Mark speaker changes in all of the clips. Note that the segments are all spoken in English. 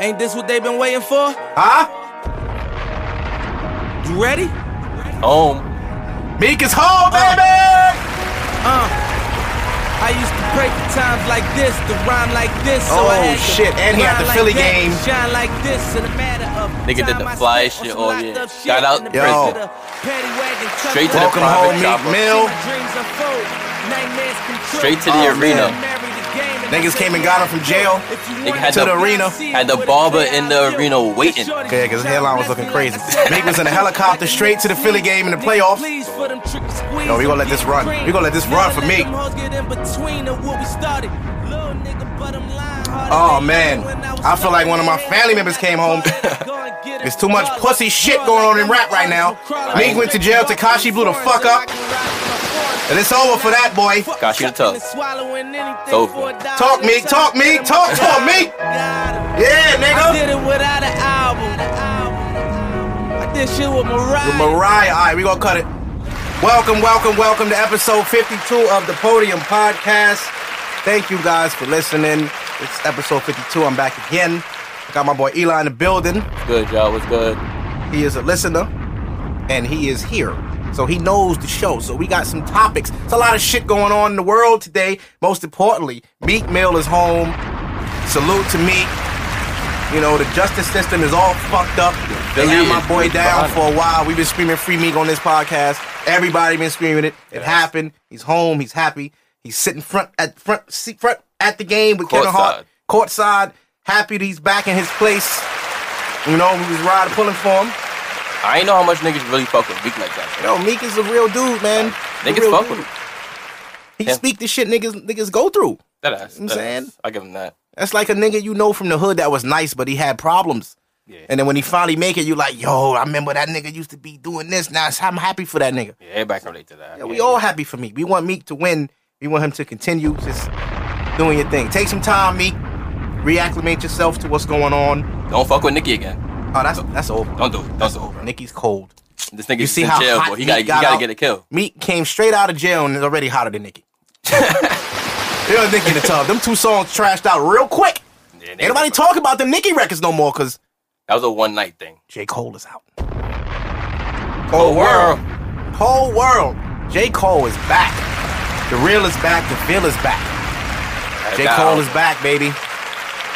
Speaker 1: Ain't this what they've been waiting for?
Speaker 2: Huh?
Speaker 1: You ready?
Speaker 3: Home.
Speaker 2: Meek is home, baby!
Speaker 1: Uh. I used to break the times like this, to rhyme like this. So I
Speaker 2: Oh,
Speaker 1: had to
Speaker 2: shit, and he had
Speaker 1: grind
Speaker 2: the
Speaker 1: like
Speaker 2: Philly
Speaker 1: that,
Speaker 2: game.
Speaker 1: Shine like this in a matter of
Speaker 3: Nigga did
Speaker 1: time
Speaker 3: the
Speaker 1: I
Speaker 3: fly
Speaker 1: spent on
Speaker 3: shit,
Speaker 1: some
Speaker 3: oh,
Speaker 1: locked
Speaker 3: yeah.
Speaker 1: up shit
Speaker 3: Shout out
Speaker 1: in the
Speaker 2: Yo.
Speaker 1: back of the paddy wagon truck
Speaker 3: Straight to the
Speaker 2: Welcome
Speaker 1: full of
Speaker 3: private
Speaker 2: home,
Speaker 1: money.
Speaker 3: chopper.
Speaker 2: Meek Mill.
Speaker 1: My dreams unfold, nightmares come true.
Speaker 3: Straight to the
Speaker 1: I
Speaker 2: arena.
Speaker 1: married the game and
Speaker 2: Niggas
Speaker 1: I
Speaker 2: came
Speaker 1: said,
Speaker 2: and got him from jail.
Speaker 1: if you
Speaker 3: Nigga
Speaker 1: want
Speaker 3: had
Speaker 1: to
Speaker 2: the-
Speaker 1: be
Speaker 2: arena.
Speaker 1: seen
Speaker 3: had the
Speaker 1: with a
Speaker 3: barber
Speaker 1: clear
Speaker 3: in the
Speaker 1: eye,
Speaker 3: arena
Speaker 1: yo.
Speaker 3: waiting.
Speaker 1: Shorty,
Speaker 2: Yeah, because his headline was looking crazy. Meek was in a helicopter straight to the Philly game in the playoffs.
Speaker 1: No,
Speaker 2: No, we gonna let this run. We gonna let this run for Meek.
Speaker 1: Oh man, I feel like one of my family members came home.
Speaker 2: There's too much pussy shit going on in rap right now. Meek went to jail, Takashi blew the fuck up. And it's over for that, boy.
Speaker 3: Tekashi the Tough.
Speaker 1: It's
Speaker 3: over.
Speaker 2: Talk, Meek, talk, Meek, talk, talk, Meek. Yeah,
Speaker 1: I
Speaker 2: nigga.
Speaker 1: did it without an album. I did shit with Mariah.
Speaker 2: With Mariah. All right, we gonna cut it. Welcome, welcome, welcome to episode 52 of the Podium Podcast. Thank you guys for listening. It's episode 52. I'm back again. I got my boy Eli in the building.
Speaker 3: Good, y'all. What's good?
Speaker 2: He is a listener, and he is here. So he knows the show. So we got some topics. It's a lot of shit going on in the world today. Most importantly, Meek Mill is home. Salute to Meek. You know, the justice system is all fucked up. They
Speaker 3: Philly
Speaker 2: had
Speaker 3: is
Speaker 2: my boy
Speaker 3: behind
Speaker 2: down
Speaker 3: it.
Speaker 2: for a while. We've been screaming free Meek on this podcast. Everybody been screaming it. It happened. He's home. He's happy. He's sitting front at front seat front at the game with Kevin Hart. Courtside. Happy that he's back in his place. You know, we was riding pulling for him.
Speaker 3: I ain't know how much niggas really fuck with Meek like that.
Speaker 2: Yo, Meek is a real dude, man. A
Speaker 3: Niggas
Speaker 2: real
Speaker 3: fuck
Speaker 2: dude.
Speaker 3: with him.
Speaker 2: He
Speaker 3: Yeah.
Speaker 2: speak the shit niggas niggas go through.
Speaker 3: That ass.
Speaker 2: I'm
Speaker 3: that
Speaker 2: saying.
Speaker 3: ass. I give him that.
Speaker 2: That's like a nigga you know from the hood that was nice, but he had problems.
Speaker 3: Yeah.
Speaker 2: And then when he finally make it, you like, yo, I remember that nigga used to be doing this. Now it's- I'm happy for that nigga.
Speaker 3: Yeah, everybody can relate to that.
Speaker 2: Yeah, we all happy for Meek. We want Meek to win. We want him to continue just doing your thing. Take some time, Meek. Reacclimate yourself to what's going on.
Speaker 3: Don't fuck with Nikki again.
Speaker 2: Oh, that's that's over.
Speaker 3: Don't do it. Don't do it.
Speaker 2: Nicky's cold.
Speaker 3: This nigga
Speaker 2: You see
Speaker 3: in
Speaker 2: how
Speaker 3: jail,
Speaker 2: hot
Speaker 3: boy. He
Speaker 2: Meek
Speaker 3: gotta, he
Speaker 2: got
Speaker 3: gotta
Speaker 2: out?
Speaker 3: get a kill.
Speaker 2: Meek came straight out of jail and is already hotter than Nicki. you know Nicki in the tub. Them two songs trashed out real quick.
Speaker 3: Yeah, nigga,
Speaker 2: Ain't nobody talk about the Nicki records no more because
Speaker 3: That was a one night thing.
Speaker 2: J. Cole is out.
Speaker 3: Oh, world.
Speaker 2: Whole world. J. Cole is back. The real is back. The feel is back. J. Cole is back, baby.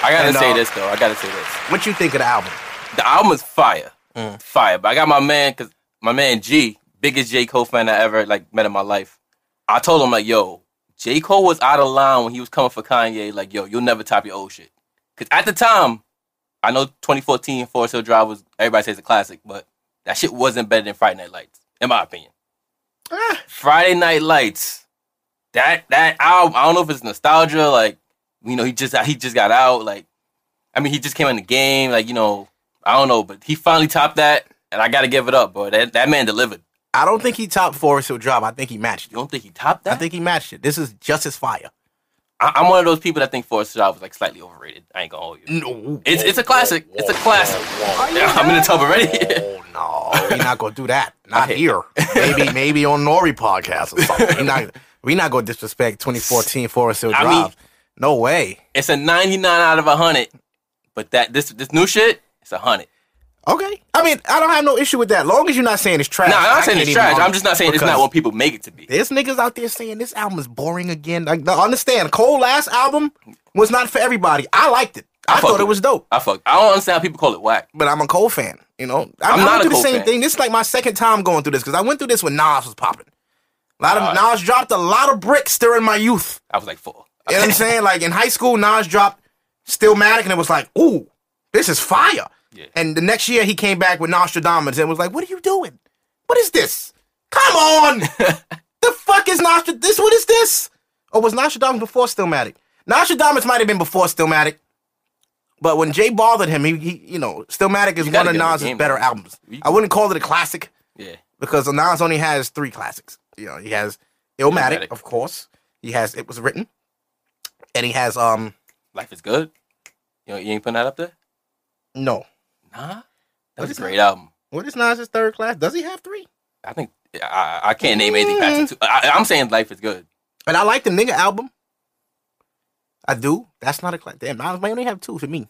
Speaker 3: I gotta
Speaker 2: and,
Speaker 3: say
Speaker 2: uh,
Speaker 3: this though. I gotta say this.
Speaker 2: What you think of the album?
Speaker 3: The album is fire, fire. But I got my man, cause my man G, biggest J Cole fan I ever like met in my life. I told him like, yo, J Cole was out of line when he was coming for Kanye. Like, yo, you'll never top your old shit. Cause at the time, I know 2014 Forest Hill Drive was everybody says it's a classic, but that shit wasn't better than Friday Night Lights, in my opinion. Friday Night Lights. That that album. I don't know if it's nostalgia. Like you know, he just he just got out. Like I mean, he just came in the game. Like you know, I don't know, but he finally topped that, and I gotta give it up, bro. That that man delivered.
Speaker 2: I don't think he topped Forest Hill Drive. I think he matched
Speaker 3: You
Speaker 2: it.
Speaker 3: don't think he topped that?
Speaker 2: I think he matched it. This is just as fire.
Speaker 3: I, am one of those people that think Forrest Hill was like slightly overrated. I ain't gonna hold you.
Speaker 2: No.
Speaker 3: It's it's a classic. It's a classic. I'm in the tub already.
Speaker 2: Oh no, we're not gonna do that. Not
Speaker 3: Okay.
Speaker 2: here. Maybe maybe on Nori podcast or something. We're not we not gonna disrespect 2014 Forest Hill
Speaker 3: I
Speaker 2: Drive.
Speaker 3: mean-
Speaker 2: no way.
Speaker 3: it's a 99 out of 100, but that this this new shit, it's a hundred.
Speaker 2: Okay. I mean, I don't have no issue with that. Long as you're not saying it's trash.
Speaker 3: Nah, I'm
Speaker 2: I
Speaker 3: not saying
Speaker 2: can't
Speaker 3: it's
Speaker 2: even
Speaker 3: trash.
Speaker 2: argue
Speaker 3: I'm just not saying it's
Speaker 2: because
Speaker 3: not what people make it to be.
Speaker 2: There's niggas out there saying this album is boring again. Like, no, understand? Cole last album was not for everybody. I liked it. I,
Speaker 3: fuck
Speaker 2: thought it
Speaker 3: with
Speaker 2: was dope.
Speaker 3: I fuck. I don't understand how people call it whack.
Speaker 2: but I'm a Cole fan. You know, I,
Speaker 3: I'm
Speaker 2: I
Speaker 3: not a
Speaker 2: went through
Speaker 3: Cole
Speaker 2: the same
Speaker 3: fan.
Speaker 2: thing. This is like my second time going through this because I went through this when Nas was popping. A lot of
Speaker 3: Alright.
Speaker 2: Nas dropped a lot of bricks during my youth.
Speaker 3: I was like four.
Speaker 2: You know what I'm saying? Like in high school, Nas dropped Stillmatic, and it was like, ooh, this is fire.
Speaker 3: Yeah.
Speaker 2: And the next year, he came back with Nostradamus and was like, what are you doing? What is this? Come on! the fuck is Nostradamus? This, what is this? Or was Nostradamus before Stillmatic? Nostradamus might have been before Stillmatic. But when Jay bothered him, he, he you know, Stillmatic is
Speaker 3: gotta
Speaker 2: one of
Speaker 3: get in the
Speaker 2: Nas's
Speaker 3: game,
Speaker 2: better
Speaker 3: man.
Speaker 2: albums.
Speaker 3: You-
Speaker 2: I wouldn't call it a classic
Speaker 3: Yeah.
Speaker 2: because Nas only has three classics. You know, he has Illmatic,
Speaker 3: Illmatic.
Speaker 2: of course. He has It Was Written, and he has um
Speaker 3: Life is good. You know, you ain't putting that up there?
Speaker 2: no.
Speaker 3: Nah.
Speaker 2: What
Speaker 3: That was
Speaker 2: is
Speaker 3: a great album.
Speaker 2: What is Nas's third class? Does he have three?
Speaker 3: I think I, I can't name anything past the two. I, I'm saying life is good.
Speaker 2: And I like the nigga album. I do. That's not a class. Damn, Nas might only have two for me.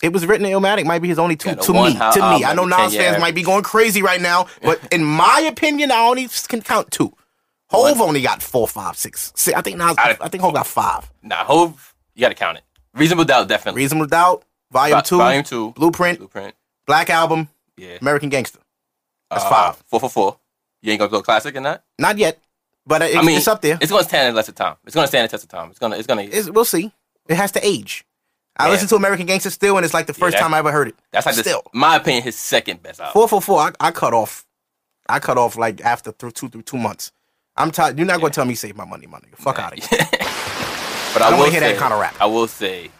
Speaker 2: It was written in Illmatic. Might be his only two
Speaker 3: Got a
Speaker 2: to
Speaker 3: one
Speaker 2: me.
Speaker 3: high
Speaker 2: To me,
Speaker 3: album,
Speaker 2: I know
Speaker 3: ten
Speaker 2: Nas
Speaker 3: year
Speaker 2: fans
Speaker 3: average.
Speaker 2: might be going crazy right now, but in my opinion, I only can count two. Hove only got four, five, six. See, I think Nas. I,
Speaker 3: I-
Speaker 2: think Hove got five.
Speaker 3: Nah, Hove, you gotta count it. Reasonable doubt, definitely.
Speaker 2: Reasonable Doubt, Volume
Speaker 3: Vo-
Speaker 2: Two,
Speaker 3: Volume Two,
Speaker 2: Blueprint,
Speaker 3: Blueprint.
Speaker 2: Black Album,
Speaker 3: Yeah,
Speaker 2: American Gangster. That's
Speaker 3: Uh,
Speaker 2: five.
Speaker 3: Four for four. You ain't gonna go classic in that.
Speaker 2: Not yet, but it,
Speaker 3: I mean,
Speaker 2: it's up there.
Speaker 3: It's gonna stand the test of time. It's gonna stand the test of time. It's gonna. It's gonna.
Speaker 2: It's, we'll see. It has to age. I
Speaker 3: Yeah.
Speaker 2: listened to American Gangster still, and it's like the first
Speaker 3: that-
Speaker 2: time I ever heard it.
Speaker 3: that's like this.
Speaker 2: still
Speaker 3: My opinion, his second best album.
Speaker 2: four for four. I, I cut off. I cut off like after through two through two months. I'm tired. You're not gonna tell me save my money, my nigga. Fuck out of here.
Speaker 3: But I,
Speaker 2: don't
Speaker 3: will
Speaker 2: wanna hear that
Speaker 3: say-
Speaker 2: kinda rap.
Speaker 3: I will say,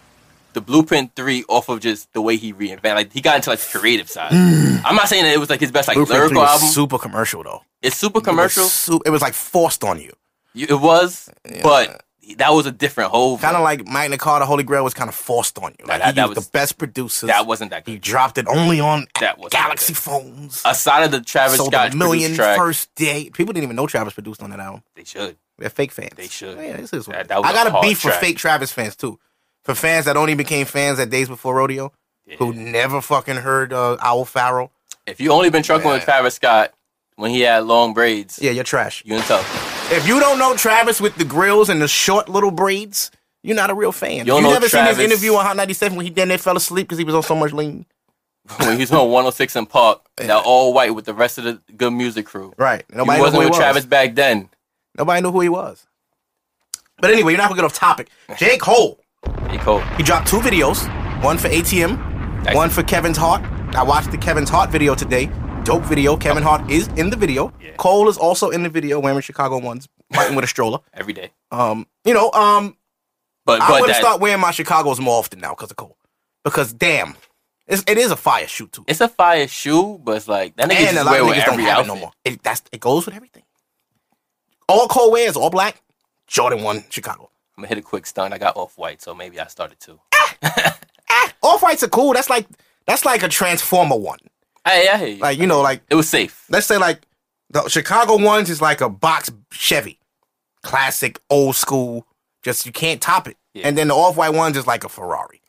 Speaker 3: the Blueprint three off of just the way he reinvented. Like he got into like the creative side. I'm not saying that it was like his best like
Speaker 2: Mm. Blueprint three
Speaker 3: lyrical album.
Speaker 2: was super commercial though.
Speaker 3: it's super commercial.
Speaker 2: It was, su- it was like forced on you.
Speaker 3: You- It was, but that was a different whole.
Speaker 2: Kind of like Magna Carta, Holy Grail was kind of forced on you. Like
Speaker 3: that-
Speaker 2: he
Speaker 3: that
Speaker 2: used
Speaker 3: was-
Speaker 2: the best producers.
Speaker 3: that wasn't that
Speaker 2: He
Speaker 3: good.
Speaker 2: dropped it only on
Speaker 3: That wasn't
Speaker 2: Galaxy
Speaker 3: that
Speaker 2: phones.
Speaker 3: Aside of the Travis
Speaker 2: sold
Speaker 3: Scott
Speaker 2: a million
Speaker 3: produced track,
Speaker 2: first day. People didn't even know Travis produced on that album.
Speaker 3: they should.
Speaker 2: They're fake fans. Oh,
Speaker 3: They should.
Speaker 2: Yeah, this is what
Speaker 3: That- that was
Speaker 2: I got
Speaker 3: a
Speaker 2: a
Speaker 3: hard
Speaker 2: beef for
Speaker 3: track.
Speaker 2: fake Travis fans too. For fans that only became fans at days before rodeo, who never fucking heard uh, Owl Farrell.
Speaker 3: If you only been trucking with Travis Scott when he had long braids,
Speaker 2: Yeah, you're trash.
Speaker 3: you in tough.
Speaker 2: If you don't know Travis with the grills and the short little braids, you're not a real fan.
Speaker 3: You don't
Speaker 2: you
Speaker 3: know
Speaker 2: never seen
Speaker 3: Travis-
Speaker 2: his interview on Hot 97 when he damn near fell asleep because he was on so much lean.
Speaker 3: when he was on 106 in Park, that all white with the rest of the good music crew.
Speaker 2: Right.
Speaker 3: He
Speaker 2: Nobody knew
Speaker 3: wasn't
Speaker 2: who he
Speaker 3: with
Speaker 2: was.
Speaker 3: Travis back then.
Speaker 2: Nobody knew who he was. But anyway, you're not gonna get off topic. Jake Cole.
Speaker 3: J. Cole.
Speaker 2: He dropped two videos, one for ATM,
Speaker 3: Nice.
Speaker 2: one for Kevin's Heart. I watched the Kevin's Heart video today. Dope video. Kevin Hart is in the video. Cole is also in the video wearing Chicago ones, fighting with a stroller.
Speaker 3: Every day.
Speaker 2: Um, you know, um,
Speaker 3: But
Speaker 2: I
Speaker 3: but
Speaker 2: want to
Speaker 3: that,
Speaker 2: start wearing my Chicago's more often now because of Cole. Because damn, it's, it is a fire shoot too.
Speaker 3: it's a fire shoe, but it's like that nigga
Speaker 2: and a
Speaker 3: just
Speaker 2: lot
Speaker 3: wear
Speaker 2: of
Speaker 3: with
Speaker 2: niggas don't
Speaker 3: every
Speaker 2: have
Speaker 3: outfit.
Speaker 2: it no more. It, that's it goes with everything. All Cole wears all black. Jordan one Chicago.
Speaker 3: I'm gonna hit a quick stunt. I got off white, so maybe I started too.
Speaker 2: Off whites Ah, are cool. That's like that's like a Transformer one.
Speaker 3: Hey, I hear you.
Speaker 2: Like you know, like
Speaker 3: it was safe.
Speaker 2: let's say like the Chicago ones is like a box Chevy, classic old school. Just you can't top it.
Speaker 3: Yeah.
Speaker 2: And then the off white ones is like a Ferrari,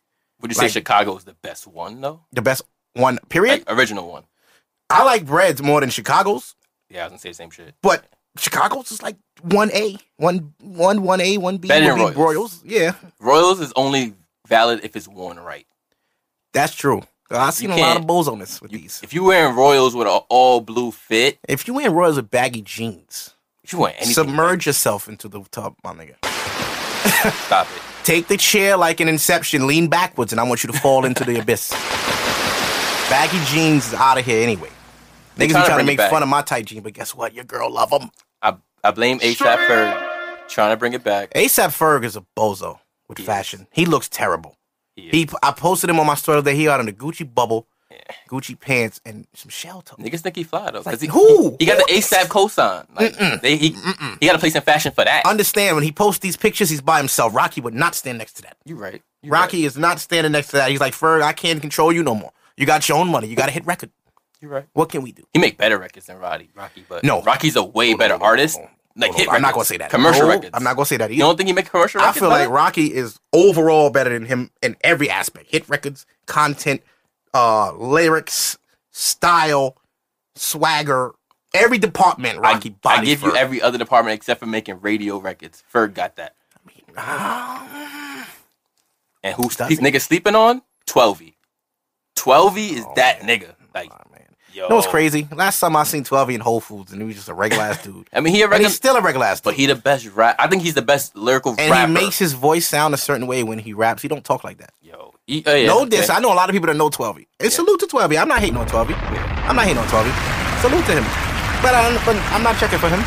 Speaker 3: Would you
Speaker 2: like-
Speaker 3: say Chicago is the best one though?
Speaker 2: the best one. Period.
Speaker 3: Like original one.
Speaker 2: I like Reds more than Chicago's,
Speaker 3: Yeah, I was gonna say the same shit.
Speaker 2: but Chicago's is like one A, one one one A, one B,
Speaker 3: Better
Speaker 2: one B
Speaker 3: than
Speaker 2: Royals.
Speaker 3: Royals.
Speaker 2: Yeah,
Speaker 3: Royals is only valid if it's worn right.
Speaker 2: that's true. I've seen a lot
Speaker 3: can't-
Speaker 2: of bulls on this with these.
Speaker 3: If you wearing Royals with an all blue fit,
Speaker 2: If you wearing Royals with baggy jeans,
Speaker 3: if you wearing anything,
Speaker 2: submerge yourself into the tub, my nigga.
Speaker 3: stop it.
Speaker 2: Take the chair like an inception, lean backwards, and I want you to fall into the abyss. Baggy jeans is out of here anyway. Niggas be
Speaker 3: tryna
Speaker 2: trying to
Speaker 3: bring it
Speaker 2: make
Speaker 3: back.
Speaker 2: fun of my tight jeans, but guess what? Your girl love them.
Speaker 3: I I blame ASAP for trying to bring it back.
Speaker 2: ASAP Ferg is a bozo with
Speaker 3: He is.
Speaker 2: fashion. He looks terrible.
Speaker 3: Yeah.
Speaker 2: He, I posted him on my story today. He out in the Gucci bubble, Gucci pants, and some shell toe.
Speaker 3: Niggas think he fly though. 'cause he,
Speaker 2: who?
Speaker 3: He, he got the ASAP cosign. Like, They, he he got a place in fashion for that.
Speaker 2: Understand when he posts these pictures, he's by himself. Rocky would not stand next to that.
Speaker 3: you right. You
Speaker 2: Rocky
Speaker 3: Right.
Speaker 2: is not standing next to that. He's like Ferg. I can't control you no more. You got your own money. You got to hit record.
Speaker 3: You right.
Speaker 2: What can we do?
Speaker 3: He make better records than Roddy. Rocky, but
Speaker 2: No.
Speaker 3: Rocky's a way better
Speaker 2: hold on,
Speaker 3: artist.
Speaker 2: hold on,
Speaker 3: Like
Speaker 2: Hold
Speaker 3: hit
Speaker 2: on, I'm not gonna
Speaker 3: records.
Speaker 2: say that.
Speaker 3: Commercial
Speaker 2: No,
Speaker 3: records.
Speaker 2: I'm not gonna say that
Speaker 3: You
Speaker 2: either.
Speaker 3: don't think he make commercial
Speaker 2: I
Speaker 3: records?
Speaker 2: feel like Rocky is overall better than him in every aspect: hit records, content, uh, lyrics, style, swagger, every department.
Speaker 3: I,
Speaker 2: Rocky body.
Speaker 3: I give you every other department except for making radio records. Ferg got that.
Speaker 2: Ah,
Speaker 3: And who's
Speaker 2: Does
Speaker 3: these
Speaker 2: he?
Speaker 3: niggas sleeping on? Twelvey. Twelvey E is that nigga. Like
Speaker 2: Oh, man.
Speaker 3: yo.
Speaker 2: You know what's crazy? Last time I seen Twelve in Whole Foods, and he was just a regular ass dude.
Speaker 3: I mean, he a
Speaker 2: And
Speaker 3: record,
Speaker 2: he's still a regular ass dude.
Speaker 3: but he the best rap. I think he's the best lyrical
Speaker 2: and
Speaker 3: rapper.
Speaker 2: he makes his voice sound a certain way when he raps. He don't talk like that.
Speaker 3: yo. He- oh, yeah,
Speaker 2: no
Speaker 3: okay.
Speaker 2: diss. I know a lot of people that know Twelvey. And salute to Twelvey. I'm not hating on Twelvey. I'm not hating on Twelvey. Salute to him. But I'm, but I'm not checking for him.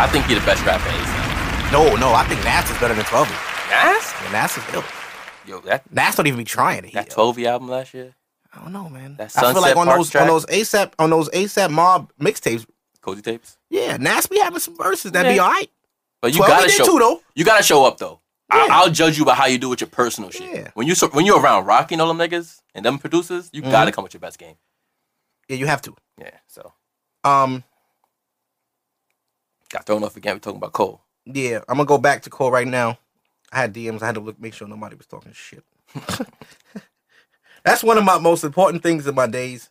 Speaker 3: I think he the best rapper. ASAP.
Speaker 2: No, no. I think Nas is better than Twelvey.
Speaker 3: Nas?
Speaker 2: Yeah, Nas is ill.
Speaker 3: Yo, that
Speaker 2: Nas don't even be trying to.
Speaker 3: that
Speaker 2: That's
Speaker 3: Twelvey album last year.
Speaker 2: I don't know, man.
Speaker 3: that
Speaker 2: I feel like
Speaker 3: Sunset
Speaker 2: on
Speaker 3: Park
Speaker 2: those
Speaker 3: track?
Speaker 2: on those ASAP on those ASAP Mob mixtapes.
Speaker 3: Cozy tapes.
Speaker 2: Yeah, Nas be having some verses that be
Speaker 3: Yeah.
Speaker 2: all right.
Speaker 3: But you
Speaker 2: Twelvey
Speaker 3: gotta
Speaker 2: E did
Speaker 3: show.
Speaker 2: too, though.
Speaker 3: You gotta show up though.
Speaker 2: Yeah.
Speaker 3: I, I'll judge you by how you do with your personal shit.
Speaker 2: Yeah.
Speaker 3: When you so, when you're around Rocky and all them niggas and them producers, you
Speaker 2: Mm-hmm.
Speaker 3: gotta come with your best game.
Speaker 2: Yeah, you have to.
Speaker 3: Yeah. So
Speaker 2: Um,
Speaker 3: got thrown off again. We're talking about Cole.
Speaker 2: yeah, I'm gonna go back to Cole right now. I had DMs. I had to look, make sure nobody was talking shit. That's one of my most important things in my days.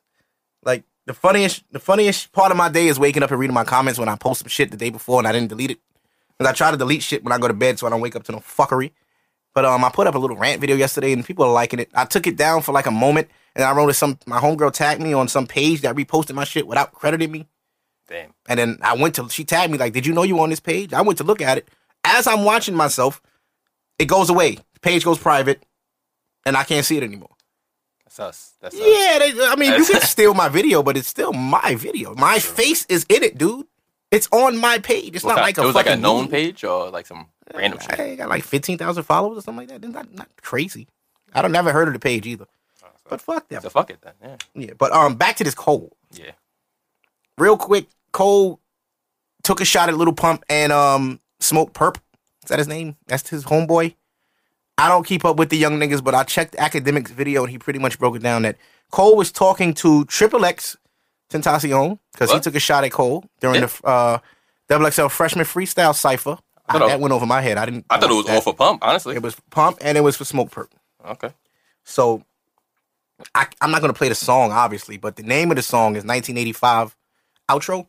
Speaker 2: Like the funniest, the funniest part of my day is waking up and reading my comments when I post some shit the day before and I didn't delete it. Cause I try to delete shit when I go to bed so I don't wake up to no fuckery. But um, I put up a little rant video yesterday and people are liking it. I took it down for like a moment and I wrote it. Some my homegirl tagged me on some page that reposted my shit without crediting me.
Speaker 3: Damn.
Speaker 2: And then I went to she tagged me like, "Did you know you were on this page?" I went to look at it. As I'm watching myself, it goes away. The page goes private, and I can't see it anymore.
Speaker 3: That's us. That's us.
Speaker 2: Yeah, they, I mean, you can steal my video, but it's still my video. My face is in it, dude. It's on my page. It's
Speaker 3: What
Speaker 2: not
Speaker 3: kind-
Speaker 2: like a
Speaker 3: it was like a
Speaker 2: fucking
Speaker 3: known
Speaker 2: meme.
Speaker 3: page or like some random shit.
Speaker 2: I ain't got like fifteen thousand followers or something like that. It's not not crazy. I don't never heard of the page either. But fuck them.
Speaker 3: Oh, So fuck it then. Yeah.
Speaker 2: Yeah. But um, back to this cold.
Speaker 3: Yeah.
Speaker 2: real quick, Cole took a shot at Little Pump and um Smoke Perp. Is that his name? That's his homeboy. I don't keep up with the young niggas, but I checked Academic's video and he pretty much broke it down that Cole was talking to Triple X Tentacion because he
Speaker 3: What?
Speaker 2: took a shot at Cole during
Speaker 3: Yeah.
Speaker 2: the uh, Double XL Freshman Freestyle Cypher.
Speaker 3: thought
Speaker 2: Ah,
Speaker 3: I-
Speaker 2: that went over my head. I didn't.
Speaker 3: I thought it
Speaker 2: watch
Speaker 3: was
Speaker 2: that.
Speaker 3: all for pump, honestly.
Speaker 2: It was Pump and it was for Smoke Perp.
Speaker 3: okay.
Speaker 2: So I, I'm not gonna play the song, obviously, but the name of the song is 1985 outro.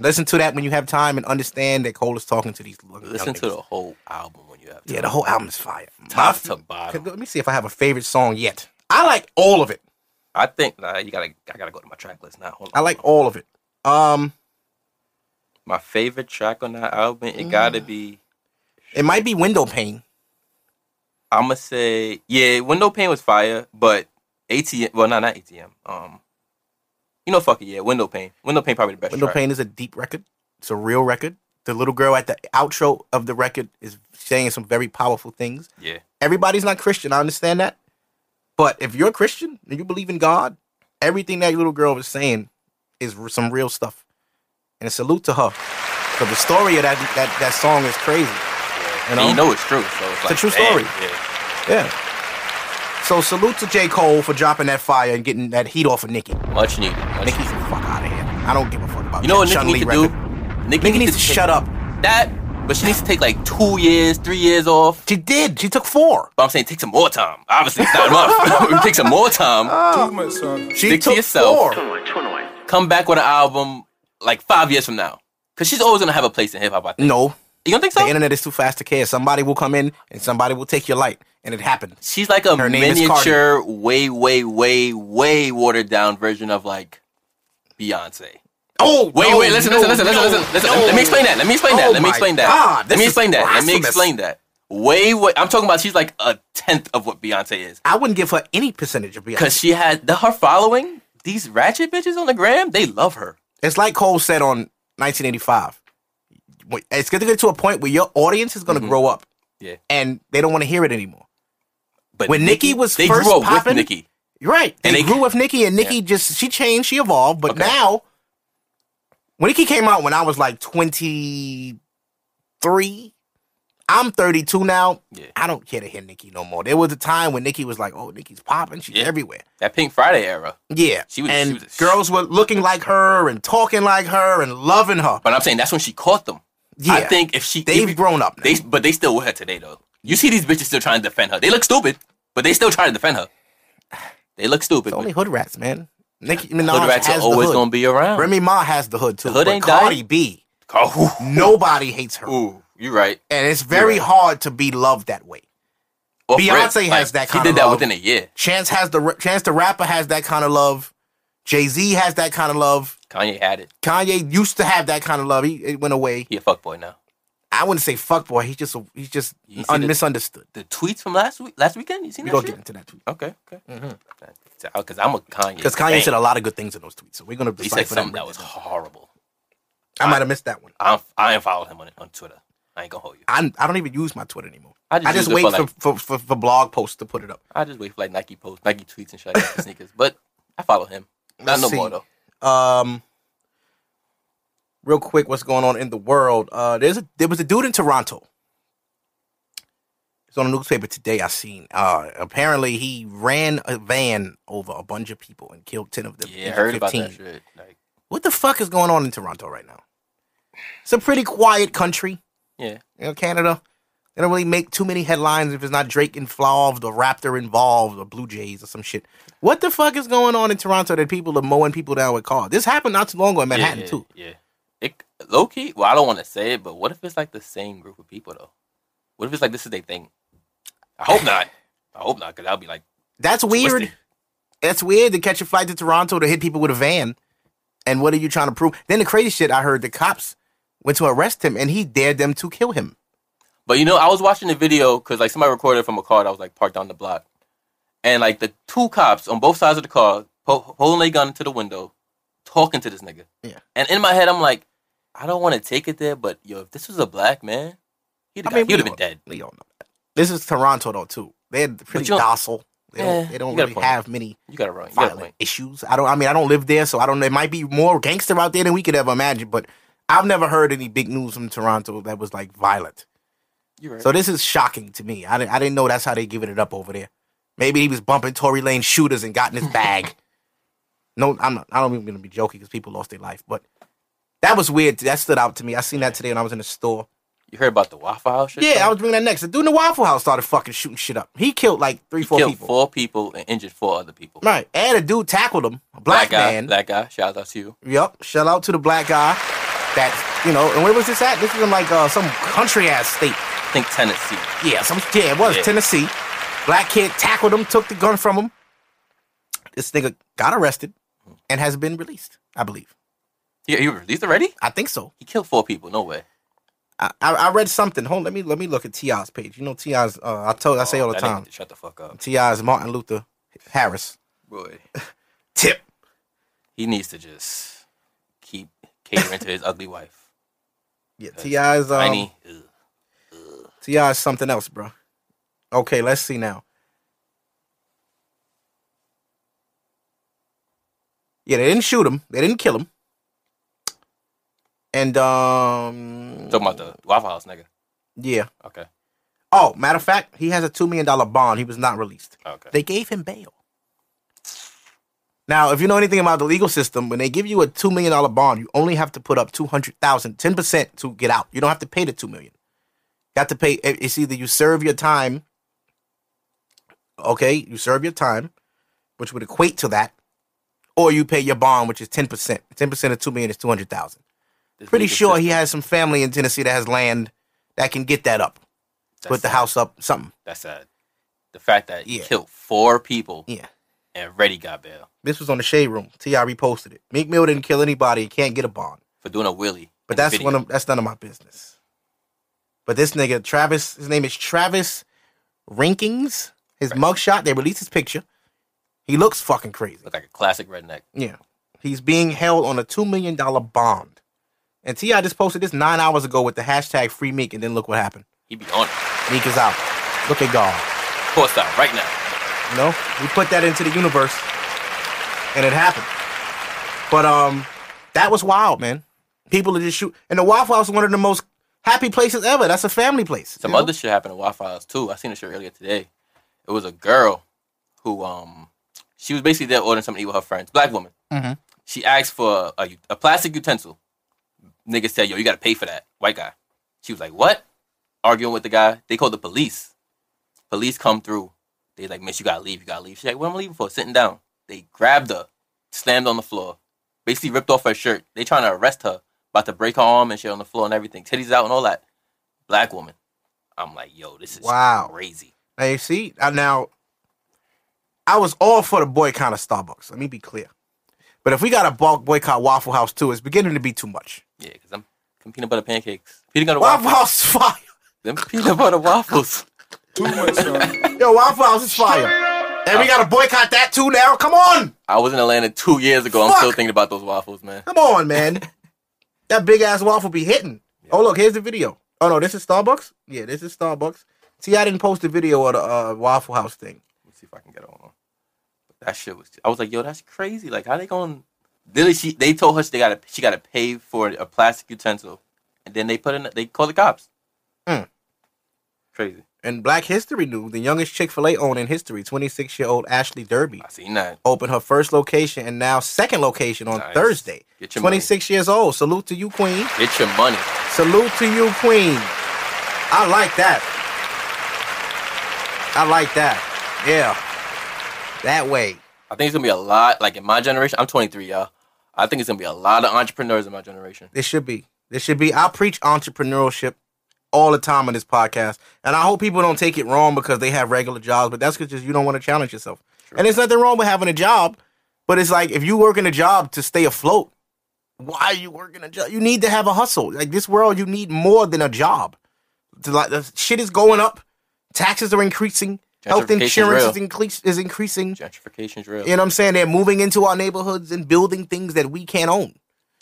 Speaker 2: Listen to that when you have time and understand that Cole is talking to these. young
Speaker 3: Listen to
Speaker 2: niggas.
Speaker 3: the whole album when you have to.
Speaker 2: yeah, the whole album is fire.
Speaker 3: top
Speaker 2: My-
Speaker 3: to bottom.
Speaker 2: Let me see if I have a favorite song yet. I like all of it.
Speaker 3: I think nah, you gotta I gotta go to my track list now. Hold on.
Speaker 2: I like all of it. Um,
Speaker 3: my favorite track on that album, it gotta
Speaker 2: Mm.
Speaker 3: be
Speaker 2: it might be Window Pane.
Speaker 3: I'ma say yeah, Window Pane was fire, but ATM well no not ATM. Um you know fuck it, yeah, Window Pane. Window Pane probably the best
Speaker 2: Window
Speaker 3: track.
Speaker 2: Pane is a deep record. It's a real record. The little girl at the outro of the record is saying some very powerful things.
Speaker 3: Yeah.
Speaker 2: everybody's not Christian. I understand that. But if you're a Christian and you believe in God, everything that little girl was saying is r- some real stuff. And a salute to her. Because the story of that, that, that song is crazy.
Speaker 3: And you know it's true, so it's,
Speaker 2: a
Speaker 3: like,
Speaker 2: true
Speaker 3: damn,
Speaker 2: story.
Speaker 3: Yeah.
Speaker 2: Yeah. So salute to J. Cole for dropping that fire and getting that heat off of Nicki.
Speaker 3: Much needed. Much
Speaker 2: Nicki's
Speaker 3: needed.
Speaker 2: the fuck out of here. I don't give a fuck about
Speaker 3: You know what
Speaker 2: that
Speaker 3: Nicki
Speaker 2: Chun-Li
Speaker 3: needs to
Speaker 2: record.
Speaker 3: do?
Speaker 2: Nicki needs to
Speaker 3: take
Speaker 2: shut up.
Speaker 3: That but she needs to take like two years, three years off.
Speaker 2: She did. She took four.
Speaker 3: But I'm saying take some more time. Obviously, it's not enough. take some more time.
Speaker 2: Oh. She
Speaker 3: Stick to
Speaker 2: took
Speaker 3: yourself.
Speaker 2: four.
Speaker 3: Come back with an album like five years from now. Because she's always going to have a place in hip hop, I think.
Speaker 2: No.
Speaker 3: You don't think
Speaker 2: The
Speaker 3: so?
Speaker 2: internet is too fast to care. Somebody will come in and somebody will take your light. And it happened.
Speaker 3: She's like a
Speaker 2: Her name is
Speaker 3: miniature, way, way, way, way watered down version of like Beyonce.
Speaker 2: Oh,
Speaker 3: Wait,
Speaker 2: no,
Speaker 3: wait, listen,
Speaker 2: no,
Speaker 3: listen, listen,
Speaker 2: no,
Speaker 3: listen, listen, listen.
Speaker 2: no.
Speaker 3: Let me explain that. Let me explain
Speaker 2: Oh
Speaker 3: that. Let
Speaker 2: my
Speaker 3: me explain that.
Speaker 2: God,
Speaker 3: Let
Speaker 2: this
Speaker 3: me
Speaker 2: is
Speaker 3: explain that. Let me
Speaker 2: blasphemous.
Speaker 3: explain that. Way, way. I'm talking about she's like a tenth of what Beyonce is.
Speaker 2: I wouldn't give her any percentage of Beyonce.
Speaker 3: Because she had the, her following, these ratchet bitches on the gram, they love her.
Speaker 2: It's like Cole said on 1985. Wait, It's going to get to a point where your audience is going to grow up
Speaker 3: Mm-hmm. Yeah.
Speaker 2: and they don't want to hear it anymore.
Speaker 3: But
Speaker 2: When Nicki was
Speaker 3: they
Speaker 2: first
Speaker 3: grew up
Speaker 2: popping-
Speaker 3: with Nicki.
Speaker 2: You're right. They,
Speaker 3: And they-
Speaker 2: grew with Nicki, and Nicki just she changed, she evolved. But
Speaker 3: Okay.
Speaker 2: now, when Nicki came out when I was like 23, I'm 32 now.
Speaker 3: Yeah.
Speaker 2: I don't care to hear Nicki no more. There was a time when Nicki was like, "Oh, Nicki's popping. She's
Speaker 3: Yeah.
Speaker 2: everywhere."
Speaker 3: That Pink Friday era.
Speaker 2: Yeah,
Speaker 3: She was-
Speaker 2: and
Speaker 3: she was a-
Speaker 2: girls were looking like her and talking like her and loving her.
Speaker 3: But I'm saying that's when she caught them.
Speaker 2: Yeah,
Speaker 3: I think if she
Speaker 2: they've
Speaker 3: if-
Speaker 2: grown up. Now.
Speaker 3: they but they still with her today though. You see these bitches still trying to defend her. They look stupid, but they still trying to defend her. They look stupid.
Speaker 2: It's
Speaker 3: but
Speaker 2: only hood rats, man. Nicki Minaj
Speaker 3: hood rats are
Speaker 2: has the
Speaker 3: always
Speaker 2: hood.
Speaker 3: gonna be around.
Speaker 2: Remy Ma has the hood too.
Speaker 3: The hood
Speaker 2: but
Speaker 3: ain't
Speaker 2: Cardi
Speaker 3: dying.
Speaker 2: B.
Speaker 3: oh, ooh,
Speaker 2: Nobody hates her,
Speaker 3: ooh, you right.
Speaker 2: and it's very
Speaker 3: right.
Speaker 2: hard to be loved that way.
Speaker 3: Off
Speaker 2: Beyonce
Speaker 3: rip,
Speaker 2: has that
Speaker 3: She
Speaker 2: kinda
Speaker 3: did that
Speaker 2: love.
Speaker 3: within a year.
Speaker 2: Chance has the ra- Chance the rapper has that kind of love. Jay Z has that kind of love.
Speaker 3: Kanye had it.
Speaker 2: Kanye used to have that kind of love. He it went away.
Speaker 3: He a fuckboy now.
Speaker 2: I wouldn't say fuck boy. He's just a, he's just
Speaker 3: You see
Speaker 2: un-
Speaker 3: the-
Speaker 2: misunderstood.
Speaker 3: The tweets from last week, last weekend. You seen
Speaker 2: We
Speaker 3: that
Speaker 2: gonna
Speaker 3: shit?
Speaker 2: get into that tweet
Speaker 3: Okay, okay. Because Mm-hmm. Uh, I'm a Kanye.
Speaker 2: because Kanye
Speaker 3: fan.
Speaker 2: said a lot of good things in those tweets. So we're gonna
Speaker 3: he said
Speaker 2: decipher
Speaker 3: something
Speaker 2: them.
Speaker 3: that was horrible.
Speaker 2: I might have missed that one.
Speaker 3: I I ain't followed him on on Twitter. I ain't gonna hold you.
Speaker 2: I I don't even use my Twitter anymore.
Speaker 3: I
Speaker 2: I
Speaker 3: just
Speaker 2: just,
Speaker 3: use it
Speaker 2: wait
Speaker 3: for,
Speaker 2: for,
Speaker 3: like-
Speaker 2: for, for, for blog posts to put it up.
Speaker 3: I just wait for like Nike posts, Nike tweets and shit like that for sneakers. But I follow him. Not
Speaker 2: Let's
Speaker 3: no
Speaker 2: see.
Speaker 3: more though.
Speaker 2: Um, real quick, what's going on in the world? Uh, there's a there was a dude in Toronto. It's on the newspaper today. I seen. Uh, apparently he ran a van over a bunch of people and killed ten of them.
Speaker 3: Yeah, I
Speaker 2: These are
Speaker 3: heard about
Speaker 2: 15.
Speaker 3: that shit. Like,
Speaker 2: What the fuck is going on in Toronto right now? It's a pretty quiet country.
Speaker 3: yeah,
Speaker 2: you know, Canada. They don't really make too many headlines if it's not Drake involved or Raptor involved or Blue Jays or some shit. What the fuck is going on in Toronto that people are mowing people down with cars? This happened not too long ago in Manhattan
Speaker 3: yeah,
Speaker 2: too.
Speaker 3: Yeah. It low key. Well, I don't want to say it, but what if it's like the same group of people though? What if it's like this is their thing? I hope not. I hope not, cause I'll be like
Speaker 2: That's weird.
Speaker 3: twisted.
Speaker 2: That's weird to catch a flight to Toronto to hit people with a van. And what are you trying to prove? Then the crazy shit I heard the cops went to arrest him and he dared them to kill him.
Speaker 3: But you know, I was watching the video because like somebody recorded from a car that was like parked down the block, and like the two cops on both sides of the car ho- holding their gun to the window, talking to this nigga.
Speaker 2: Yeah.
Speaker 3: And in my head, I'm like, I don't want to take it there, but yo, if this was a black man, he'd have
Speaker 2: I mean, we
Speaker 3: been
Speaker 2: all-
Speaker 3: dead.
Speaker 2: We all know that. This is Toronto though too. They're pretty
Speaker 3: you don't-
Speaker 2: docile. They don't,
Speaker 3: Yeah,
Speaker 2: they don't
Speaker 3: you got a
Speaker 2: really
Speaker 3: point.
Speaker 2: have many
Speaker 3: You got it right. You got it
Speaker 2: violent
Speaker 3: right.
Speaker 2: issues. I don't. I mean, I don't live there, so I don't. There might be more gangster out there than we could ever imagine. But I've never heard any big news from Toronto that was like violent.
Speaker 3: You're right.
Speaker 2: So this is shocking to me. I didn't, I didn't know that's how they giving it up over there. Maybe he was bumping Tory Lane shooters and got in his bag. no, I'm not. I don't even gonna be joking because people lost their life. But that was weird. That stood out to me. I seen that today when I was in the store.
Speaker 3: you heard about the Waffle House shit?
Speaker 2: Yeah,
Speaker 3: though?
Speaker 2: I was bringing that next. The dude in the Waffle House started fucking shooting shit up. He killed like three,
Speaker 3: He
Speaker 2: four
Speaker 3: killed
Speaker 2: people.
Speaker 3: four people and injured four other people.
Speaker 2: Right, and a dude tackled him, a black,
Speaker 3: guy,
Speaker 2: man.
Speaker 3: black guy. Shout out to you.
Speaker 2: Yep. Shout out to the black guy. That's you know, and where was this at? This was in like uh, some country ass state.
Speaker 3: I think Tennessee.
Speaker 2: Yeah, some yeah, it was
Speaker 3: Yeah.
Speaker 2: Tennessee. Black kid tackled him, took the gun from him. This nigga got arrested and has been released, I believe.
Speaker 3: He, he was released already?
Speaker 2: I think so.
Speaker 3: He killed four people. No way.
Speaker 2: I, I, I read something. Hold on, let me let me look at Ti's page. You know Ti's. Uh, I told I say
Speaker 3: Oh,
Speaker 2: all the
Speaker 3: that nigga
Speaker 2: time.
Speaker 3: need to Shut the fuck up,
Speaker 2: Ti's Martin Luther Harris.
Speaker 3: boy.
Speaker 2: Tip.
Speaker 3: he needs to just keep catering to his ugly wife.
Speaker 2: Yeah, Ti's. Um,
Speaker 3: Tiny. Ugh.
Speaker 2: Ti is something else, bro. Okay, let's see now. Yeah, they didn't shoot him. They didn't kill him. And um,
Speaker 3: Talking about the Waffle House nigga.
Speaker 2: yeah.
Speaker 3: Okay.
Speaker 2: Oh, matter of fact, he has a two million dollar bond. He was not released.
Speaker 3: Okay.
Speaker 2: They gave him bail. Now, if you know anything about the legal system, when they give you a two million dollar bond, you only have to put up 200,000, 10 percent to get out. You don't have to pay the two million. You have to pay. it- It's either you serve your time. Okay, you serve your time, which would equate to that, or you pay your bond, which is ten percent. Ten percent of two million is two hundred thousand.
Speaker 3: This
Speaker 2: Pretty
Speaker 3: legal
Speaker 2: sure he
Speaker 3: system,
Speaker 2: has some family in Tennessee that has land that can get that up,
Speaker 3: that's
Speaker 2: put the
Speaker 3: sad.
Speaker 2: house up, something.
Speaker 3: That's sad. The fact that he
Speaker 2: Yeah.
Speaker 3: killed four people
Speaker 2: Yeah.
Speaker 3: and already got bail
Speaker 2: This was on the Shade Room. Ti reposted it. Meek Mill didn't kill anybody. He can't get a bond.
Speaker 3: for doing a wheelie.
Speaker 2: But that's one of that's none of my business. But this nigga Travis, his name is Travis Rinkings. His mugshot. They released his picture. He looks fucking crazy.
Speaker 3: Look like a classic redneck.
Speaker 2: Yeah, he's being held on a two million dollar bond. And Ti just posted this nine hours ago with the hashtag Free Meek, and then look what happened.
Speaker 3: He be on it.
Speaker 2: Meek is out. Look at God.
Speaker 3: Course out right now.
Speaker 2: You know, we put that into the universe, and it happened. But um, that was wild, man. People are just shoot, and the Waffle House is one of the most happy places ever. That's a family place.
Speaker 3: Some
Speaker 2: you know?
Speaker 3: other shit happened at Waffle House too. I seen a shit earlier today. It was a girl who um she was basically there ordering something to eat with her friends. Black woman.
Speaker 2: Mhm.
Speaker 3: She asked for a, a plastic utensil. Nigga said, "Yo, you gotta pay for that." White guy. She was like, "What?" Arguing with the guy. They called the police. Police come through. They like, "Miss, you gotta leave. You gotta leave." She's like, "What am I leaving for?" Sitting down. They grabbed her, slammed on the floor, basically ripped off her shirt. They trying to arrest her, about to break her arm and shit on the floor and everything, titties out and all that. Black woman. I'm like, yo, this is
Speaker 2: Wow.
Speaker 3: crazy.
Speaker 2: Now you see, I, now I was all for the boycott of Starbucks. Let me be clear. But if we got to bulk boycott Waffle House too, it's beginning to be too much.
Speaker 3: Yeah, because I'm, i peanut butter pancakes. Peanut butter
Speaker 2: Waffle
Speaker 3: waffles.
Speaker 2: House is fire.
Speaker 3: Them peanut butter waffles.
Speaker 2: Yo, Waffle House is fire. And we got to boycott that too now. Come on.
Speaker 3: I was in Atlanta two years ago. I'm
Speaker 2: Fuck.
Speaker 3: still thinking about those waffles, man.
Speaker 2: Come on, man. that big ass waffle be hitting. Oh look, here's the video. Oh no, this is Starbucks. Yeah, this is Starbucks. See, I didn't post the video of the uh, Waffle House thing.
Speaker 3: Let's see if I can get on one. But that shit was. I was like, yo, that's crazy. Like, how they going? Literally, she they told her she got to she got to pay for a plastic utensil, and then they put in they call the cops.
Speaker 2: Mm.
Speaker 3: Crazy.
Speaker 2: And Black History New, the youngest Chick Fil A owner in history, 26 year old Ashley Derby,
Speaker 3: I seen that.
Speaker 2: opened her first location and now second location on
Speaker 3: Nice.
Speaker 2: Thursday.
Speaker 3: Get your money.
Speaker 2: 26 years old. Salute to you, Queen.
Speaker 3: Get your money.
Speaker 2: Salute to you, Queen. I like that. I like that. Yeah. That way.
Speaker 3: I think it's gonna be a lot. Like in my generation, I'm 23, y'all. I think it's gonna be a lot of entrepreneurs in my generation.
Speaker 2: This should be. This should be. I preach entrepreneurship all the time on this podcast. And I hope people don't take it wrong because they have regular jobs, but that's 'cause just you don't want to challenge yourself. And there's nothing wrong with having a job, but it's like if you work in a job to stay afloat, why are you working a job? You need to have a hustle. Like this world, you need more than a job. To like the shit is going up, taxes are increasing, health
Speaker 3: Gentrification's
Speaker 2: insurance
Speaker 3: real.
Speaker 2: is, increas- is increasing.
Speaker 3: Gentrification's real.
Speaker 2: You know what I'm saying? They're moving into our neighborhoods and building things that we can't own.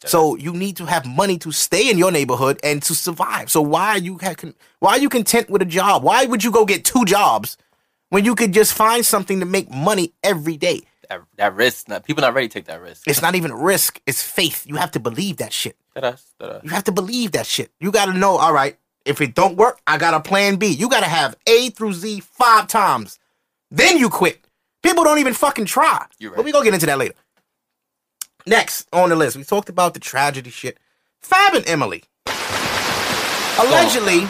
Speaker 2: So you need to have money to stay in your neighborhood and to survive. So why are you ha- con- why are you content with a job? Why would you go get two jobs when you could just find something to make money every day?
Speaker 3: That, that risk, not, people not ready to take that risk.
Speaker 2: It's not even a risk. It's faith. You have to believe that shit.
Speaker 3: That us, that us.
Speaker 2: You have to believe that shit. You got to know. All right, if it don't work, I got a plan B. You got to have A through Z five times, then you quit. People don't even fucking try.
Speaker 3: You're right.
Speaker 2: But we gonna get into that later. Next on the list, we talked about the tragedy shit. Fab and Emily. Allegedly,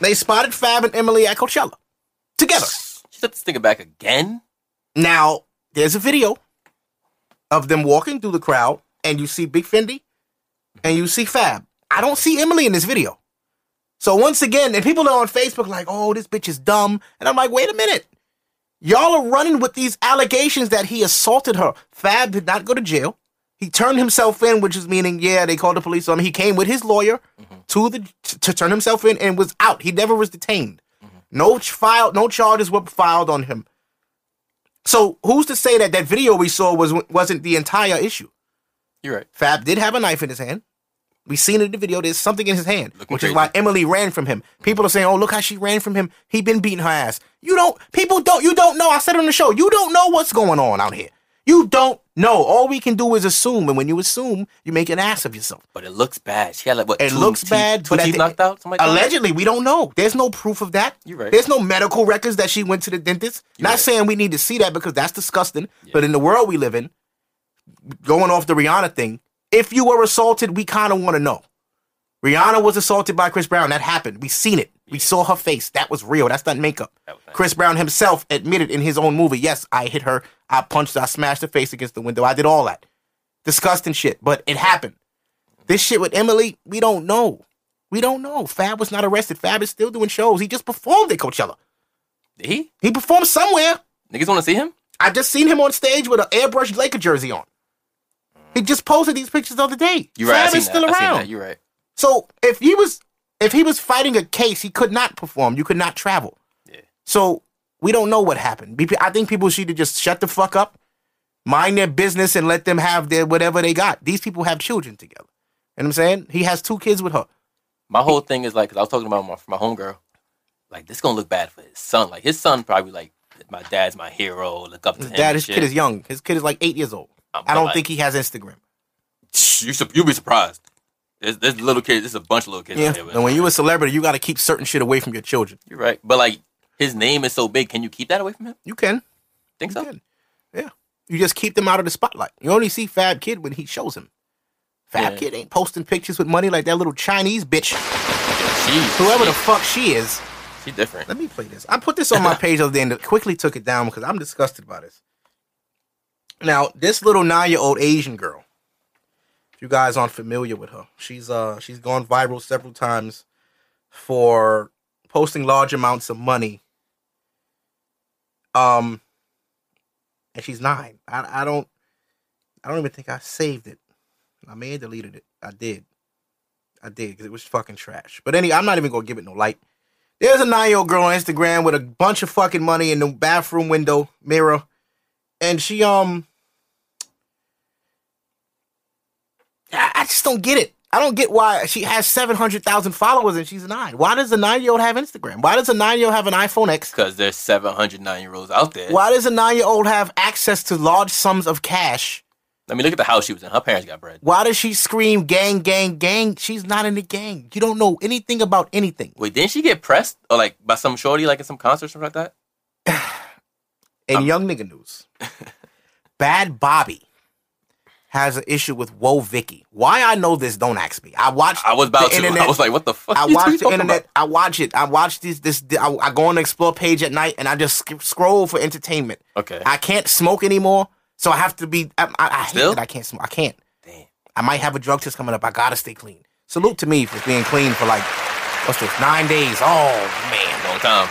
Speaker 2: they spotted Fab and Emily at Coachella together.
Speaker 3: She took this nigga back again.
Speaker 2: Now, there's a video of them walking through the crowd, and you see Big Fendi and you see Fab. I don't see Emily in this video. So once again, and people are on Facebook like, oh, this bitch is dumb. And I'm like, wait a minute. Y'all are running with these allegations that he assaulted her. Fab did not go to jail. He turned himself in, which is meaning, yeah, they called the police on him. He came with his lawyer to the to, to turn himself in and was out. He never was detained. No ch- file, no charges were filed on him. So who's to say that that video we saw was wasn't the entire issue?
Speaker 3: You're right.
Speaker 2: Fab did have a knife in his hand. We seen it in the video. There's something in his hand,
Speaker 3: Looking
Speaker 2: which is
Speaker 3: crazy.
Speaker 2: why Emily ran from him. People are saying, "Oh, look how she ran from him. He been beating her ass." You don't. People don't. You don't know. I said on the show, you don't know what's going on out here. You don't know. All we can do is assume, and when you assume, you make an ass of yourself.
Speaker 3: But it looks bad. She had like what?
Speaker 2: It
Speaker 3: two
Speaker 2: looks
Speaker 3: teeth-
Speaker 2: bad,
Speaker 3: Two
Speaker 2: but at
Speaker 3: teeth
Speaker 2: the-
Speaker 3: knocked out. Something like that?
Speaker 2: Allegedly, we don't know. There's no proof of that.
Speaker 3: You're right.
Speaker 2: There's no medical records that she went to the dentist. Not
Speaker 3: right.
Speaker 2: saying we need to see that because that's disgusting. But in the world we live in, going off the Rihanna thing, if you were assaulted, we kind of want to know. Rihanna was assaulted by Chris Brown. That happened. We seen it. We saw her face. That was real. That's not makeup.
Speaker 3: That was nice.
Speaker 2: Chris Brown himself admitted in his own movie, yes, I hit her. I punched. her, I smashed her face against the window. I did all that. Disgusting shit. But it happened. This shit with Emily, we don't know. We don't know. Fab was not arrested. Fab is still doing shows. He just performed at Coachella.
Speaker 3: Did he?
Speaker 2: He performed somewhere.
Speaker 3: Niggas want to see him?
Speaker 2: I just seen him on stage with an airbrushed Laker jersey on. He just posted these pictures the other day.
Speaker 3: You're right. I
Speaker 2: Fab
Speaker 3: seen
Speaker 2: is still
Speaker 3: that. I seen
Speaker 2: around.
Speaker 3: that. You're right.
Speaker 2: So if he was if he was fighting a case, he could not perform. You could not travel.
Speaker 3: Yeah.
Speaker 2: So we don't know what happened. Be- I think people should just shut the fuck up, mind their business, and let them have their whatever they got. These people have children together. You know what I'm saying? He has two kids with her.
Speaker 3: My whole thing is like, 'cause I was talking about my my homegirl. Like this gonna look bad for his son. Like his son probably like my dad's my hero. Look up to him.
Speaker 2: Dad,
Speaker 3: and
Speaker 2: his
Speaker 3: shit.
Speaker 2: kid is young. His kid is like eight years old.
Speaker 3: Um,
Speaker 2: I don't
Speaker 3: but,
Speaker 2: think he has Instagram.
Speaker 3: you su- you'll be surprised. There's, there's little kids. There's a bunch of little kids.
Speaker 2: Yeah.
Speaker 3: out here, but-
Speaker 2: and when you're a celebrity, you got to keep certain shit away from your children.
Speaker 3: you're right, but like his name is so big, can you keep that away from him?
Speaker 2: You can.
Speaker 3: Think
Speaker 2: You
Speaker 3: so?
Speaker 2: can. Yeah. You just keep them out of the spotlight. You only see Fab Kid when he shows him. Fab
Speaker 3: Yeah.
Speaker 2: Kid ain't posting pictures with money like that little Chinese bitch.
Speaker 3: Jeez,
Speaker 2: Whoever the
Speaker 3: she,
Speaker 2: fuck she is.
Speaker 3: she different.
Speaker 2: Let me play this. I put this on my page the other day and quickly took it down because I'm disgusted by this. Now, this little nine-year-old Asian girl, if you guys aren't familiar with her, she's uh she's gone viral several times for posting large amounts of money. Um and she's nine. I I don't I don't even think I saved it. I may have deleted it. I did. I did because it was fucking trash. But anyway, I'm not even gonna give it no light. There's a nine year old girl on Instagram with a bunch of fucking money in the bathroom window mirror, and she um, I, I just don't get it. I don't get why she has seven hundred thousand followers and she's nine. Why does a nine year old have Instagram? Why does a nine year old have an iPhone X?
Speaker 3: Because there's 709 year olds out there.
Speaker 2: Why does a nine year old have access to large sums of cash?
Speaker 3: I mean, look at the house she was in. Her parents got bread.
Speaker 2: Why does she scream gang, gang, gang? She's not in the gang. You don't know anything about anything.
Speaker 3: Wait, didn't she get pressed or like by some shorty like in some concert or something like that? Um,
Speaker 2: In young nigga news, Bad Bobby has an issue with Woe Vicky. Why I know this, don't ask me. I watched.
Speaker 3: I was about
Speaker 2: the
Speaker 3: to.
Speaker 2: Internet,
Speaker 3: I was like, what the fuck?
Speaker 2: I
Speaker 3: you two
Speaker 2: watch the
Speaker 3: talking
Speaker 2: internet.
Speaker 3: about?
Speaker 2: I watch it. I watch these. This. I, I go on the explore page at night, and I just sk- scroll for entertainment.
Speaker 3: Okay.
Speaker 2: I can't smoke anymore, so I have to be. I, I, I hate
Speaker 3: Still?
Speaker 2: that I can't smoke. I can't.
Speaker 3: Damn.
Speaker 2: I might have a drug test coming up. I gotta stay clean. Salute to me for being clean for like what's this nine days. Oh man,
Speaker 3: Long time.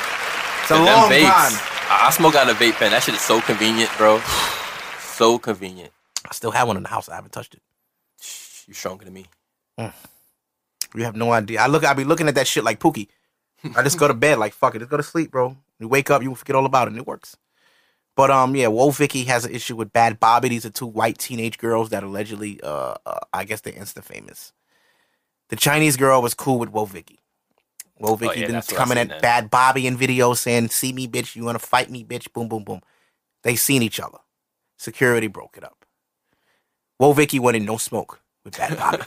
Speaker 2: it's a long time.
Speaker 3: I, I smoke out of vape pen. That shit is so convenient, bro. so convenient.
Speaker 2: I still have one in the house. I haven't touched it.
Speaker 3: You're stronger than me.
Speaker 2: You have no idea. I look. I be looking at that shit like Pookie. I just go to bed like fuck it. Just go to sleep, bro. You wake up, you forget all about it. and It works. But um, yeah, Woe Vicky has an issue with Bad Bobby. These are two white teenage girls that allegedly, uh, uh I guess they're insta famous. The Chinese girl was cool with Woe Vicky. Woe Vicky
Speaker 3: Oh, yeah,
Speaker 2: been
Speaker 3: that's what I
Speaker 2: coming
Speaker 3: seen
Speaker 2: at
Speaker 3: then.
Speaker 2: Bad Bobby in videos saying, "See me, bitch. You wanna fight me, bitch? Boom, boom, boom." They seen each other. Security broke it up. Woe Vicky wanted no smoke with Bad Bobby.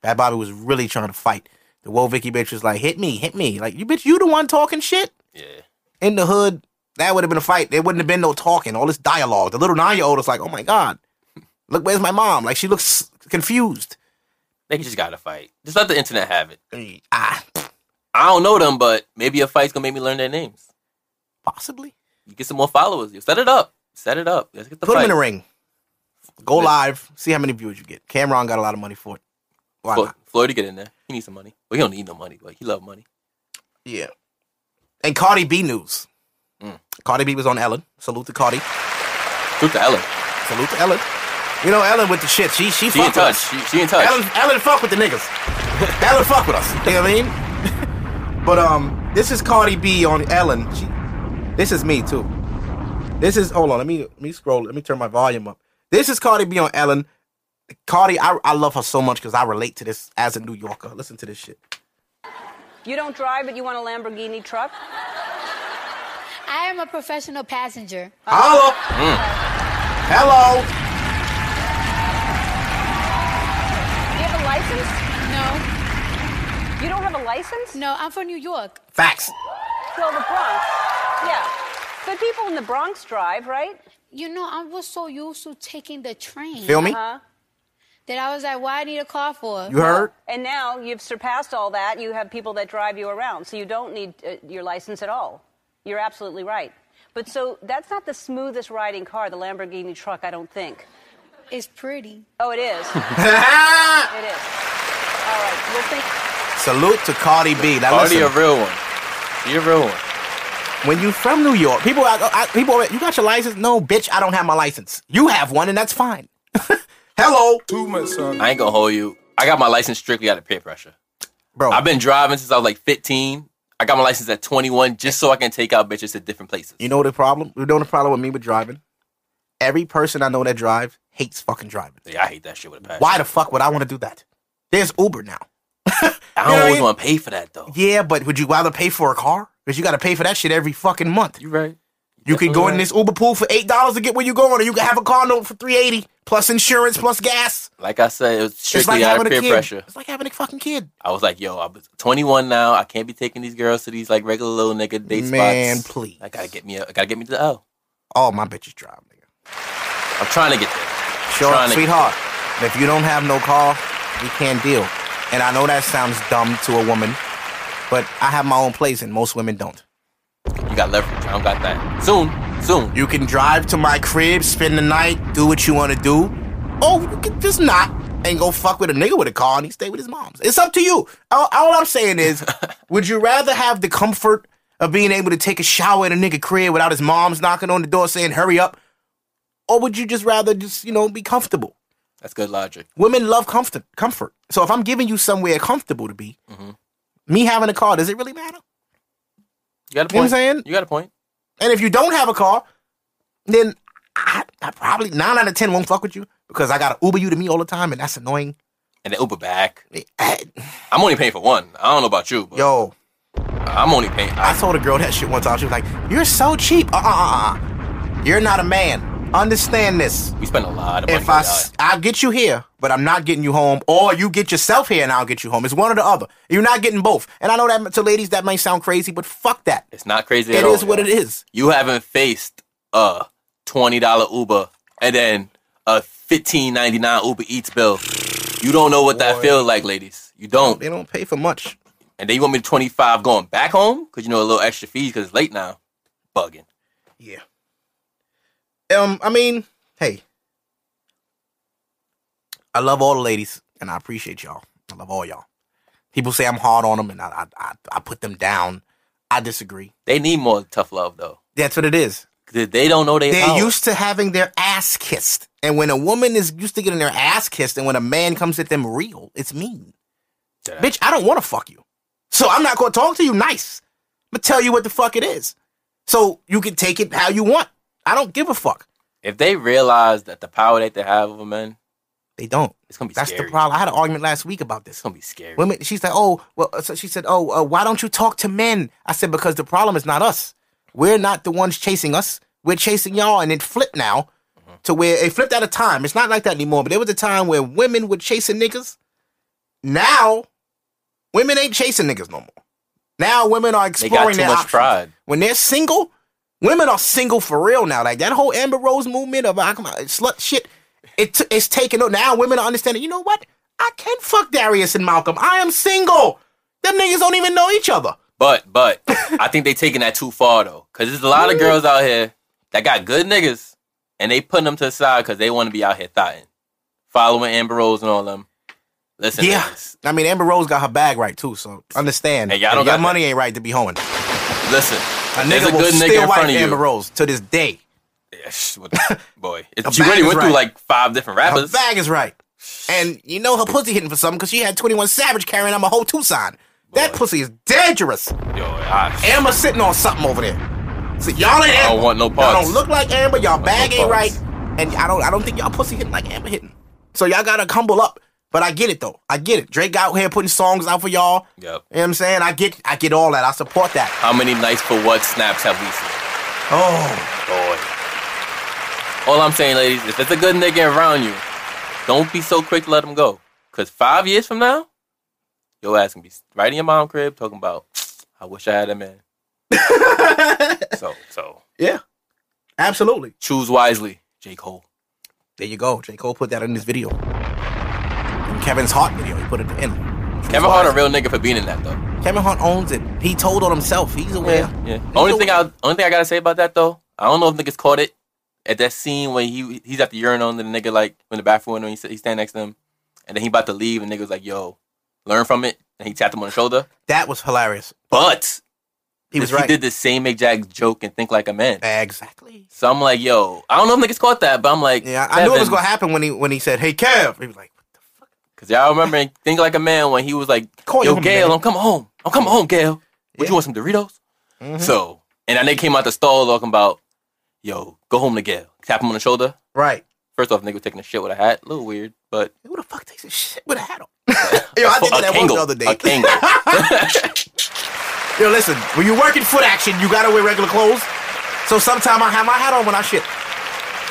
Speaker 2: Bad Bobby was really trying to fight. The Woe Vicky bitch was like, "Hit me, hit me!" Like you bitch, you the one talking shit
Speaker 3: Yeah.
Speaker 2: in the hood, that would have been a fight. There wouldn't have been no talking, all this dialogue. The little nine year old is like, oh my God, look, where's my mom? Like, she looks confused.
Speaker 3: They just gotta fight. Just let the internet have it.
Speaker 2: Eh, Ah,
Speaker 3: I don't know them, but maybe a fight's gonna make me learn their names.
Speaker 2: possibly.
Speaker 3: You get some more followers. You set it up. Set it up. Let's get the
Speaker 2: Put
Speaker 3: fight.
Speaker 2: them in the ring. Go
Speaker 3: Listen.
Speaker 2: live, see how many views you get. Cameron got a lot of money for it. Why
Speaker 3: Flo-
Speaker 2: not?
Speaker 3: Floyd, get in there. He needs some money. Well, he don't need no money, but he love money.
Speaker 2: Yeah. And Cardi B news.
Speaker 3: Mm.
Speaker 2: Cardi B was on Ellen. Salute to Cardi.
Speaker 3: Shoot to Ellen.
Speaker 2: Salute to Ellen. You know, Ellen with the shit. She she,
Speaker 3: She
Speaker 2: fucked
Speaker 3: in
Speaker 2: with
Speaker 3: touch.
Speaker 2: us.
Speaker 3: She, she in touch.
Speaker 2: Ellen, Ellen fuck with the niggas. Ellen fuck with us. You know what I mean? But um, this is Cardi B on Ellen. She, this is me too. This is hold on. Let me let me scroll. Let me turn my volume up. This is Cardi B on Ellen. Cardi, I, I love her so much because I relate to this as a New Yorker. Listen to this shit.
Speaker 4: You don't drive it, you want a Lamborghini truck?
Speaker 5: I am a professional passenger.
Speaker 2: Hello. Mm. Hello.
Speaker 4: Do you have a license?
Speaker 5: No,
Speaker 4: You don't have a license?
Speaker 5: no, I'm from New York.
Speaker 2: Facts.
Speaker 4: Well, the Bronx. Yeah. But people in the Bronx drive, right?
Speaker 5: You know, I was so used to taking the train
Speaker 2: Feel me?
Speaker 4: Huh?
Speaker 5: that I was like, why I need a car for?
Speaker 2: You heard?
Speaker 4: And now you've surpassed all that. You have people that drive you around, so you don't need uh, your license at all. You're absolutely right. But so that's not the smoothest riding car, the Lamborghini truck, I don't think.
Speaker 5: It's pretty.
Speaker 4: Oh, it is. it is. All right. Well, thank
Speaker 2: Salute to Cardi B. Now
Speaker 3: Cardi
Speaker 2: listen.
Speaker 3: a real one. She a real one.
Speaker 2: when you from New York, people, I, I, people, are like, you got your license? No, bitch, I don't have my license. You have one, and that's fine. Hello,
Speaker 3: I ain't gonna hold you. I got my license strictly out of peer pressure.
Speaker 2: bro.
Speaker 3: I've been driving since I was like 15. I got my license at 21 just so I can take out bitches to different places.
Speaker 2: You know the problem? You know the problem with me with driving? Every person I know that drives hates fucking driving.
Speaker 3: Yeah, I hate that shit with a passion.
Speaker 2: Why the fuck would I want to do that? There's Uber now.
Speaker 3: I
Speaker 2: You
Speaker 3: don't
Speaker 2: know
Speaker 3: always
Speaker 2: what I
Speaker 3: want to pay for that though.
Speaker 2: Yeah, but would you rather pay for a car? Because you got to pay for that shit every fucking month.
Speaker 3: You right.
Speaker 2: You can go in this Uber pool for eight dollars to get where you're going, or you can have a car note for three eighty plus insurance plus gas.
Speaker 3: Like I said, it was
Speaker 2: It's
Speaker 3: strictly
Speaker 2: like
Speaker 3: out
Speaker 2: having
Speaker 3: of
Speaker 2: a
Speaker 3: peer
Speaker 2: kid.
Speaker 3: pressure.
Speaker 2: It's like having a fucking kid.
Speaker 3: I was like, yo, I'm 21 now. I can't be taking these girls to these like regular little nigga date
Speaker 2: Man,
Speaker 3: spots.
Speaker 2: please.
Speaker 3: I gotta get me. A, I gotta get me to the L.
Speaker 2: All Oh, my bitches drive, nigga.
Speaker 3: I'm trying to get there.
Speaker 2: Sure,
Speaker 3: Trying to-
Speaker 2: sweetheart. If you don't have no car, we can't deal. And I know that sounds dumb to a woman, but I have my own place, and most women don't.
Speaker 3: You got leverage. I don't got that. Soon, soon.
Speaker 2: You can drive to my crib, spend the night, do what you want to do, or you can just not and go fuck with a nigga with a car and he stay with his mom's. It's up to you. All, all I'm saying is, would you rather have the comfort of being able to take a shower at a nigga crib without his mom's knocking on the door saying "hurry up," or would you just rather just you know be comfortable?
Speaker 3: That's good logic.
Speaker 2: Women love comfort. Comfort. So if I'm giving you somewhere comfortable to be, me having a car does it really matter?
Speaker 3: You got a point.
Speaker 2: You know what I'm saying?
Speaker 3: You got a point.
Speaker 2: And if you don't have a car, then I, I probably nine out of ten won't fuck with you because I gotta Uber you to me all the time, and that's annoying.
Speaker 3: And then Uber back.
Speaker 2: Eh,
Speaker 3: I'm only paying for one. I don't know about you, but
Speaker 2: Yo,
Speaker 3: I'm only paying.
Speaker 2: I
Speaker 3: I,
Speaker 2: told a girl that shit one time. She was like, "You're so cheap. Uh, uh, uh, uh. You're not a man. Understand this.
Speaker 3: we spend a lot of money.
Speaker 2: If I
Speaker 3: on that.
Speaker 2: I get you here, but I'm not getting you home, or you get yourself here and I'll get you home. It's one or the other. You're not getting both. And I know that to ladies that might sound crazy, but fuck that.
Speaker 3: it's not crazy.
Speaker 2: It
Speaker 3: at all,
Speaker 2: is what
Speaker 3: yo.
Speaker 2: it is.
Speaker 3: You haven't faced a twenty dollar Uber and then a fifteen ninety nine Uber Eats bill. You don't know what that feels like, ladies. You don't.
Speaker 2: They don't pay for much.
Speaker 3: And then you want me to twenty five going back home because you know a little extra fees because it's late now. Bugging.
Speaker 2: Yeah. Um, I mean, hey, I love all the ladies, and I appreciate y'all. I love all y'all. People say I'm hard on them, and I I, I, I put them down. I disagree.
Speaker 3: They need more tough love though.
Speaker 2: That's what it is.
Speaker 3: 'Cause They don't know they.
Speaker 2: They're
Speaker 3: power.
Speaker 2: used to having their ass kissed, and when a woman is used to getting their ass kissed, and when a man comes at them real, it's mean.
Speaker 3: Yeah.
Speaker 2: Bitch, I don't want to fuck you, so I'm not gonna talk to you nice. But tell you what the fuck it is, so you can take it how you want. I don't give a fuck.
Speaker 3: If they realize that the power that they have over men,
Speaker 2: They don't.
Speaker 3: It's gonna be
Speaker 2: That's
Speaker 3: scary.
Speaker 2: the problem. I had an argument last week about this.
Speaker 3: it's gonna be scary.
Speaker 2: Women, she's like, oh, well, so she said, oh, uh, why don't you talk to men? I said, because the problem is not us. We're not the ones chasing us. We're chasing y'all, and it flipped now
Speaker 3: Mm-hmm.
Speaker 2: to where it flipped at a time. It's not like that anymore, but there was a time where women were chasing niggas. Now, women ain't chasing niggas no more. Now, women are
Speaker 3: They
Speaker 2: exploring
Speaker 3: got too
Speaker 2: their
Speaker 3: much
Speaker 2: options.
Speaker 3: pride.
Speaker 2: When they're single, women are single for real now. Like that whole Amber Rose movement of uh, come on, slut shit, it t- it's taken over. Now women are understanding. You know what? I can fuck Darius and Malcolm. I am single. Them niggas don't even know each other.
Speaker 3: But but I think they taking that too far though, because there's a lot of girls out here that got good niggas, and they putting them to the side because they want to be out here thotting, following Amber Rose and all them. Listen,
Speaker 2: Yeah,
Speaker 3: niggas,
Speaker 2: I mean Amber Rose got her bag right too. So understand.
Speaker 3: Hey, y'all
Speaker 2: Hey,
Speaker 3: don't
Speaker 2: your
Speaker 3: got
Speaker 2: money ain't right to be hoeing.
Speaker 3: listen.
Speaker 2: A
Speaker 3: there's
Speaker 2: nigga
Speaker 3: a
Speaker 2: will
Speaker 3: good nigga
Speaker 2: still
Speaker 3: in
Speaker 2: wife
Speaker 3: front of you.
Speaker 2: Amber Rose to this day.
Speaker 3: Yeah, sh- what the- boy,
Speaker 2: Her
Speaker 3: It- she
Speaker 2: bag
Speaker 3: really
Speaker 2: is
Speaker 3: went through
Speaker 2: right.
Speaker 3: like five different
Speaker 2: Her
Speaker 3: rappers.
Speaker 2: bag is right. And you know her pussy hitting for something because she had 21 Savage carrying on a whole Tucson. That
Speaker 3: Boy.
Speaker 2: pussy is dangerous.
Speaker 3: Yo, I,
Speaker 2: Amber sitting on something over there. So y'all ain't
Speaker 3: I
Speaker 2: Amber.
Speaker 3: don't want no
Speaker 2: Y'all
Speaker 3: parts.
Speaker 2: don't look like Amber. Y'all bag
Speaker 3: no
Speaker 2: ain't right,
Speaker 3: parts.
Speaker 2: and I don't. I don't think y'all pussy hitting like Amber hitting. So y'all gotta humble up. But I get it though. I get it. Drake out here putting songs out for y'all.
Speaker 3: Yep.
Speaker 2: You know what I'm saying? I get. I get all that. I support that.
Speaker 3: How many nights for what snaps have we seen?
Speaker 2: Oh,
Speaker 3: Boy. All I'm saying, ladies, if there's a good nigga around you, don't be so quick to let him go. Cause five years from now, your ass can be right in your mom crib talking about, I wish I had a man. so, so
Speaker 2: yeah. Absolutely.
Speaker 3: choose wisely, J. Cole.
Speaker 2: There you go. J Cole put that in his video. In Kevin's Hart video, he put it in.
Speaker 3: Kevin Hart a real nigga for being in that though.
Speaker 2: Kevin Hart owns it. He told on himself. He's aware.
Speaker 3: Yeah.
Speaker 2: He's
Speaker 3: Only thing
Speaker 2: aware.
Speaker 3: I only thing I gotta say about that though, I don't know if niggas caught it at that scene when he he's at the urinal and the nigga like in the bathroom and he s- he stand next to him, and then he about to leave and nigga was like, "Yo, learn from it," and he tapped him on the shoulder.
Speaker 2: that was hilarious.
Speaker 3: But
Speaker 2: He was
Speaker 3: he
Speaker 2: right.
Speaker 3: did the same exact joke and think like a man.
Speaker 2: exactly.
Speaker 3: So I'm like, yo, I don't know if niggas caught that, but I'm like,
Speaker 2: Yeah, I knew it was
Speaker 3: Kevin,
Speaker 2: gonna happen when he when he said, "Hey, Kev." He was like,
Speaker 3: Cause y'all remember in think like a man when he was like,
Speaker 2: Call
Speaker 3: yo,
Speaker 2: him,
Speaker 3: Gail,
Speaker 2: man.
Speaker 3: I'm coming home. I'm coming home, Gail. Would
Speaker 2: Yeah. Mm-hmm.
Speaker 3: you want some Doritos? So, and then they came out the stall talking about, yo, go home to Gail. Tap him on the shoulder.
Speaker 2: "Right,
Speaker 3: First off, nigga was taking a shit with a hat. A little weird, but
Speaker 2: who the fuck takes a shit with a hat on?" Yo, I did
Speaker 3: a
Speaker 2: that one the
Speaker 3: Kangol,
Speaker 2: other day.
Speaker 3: A Kangol.
Speaker 2: Yo, listen, when you're working foot action, you gotta wear regular clothes. So sometimes I have my hat on when I shit.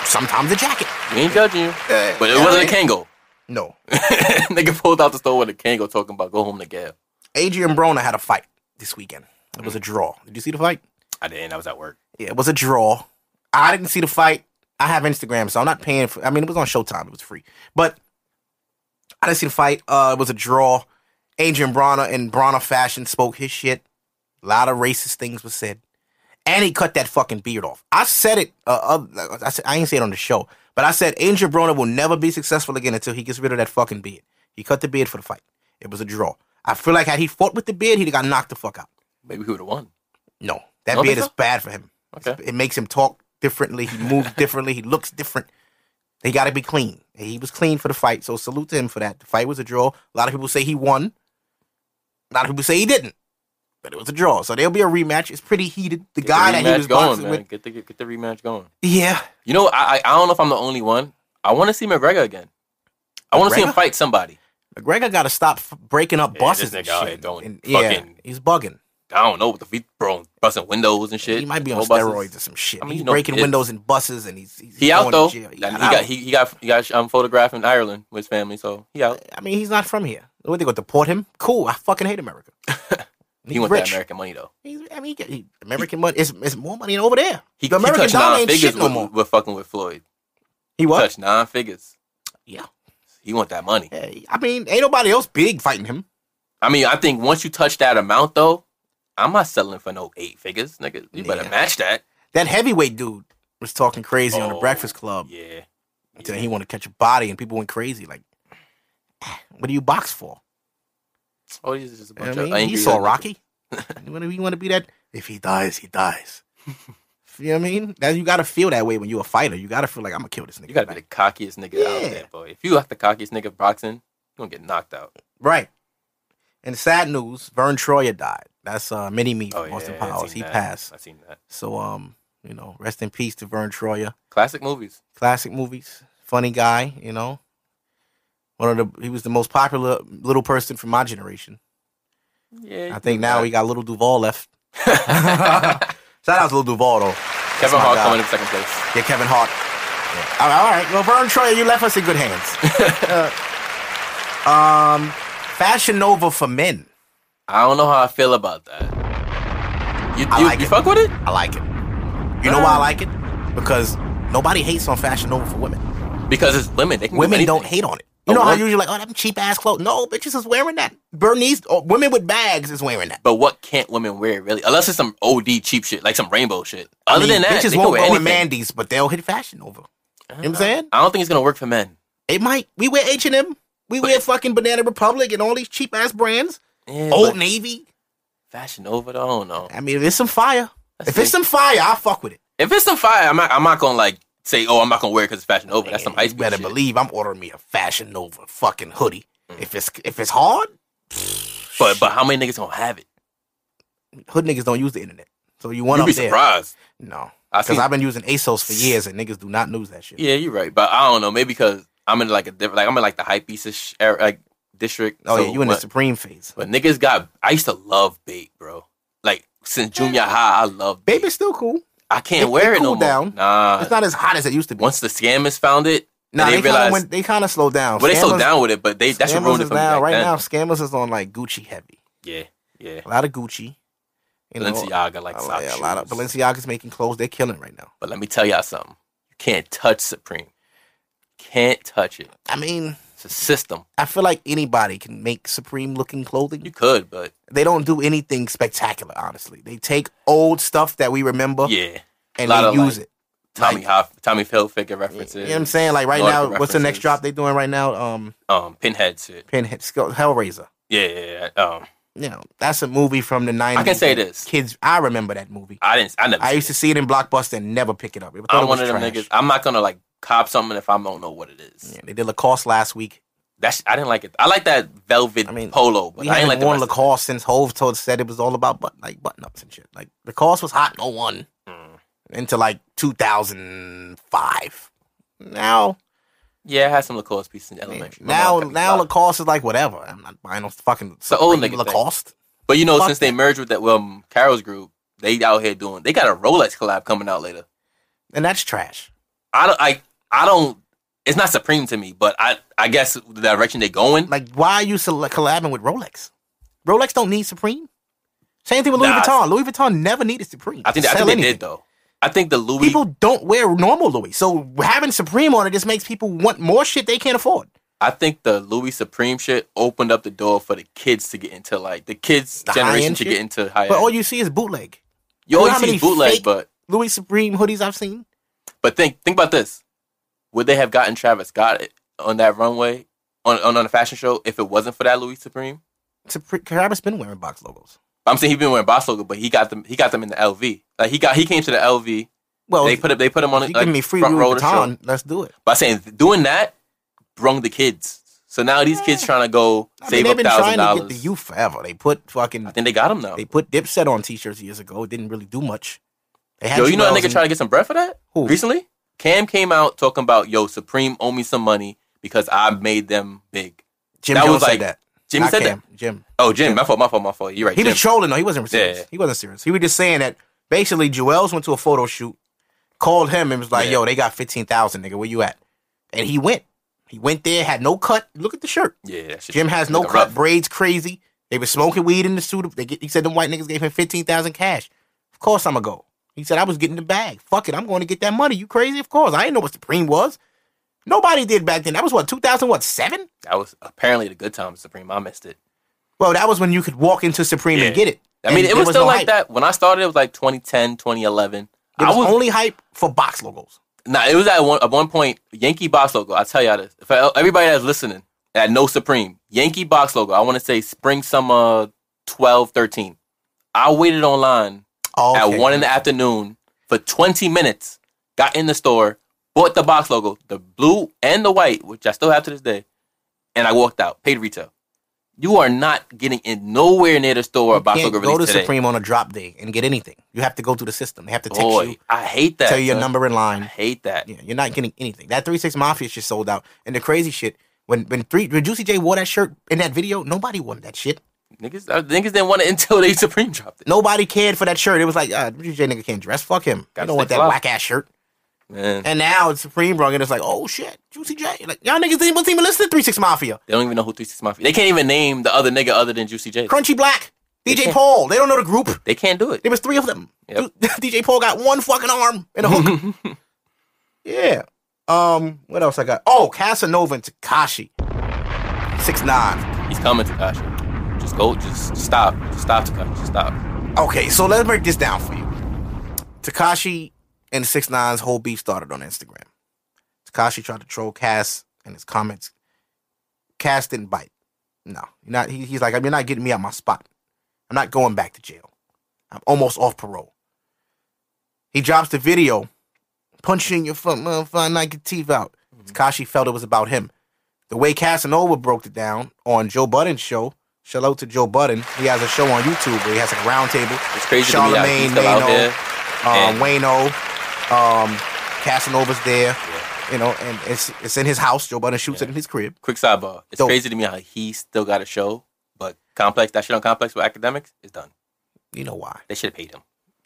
Speaker 2: Sometimes a jacket.
Speaker 3: we ain't judging you.
Speaker 2: Yeah,
Speaker 3: But it
Speaker 2: yeah,
Speaker 3: wasn't a
Speaker 2: yeah.
Speaker 3: Kangol.
Speaker 2: No,
Speaker 3: nigga pulled out the store with a Kangol talking about go home to Gail.
Speaker 2: Adrian Brona had a fight this weekend. It
Speaker 3: Mm.
Speaker 2: was a draw. Did you see the fight?
Speaker 3: I didn't. I was at work.
Speaker 2: Yeah, it was a draw. I didn't see the fight. I have Instagram, so I'm not paying for. I mean, it was on Showtime. It was free, but I didn't see the fight. Uh, it was a draw. Adrian Brana in Brana fashion spoke his shit. A lot of racist things were said, and he cut that fucking beard off. I said it. Uh, uh, I said I ain't say it on the show, but I said Adrian Brona will never be successful again until he gets rid of that fucking beard. He cut the beard for the fight. It was a draw. I feel like had he fought with the beard, he'd have got knocked the fuck out.
Speaker 3: Maybe he would have won.
Speaker 2: No, that
Speaker 3: Don't
Speaker 2: beard
Speaker 3: think
Speaker 2: is
Speaker 3: so?
Speaker 2: bad for him.
Speaker 3: Okay.
Speaker 2: It makes him talk differently. He moves differently. He looks different. He got to be clean. And He was clean for the fight, so salute to him for that. The fight was a draw. A lot of people say he won. A lot of people say he didn't, but it was a draw. So there'll be a rematch. It's pretty heated. The
Speaker 3: Get
Speaker 2: guy
Speaker 3: the
Speaker 2: that he
Speaker 3: rematch
Speaker 2: was
Speaker 3: going,
Speaker 2: boxing
Speaker 3: man.
Speaker 2: with,
Speaker 3: Get the get the rematch going.
Speaker 2: yeah,
Speaker 3: You know, I I, I don't know if I'm the only one. I want to see McGregor again. I want to see him
Speaker 2: McGregor?
Speaker 3: fight somebody.
Speaker 2: McGregor got to stop f- breaking up
Speaker 3: Yeah,
Speaker 2: buses
Speaker 3: this
Speaker 2: and
Speaker 3: nigga out here
Speaker 2: shit.
Speaker 3: doing
Speaker 2: And, yeah,
Speaker 3: fucking-
Speaker 2: he's bugging.
Speaker 3: I don't know what the feet bro busting windows and shit.
Speaker 2: He might be on
Speaker 3: No buses.
Speaker 2: steroids or some shit.
Speaker 3: I mean,
Speaker 2: he's
Speaker 3: you know,
Speaker 2: breaking
Speaker 3: it-
Speaker 2: windows and buses, and he's, he's
Speaker 3: He out
Speaker 2: going
Speaker 3: though.
Speaker 2: to jail.
Speaker 3: He
Speaker 2: got
Speaker 3: got
Speaker 2: out.
Speaker 3: he he got he got um photographed in Ireland with his family, so he out.
Speaker 2: I mean, he's not from here. What they going to deport him? Cool. I fucking hate America.
Speaker 3: He wants that
Speaker 2: rich.
Speaker 3: American money though.
Speaker 2: He's, I mean, he, he- American money. It's, it's more money over there.
Speaker 3: He,
Speaker 2: the
Speaker 3: he
Speaker 2: American
Speaker 3: touched
Speaker 2: dollar
Speaker 3: nine
Speaker 2: ain't
Speaker 3: figures
Speaker 2: shit no
Speaker 3: with,
Speaker 2: more.
Speaker 3: with fucking with Floyd.
Speaker 2: He what?
Speaker 3: Touched nine figures.
Speaker 2: Yeah.
Speaker 3: He want that money.
Speaker 2: Hey, I mean, ain't nobody else big fighting him.
Speaker 3: I mean, I think once you touch that amount though, I'm not settling for no eight figures, nigga. You better
Speaker 2: Yeah.
Speaker 3: match that.
Speaker 2: That heavyweight dude was talking crazy on the
Speaker 3: Oh,
Speaker 2: Breakfast Club.
Speaker 3: Yeah.
Speaker 2: until he wanted to catch a body, and people went crazy. Like, "Ah, what do you box for?
Speaker 3: Oh, he's just a
Speaker 2: You know
Speaker 3: bunch
Speaker 2: what I
Speaker 3: of
Speaker 2: mean?
Speaker 3: angry.
Speaker 2: he saw Rocky. you want to you want to be that? If he dies, he dies. you know what I mean? Now you gotta feel that way when you're a fighter. You gotta feel like I'm gonna kill this nigga.
Speaker 3: You gotta be the cockiest nigga out
Speaker 2: Yeah.
Speaker 3: there, boy. If you like the cockiest nigga boxing, you gonna get knocked out.
Speaker 2: Right. And sad news: Vern Troyer died. That's uh, mini me
Speaker 3: Oh
Speaker 2: from
Speaker 3: yeah,
Speaker 2: Austin
Speaker 3: I
Speaker 2: Powers.
Speaker 3: seen
Speaker 2: He
Speaker 3: that.
Speaker 2: passed.
Speaker 3: I seen that.
Speaker 2: So um, you know, rest in peace to Vern Troyer.
Speaker 3: Classic movies.
Speaker 2: Classic movies, funny guy. You know, one of the he was the most popular little person from my generation.
Speaker 3: Yeah.
Speaker 2: I think now we got Little Duval left. Shout out to Little Duval though.
Speaker 3: Kevin
Speaker 2: my
Speaker 3: Hart
Speaker 2: guy.
Speaker 3: coming in second place.
Speaker 2: Yeah, Kevin Hart. Yeah. All, right, all right. Well, Vern Troyer, you left us in good hands. Uh, um, Fashion Nova for men.
Speaker 3: I don't know how I feel about that. You you,
Speaker 2: I like
Speaker 3: you
Speaker 2: it.
Speaker 3: fuck with it?
Speaker 2: I like it. You know why I
Speaker 3: Um,
Speaker 2: like it? Because nobody hates on Fashion Nova for women.
Speaker 3: Because it's women. They can do
Speaker 2: Women
Speaker 3: anything.
Speaker 2: don't hate on it. You know
Speaker 3: Oh,
Speaker 2: how
Speaker 3: what?
Speaker 2: usually like, oh, them cheap ass clothes. No, bitches is wearing that. Bernice, oh, women with bags is wearing that.
Speaker 3: But what can't women wear really? Unless it's some OD cheap shit, like some rainbow shit.
Speaker 2: I
Speaker 3: Other
Speaker 2: mean,
Speaker 3: than that,
Speaker 2: bitches
Speaker 3: they
Speaker 2: won't
Speaker 3: can wear
Speaker 2: go in
Speaker 3: anything. Uh-huh.
Speaker 2: Mandy's, but they'll hit Fashion Nova. You know what I'm saying?
Speaker 3: I don't think it's gonna work for men.
Speaker 2: It might. We wear H and M. We wear fucking Banana Republic and all these cheap ass brands.
Speaker 3: Yeah,
Speaker 2: Old
Speaker 3: but
Speaker 2: Navy.
Speaker 3: Fashion Nova, though, I don't know.
Speaker 2: I mean, if it's some fire,
Speaker 3: Let's
Speaker 2: if
Speaker 3: see.
Speaker 2: it's some fire, I fuck with it.
Speaker 3: If it's some fire, I'm not, I'm not gonna like say, oh, I'm not gonna wear it because it's Fashion Nova. That's some
Speaker 2: And
Speaker 3: ice
Speaker 2: you
Speaker 3: cream
Speaker 2: better
Speaker 3: shit. Mm.
Speaker 2: believe I'm ordering me a Fashion Nova fucking hoodie. If it's if it's hard,
Speaker 3: But but how many niggas gonna have it?
Speaker 2: hood niggas don't use the internet, so you want
Speaker 3: You'd
Speaker 2: up
Speaker 3: be
Speaker 2: there.
Speaker 3: surprised.
Speaker 2: No,
Speaker 3: I
Speaker 2: because
Speaker 3: seen-
Speaker 2: I've been using ASOS for years, and niggas do not lose that shit.
Speaker 3: Yeah, you're right. But I don't know. Maybe because I'm in like a different, like I'm in like the hype pieces era, like district.
Speaker 2: Oh
Speaker 3: so
Speaker 2: yeah, you in
Speaker 3: what-
Speaker 2: the Supreme phase.
Speaker 3: But niggas got. I used to love bait, bro. Like since junior high, I love bait.
Speaker 2: Baby's still cool.
Speaker 3: I can't
Speaker 2: it-
Speaker 3: wear
Speaker 2: it
Speaker 3: it no
Speaker 2: cooled
Speaker 3: more.
Speaker 2: down.
Speaker 3: Nah.
Speaker 2: It's not as hot as it used to be.
Speaker 3: Uh, Once the scammers found it,
Speaker 2: nah,
Speaker 3: and
Speaker 2: they,
Speaker 3: they,
Speaker 2: kind
Speaker 3: realized.
Speaker 2: of went. They kind of slowed down.
Speaker 3: well, they so
Speaker 2: Scammers-
Speaker 3: down with it, but they that's what
Speaker 2: scammers
Speaker 3: ruined it
Speaker 2: is
Speaker 3: for me.
Speaker 2: now.
Speaker 3: back
Speaker 2: Right
Speaker 3: then.
Speaker 2: now, scammers is on like Gucci heavy.
Speaker 3: yeah, yeah.
Speaker 2: A lot of Gucci. You know,
Speaker 3: Balenciaga, like
Speaker 2: a
Speaker 3: sock
Speaker 2: lot, a lot of
Speaker 3: shoes.
Speaker 2: Balenciaga's making clothes. They're killing right now.
Speaker 3: But let me tell y'all something. You can't touch Supreme. Can't touch it.
Speaker 2: I mean,
Speaker 3: It's a system.
Speaker 2: I feel like anybody can make supreme looking
Speaker 3: You
Speaker 2: clothing.
Speaker 3: could, but
Speaker 2: They don't do anything spectacular, honestly. They take old stuff that we remember
Speaker 3: yeah.
Speaker 2: and
Speaker 3: lot
Speaker 2: they
Speaker 3: of,
Speaker 2: use
Speaker 3: like,
Speaker 2: it.
Speaker 3: Tommy
Speaker 2: Like-
Speaker 3: Hoff, Tommy Hilfiger references.
Speaker 2: You know what I'm saying? Like right
Speaker 3: nautical
Speaker 2: now, what's the next
Speaker 3: references.
Speaker 2: drop they doing right now? Um,
Speaker 3: Um, Pinhead shit.
Speaker 2: Pinhead, Skull- Hellraiser.
Speaker 3: Yeah, yeah, yeah. Um,
Speaker 2: You know, that's a movie from the 90s.
Speaker 3: can say
Speaker 2: that
Speaker 3: this.
Speaker 2: Kids, I remember that movie.
Speaker 3: I didn't. I never.
Speaker 2: I
Speaker 3: seen
Speaker 2: used to
Speaker 3: it.
Speaker 2: see it in Blockbuster and never pick it up. I thought
Speaker 3: I'm
Speaker 2: it was
Speaker 3: one of them
Speaker 2: trash.
Speaker 3: niggas. I'm not gonna like cop something if I don't know what it is.
Speaker 2: Yeah, they did Lacoste last week.
Speaker 3: That's I didn't like it. I like that velvet
Speaker 2: I mean,
Speaker 3: polo, but
Speaker 2: we
Speaker 3: I ain't
Speaker 2: haven't
Speaker 3: like the
Speaker 2: worn
Speaker 3: rest of it.
Speaker 2: Lacoste since Hove told said it was all about button, like button ups and shit. Like Lacoste was hot in 01
Speaker 3: Mm.
Speaker 2: into like 2005. Now,
Speaker 3: Yeah, I had some Lacoste pieces in elementary. My
Speaker 2: now,
Speaker 3: mom got me
Speaker 2: now
Speaker 3: fly.
Speaker 2: Lacoste is like whatever. I'm not buying those fucking
Speaker 3: an old
Speaker 2: Supreme
Speaker 3: nigga thing.
Speaker 2: Lacoste.
Speaker 3: But you know,
Speaker 2: Fuck
Speaker 3: since they
Speaker 2: that.
Speaker 3: merged with that um Carol's group, they out here doing. They got a Rolex collab coming out later.
Speaker 2: And that's trash.
Speaker 3: I don't. I I don't. It's not supreme to me, but I I guess the direction they going.
Speaker 2: Like, why are you sele- collabing with Rolex? Rolex don't need Supreme. Same thing with Louis
Speaker 3: Nah.
Speaker 2: Vuitton. Louis Vuitton never needed Supreme.
Speaker 3: I think
Speaker 2: to
Speaker 3: I
Speaker 2: sell
Speaker 3: think they
Speaker 2: anything.
Speaker 3: did though. I think the Louis.
Speaker 2: People don't wear normal Louis, so having Supreme on it just makes people want more shit they can't afford.
Speaker 3: I think the Louis Supreme shit opened up the door for the kids to get into like the kids
Speaker 2: The
Speaker 3: generation
Speaker 2: high-end
Speaker 3: to
Speaker 2: shit?
Speaker 3: get into high.
Speaker 2: But all
Speaker 3: end.
Speaker 2: you see is bootleg.
Speaker 3: you
Speaker 2: know
Speaker 3: always
Speaker 2: how
Speaker 3: see
Speaker 2: many
Speaker 3: bootleg,
Speaker 2: fake-
Speaker 3: but
Speaker 2: Louis Supreme hoodies I've seen.
Speaker 3: but think think about this: would they have gotten Travis Scott on that runway on on, on a fashion show if it wasn't for that Louis Supreme?
Speaker 2: Supreme, Travis been wearing box logos.
Speaker 3: I'm saying he been wearing Boss logo, but he got them. He got them in the LV. Like he got he came to the LV.
Speaker 2: Well,
Speaker 3: they put up. They put him on.
Speaker 2: if you
Speaker 3: like,
Speaker 2: give Oh, me free
Speaker 3: front row
Speaker 2: Louis
Speaker 3: of the show.
Speaker 2: Vuitton, let's do it.
Speaker 3: By saying doing that brung the kids. So now these kids trying to go
Speaker 2: Eh. I
Speaker 3: save
Speaker 2: mean,
Speaker 3: up
Speaker 2: they've been
Speaker 3: thousand
Speaker 2: trying to get the
Speaker 3: dollars.
Speaker 2: youth forever. They put fucking
Speaker 3: I think they got them now.
Speaker 2: they put Dipset on T-shirts years ago. It didn't really do much. They had
Speaker 3: Yo, you know that
Speaker 2: Jewels
Speaker 3: nigga
Speaker 2: and-
Speaker 3: trying to get some bread for that?
Speaker 2: Who?
Speaker 3: Recently, Cam came out talking about yo Supreme owe me some money because I made them big.
Speaker 2: Jim
Speaker 3: that
Speaker 2: Jones
Speaker 3: was like-
Speaker 2: said that.
Speaker 3: Jimmy
Speaker 2: Not
Speaker 3: said
Speaker 2: Cam,
Speaker 3: that.
Speaker 2: Jim.
Speaker 3: Oh, Jim, my fault, my fault, my fault. You're right.
Speaker 2: He
Speaker 3: Jim.
Speaker 2: was trolling though. He wasn't serious.
Speaker 3: Yeah.
Speaker 2: He wasn't serious. He was just saying that basically Joel's went to a photo shoot, called him and was like,
Speaker 3: Yeah.
Speaker 2: "Yo, they got fifteen thousand, nigga. Where you at?" And he went. He went there, had no cut. Look at the shirt.
Speaker 3: yeah, that shit-
Speaker 2: Jim has no
Speaker 3: like a
Speaker 2: cut,
Speaker 3: rough-
Speaker 2: braids crazy. They was smoking weed in the suit. They get, he said them white niggas gave him fifteen thousand cash. Of course I'ma go. He said I was getting the bag. Fuck it, I'm going to get that money. You crazy? Of course. I didn't know what Supreme was. Nobody did back then. That was what 2000 what seven?
Speaker 3: That was apparently the good times Supreme. I missed it.
Speaker 2: Well, that was when you could walk into Supreme and get it.
Speaker 3: I mean,
Speaker 2: And
Speaker 3: it
Speaker 2: there
Speaker 3: was, still
Speaker 2: no
Speaker 3: like
Speaker 2: hype.
Speaker 3: that when I started. It was like 2010, 2011.
Speaker 2: There was,
Speaker 3: I was
Speaker 2: only hype for box logos.
Speaker 3: Nah, it was at one at one point Yankee box logo. I tell y'all this. If I, everybody that's listening that know Supreme Yankee box logo, I want to say spring summer 12, 13. I waited online
Speaker 2: Oh,
Speaker 3: at one in the afternoon for twenty minutes. Got in the store, bought the box logo, the blue and the white, which I still have to this day, and I walked out, paid retail. You are not getting in nowhere near the store a box
Speaker 2: can't
Speaker 3: logo
Speaker 2: go
Speaker 3: release
Speaker 2: to
Speaker 3: today.
Speaker 2: Supreme on a drop day and get anything. You have to go through the system. They have to text
Speaker 3: Boy,
Speaker 2: you,
Speaker 3: I hate that.
Speaker 2: tell you your
Speaker 3: son.
Speaker 2: number in
Speaker 3: I
Speaker 2: line.
Speaker 3: hate that.
Speaker 2: Yeah, you're not getting anything. That three six mafia shit sold out. And the crazy shit when when three when Juicy J wore that shirt in that video, nobody wanted that shit.
Speaker 3: Niggas, uh, niggas didn't want it until they Supreme dropped it.
Speaker 2: Nobody cared for that shirt. It was like, uh, Juicy J nigga can't dress. Fuck him. I
Speaker 3: Gotta
Speaker 2: don't want
Speaker 3: stay
Speaker 2: that
Speaker 3: fly.
Speaker 2: whack ass shirt.
Speaker 3: Man,
Speaker 2: And now it's Supreme Brung, and it's like, oh shit, Juicy J. Like y'all niggas didn't wasn't even listen to three six mafia.
Speaker 3: they don't even know who Three Six Mafia. They can't even name the other nigga other than Juicy J.
Speaker 2: Crunchy Black, DJ
Speaker 3: can't-
Speaker 2: Paul. They don't know the group.
Speaker 3: They can't do it.
Speaker 2: There was three of them.
Speaker 3: Yep.
Speaker 2: DJ Paul got one fucking arm and a hook. yeah. Um. What else I got? Oh, Casanova and Takashi. Six nine.
Speaker 3: He's coming, Takashi. Just go. Just stop. Just stop, Takashi. Just stop.
Speaker 2: Okay, so let's break this down for you. Takashi and Six Nine's whole beef started on Instagram. Takashi tried to troll Cass in his comments. Cass didn't bite. No, you're not. He, he's like, you're not getting me out my spot. I'm not going back to jail. I'm almost off parole. He drops the video, punching your foot, motherfucker, knock your teeth out.
Speaker 3: Mm-hmm.
Speaker 2: Takashi felt it was about him. The way Casanova broke it down on Joe Budden's show. Shout out to Joe Budden. He has a show on YouTube where he has like a round table.
Speaker 3: It's crazy to me that he's still
Speaker 2: Maino,
Speaker 3: out here.
Speaker 2: um, Wayno,
Speaker 3: And-
Speaker 2: um, Casanova's there. You know, and it's it's in his house. Joe Budden shoots it in his crib.
Speaker 3: Quick sidebar. It's
Speaker 2: Dope.
Speaker 3: crazy to me how he still got a show, but Complex, that shit on Complex with academics is done.
Speaker 2: You know why?
Speaker 3: They should have paid him.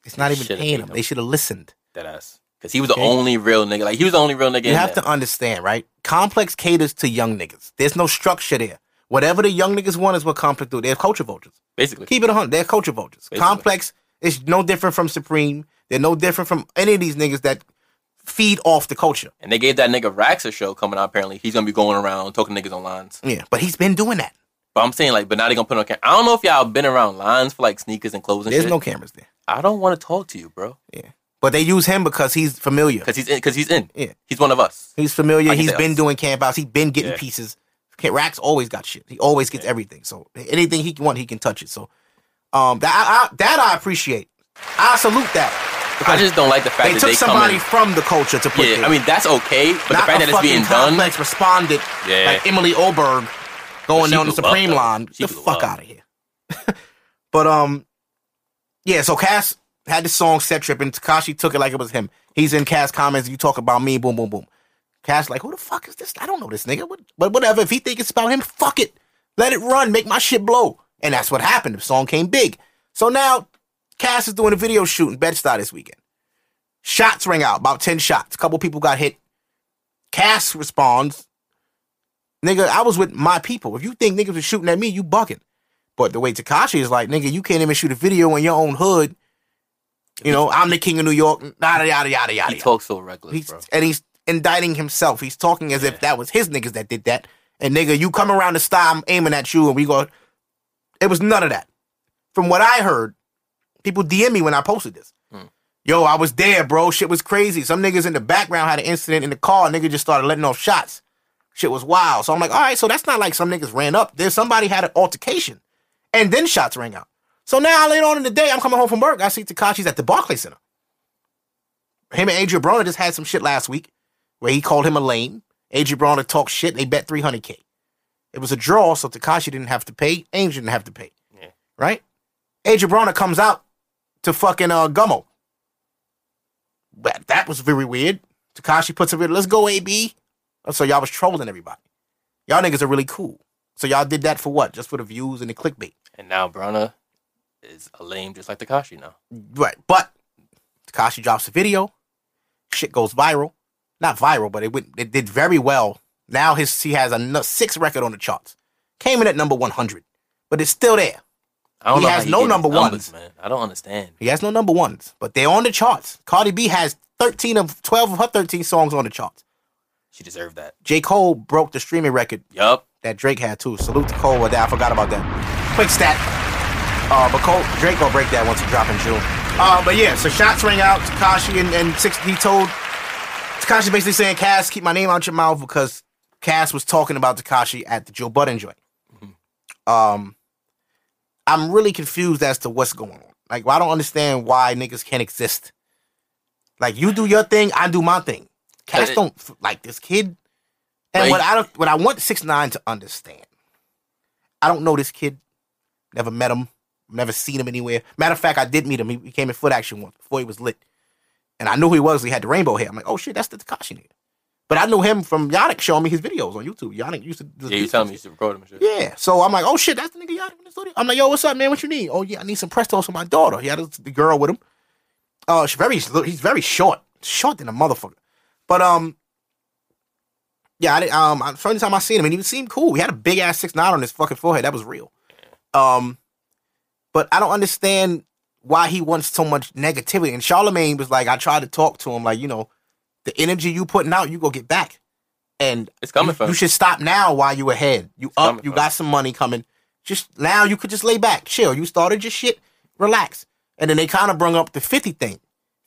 Speaker 2: It's not even
Speaker 3: Should've
Speaker 2: paying
Speaker 3: paid
Speaker 2: him.
Speaker 3: him.
Speaker 2: They should have listened.
Speaker 3: That ass. Because he was the
Speaker 2: Okay.
Speaker 3: only real nigga. Like he was the only real nigga.
Speaker 2: You
Speaker 3: in
Speaker 2: have
Speaker 3: there.
Speaker 2: to understand, right? Complex caters to young niggas. There's no structure there. Whatever the young niggas want is what Complex do. They're culture vultures.
Speaker 3: basically.
Speaker 2: Keep it on. They're culture vultures.
Speaker 3: Basically.
Speaker 2: Complex is no different from Supreme. They're no different from any of these niggas that feed off the culture.
Speaker 3: and they gave that nigga Rax a show coming out. Apparently, he's gonna be going around talking to niggas on lines.
Speaker 2: Yeah, but he's been doing that.
Speaker 3: But I'm saying like, but now they gonna put it on camera. I don't know if y'all been around lines for like sneakers and clothes and
Speaker 2: There's
Speaker 3: shit.
Speaker 2: no cameras there.
Speaker 3: I don't want to talk to you, bro,
Speaker 2: Yeah, but they use him because he's familiar.
Speaker 3: because he's in. Because he's in.
Speaker 2: Yeah.
Speaker 3: He's one of us.
Speaker 2: He's familiar.
Speaker 3: I can
Speaker 2: He's
Speaker 3: say
Speaker 2: been
Speaker 3: us.
Speaker 2: doing campouts. He's been getting
Speaker 3: Yeah.
Speaker 2: pieces. Can- Rax always got shit. He always gets everything. So anything he can want, he can touch it. So um, that I, I, that I appreciate. I salute that.
Speaker 3: I just don't like the fact
Speaker 2: They
Speaker 3: that
Speaker 2: took
Speaker 3: they
Speaker 2: somebody
Speaker 3: come
Speaker 2: from the culture to put
Speaker 3: in. Yeah,
Speaker 2: there.
Speaker 3: I mean that's okay, but
Speaker 2: Not
Speaker 3: the fact
Speaker 2: a
Speaker 3: that it's
Speaker 2: fucking
Speaker 3: being done,
Speaker 2: complex responded
Speaker 3: Yeah.
Speaker 2: like Emily Oberg
Speaker 3: But
Speaker 2: going
Speaker 3: she
Speaker 2: down the
Speaker 3: blew up,
Speaker 2: Supreme
Speaker 3: though.
Speaker 2: line.
Speaker 3: She
Speaker 2: Get the
Speaker 3: blew
Speaker 2: fuck
Speaker 3: up.
Speaker 2: out of here. but um, yeah. So Cass had this song set trip, and Takashi took it like it was him. He's in Cass comments. You talk about me. Boom, boom, boom. Cass like, who the fuck is this? I don't know this nigga. What, but whatever. If he think it's about him, fuck it. Let it run. Make my shit blow. And that's what happened. The song came big. So now Cass is doing a video shoot in Bed Stuy this weekend. Shots ring out, about 10 shots. A couple people got hit. Cass responds, Nigga, I was with my people. If you think niggas are shooting at me, you bucking. But the way Takashi is like, nigga, you can't even shoot a video in your own hood. You know, I'm the king of New York. Yada yada yada yada.
Speaker 3: he talks so reckless,
Speaker 2: He's
Speaker 3: bro.
Speaker 2: and he's indicting himself. He's talking as if that was his niggas that did that. And nigga, you come around the style, I'm aiming at you, and we go. It was none of that. From what I heard, people DM me when I posted this. Yo, I was there, bro. Shit was crazy. Some niggas in the background had an incident in the car. Nigga just started letting off shots. Shit was wild. So I'm like, all right, so that's not like some niggas ran up. There's somebody had an altercation, and then shots rang out. So now later on in the day, I'm coming home from work. I see Takashi's at the Barclays Center him and Adrian Broner just had some shit last week where he called him a lame. Adrian Broner talked shit. They bet 300K. It was a draw, so Takashi didn't have to pay. Ainge didn't have to pay. Right? Adrian Broner comes out to fucking uh, Gummo. That, that was very weird. Takashi puts a video, let's go, AB. Oh, So y'all was trolling everybody. Y'all niggas are really cool. So y'all did that for what? Just for the views and the clickbait.
Speaker 3: And now Brana is a lame, just like Takashi now.
Speaker 2: Right. But Takashi drops a video. Shit goes viral. Not viral, but it went it did very well. Now his he has a nu- six record on the charts. Came in at number 100, but it's still there.
Speaker 3: I don't
Speaker 2: He
Speaker 3: know how
Speaker 2: has
Speaker 3: he
Speaker 2: no
Speaker 3: gave his
Speaker 2: number
Speaker 3: numbers,
Speaker 2: ones.
Speaker 3: man. I don't understand.
Speaker 2: He has no number ones, but they're on the charts. Cardi B has 13 of 12 of her 13 songs on the charts.
Speaker 3: She deserved that.
Speaker 2: J. Cole broke the streaming record
Speaker 3: Yup.
Speaker 2: that Drake had too. Salute to Cole with that. I forgot about that. Quick stat. Uh, but Cole Drake gonna break that once he drop in June. Uh, but yeah, so shots rang out. Takashi and, and six, he told Takashi basically saying, "Cass, keep my name out your mouth because Cass was talking about Takashi at the Joe Budden joint." Um, I'm really confused as to what's going on. Like, I don't understand why niggas can't exist. Like, you do your thing, I do my thing. Cass
Speaker 3: it-
Speaker 2: don't f- like this kid. And
Speaker 3: Like-
Speaker 2: what I don't, what I want six nine to understand, I don't know this kid. Never met him. Never seen him anywhere. Matter of fact, I did meet him. He, he came in foot action once before he was lit, and I knew who he was. He had the rainbow hair. I'm like, oh shit, that's the Takashi nigga. But I knew him from Yannick showing me his videos on YouTube. Yannick used to. do
Speaker 3: Yeah, you
Speaker 2: beats
Speaker 3: tell
Speaker 2: and
Speaker 3: me you used to record him and shit.
Speaker 2: yeah. So I'm like, oh shit, that's the nigga y'all in the studio. I'm like, yo, what's up, man? What you need? Oh yeah, I need some Prestos for my daughter. He had this- the girl with him. Uh, she's very, he's very short, short than a motherfucker. But um, yeah, I didn't, um, I- first time I seen him, and he seemed cool. He had a big ass six nine on his fucking forehead. That was real. Um, but I don't understand why he wants so much negativity. And Charlemagne was like, I tried to talk to him, like you know, the energy you putting out, you go get back. And
Speaker 3: It's coming
Speaker 2: you,
Speaker 3: from
Speaker 2: you should stop now while you ahead. You
Speaker 3: coming
Speaker 2: up, you
Speaker 3: from
Speaker 2: got some money coming. Just now you could just lay back, chill. You started your shit, relax. And then they kind of brung up the 50 thing.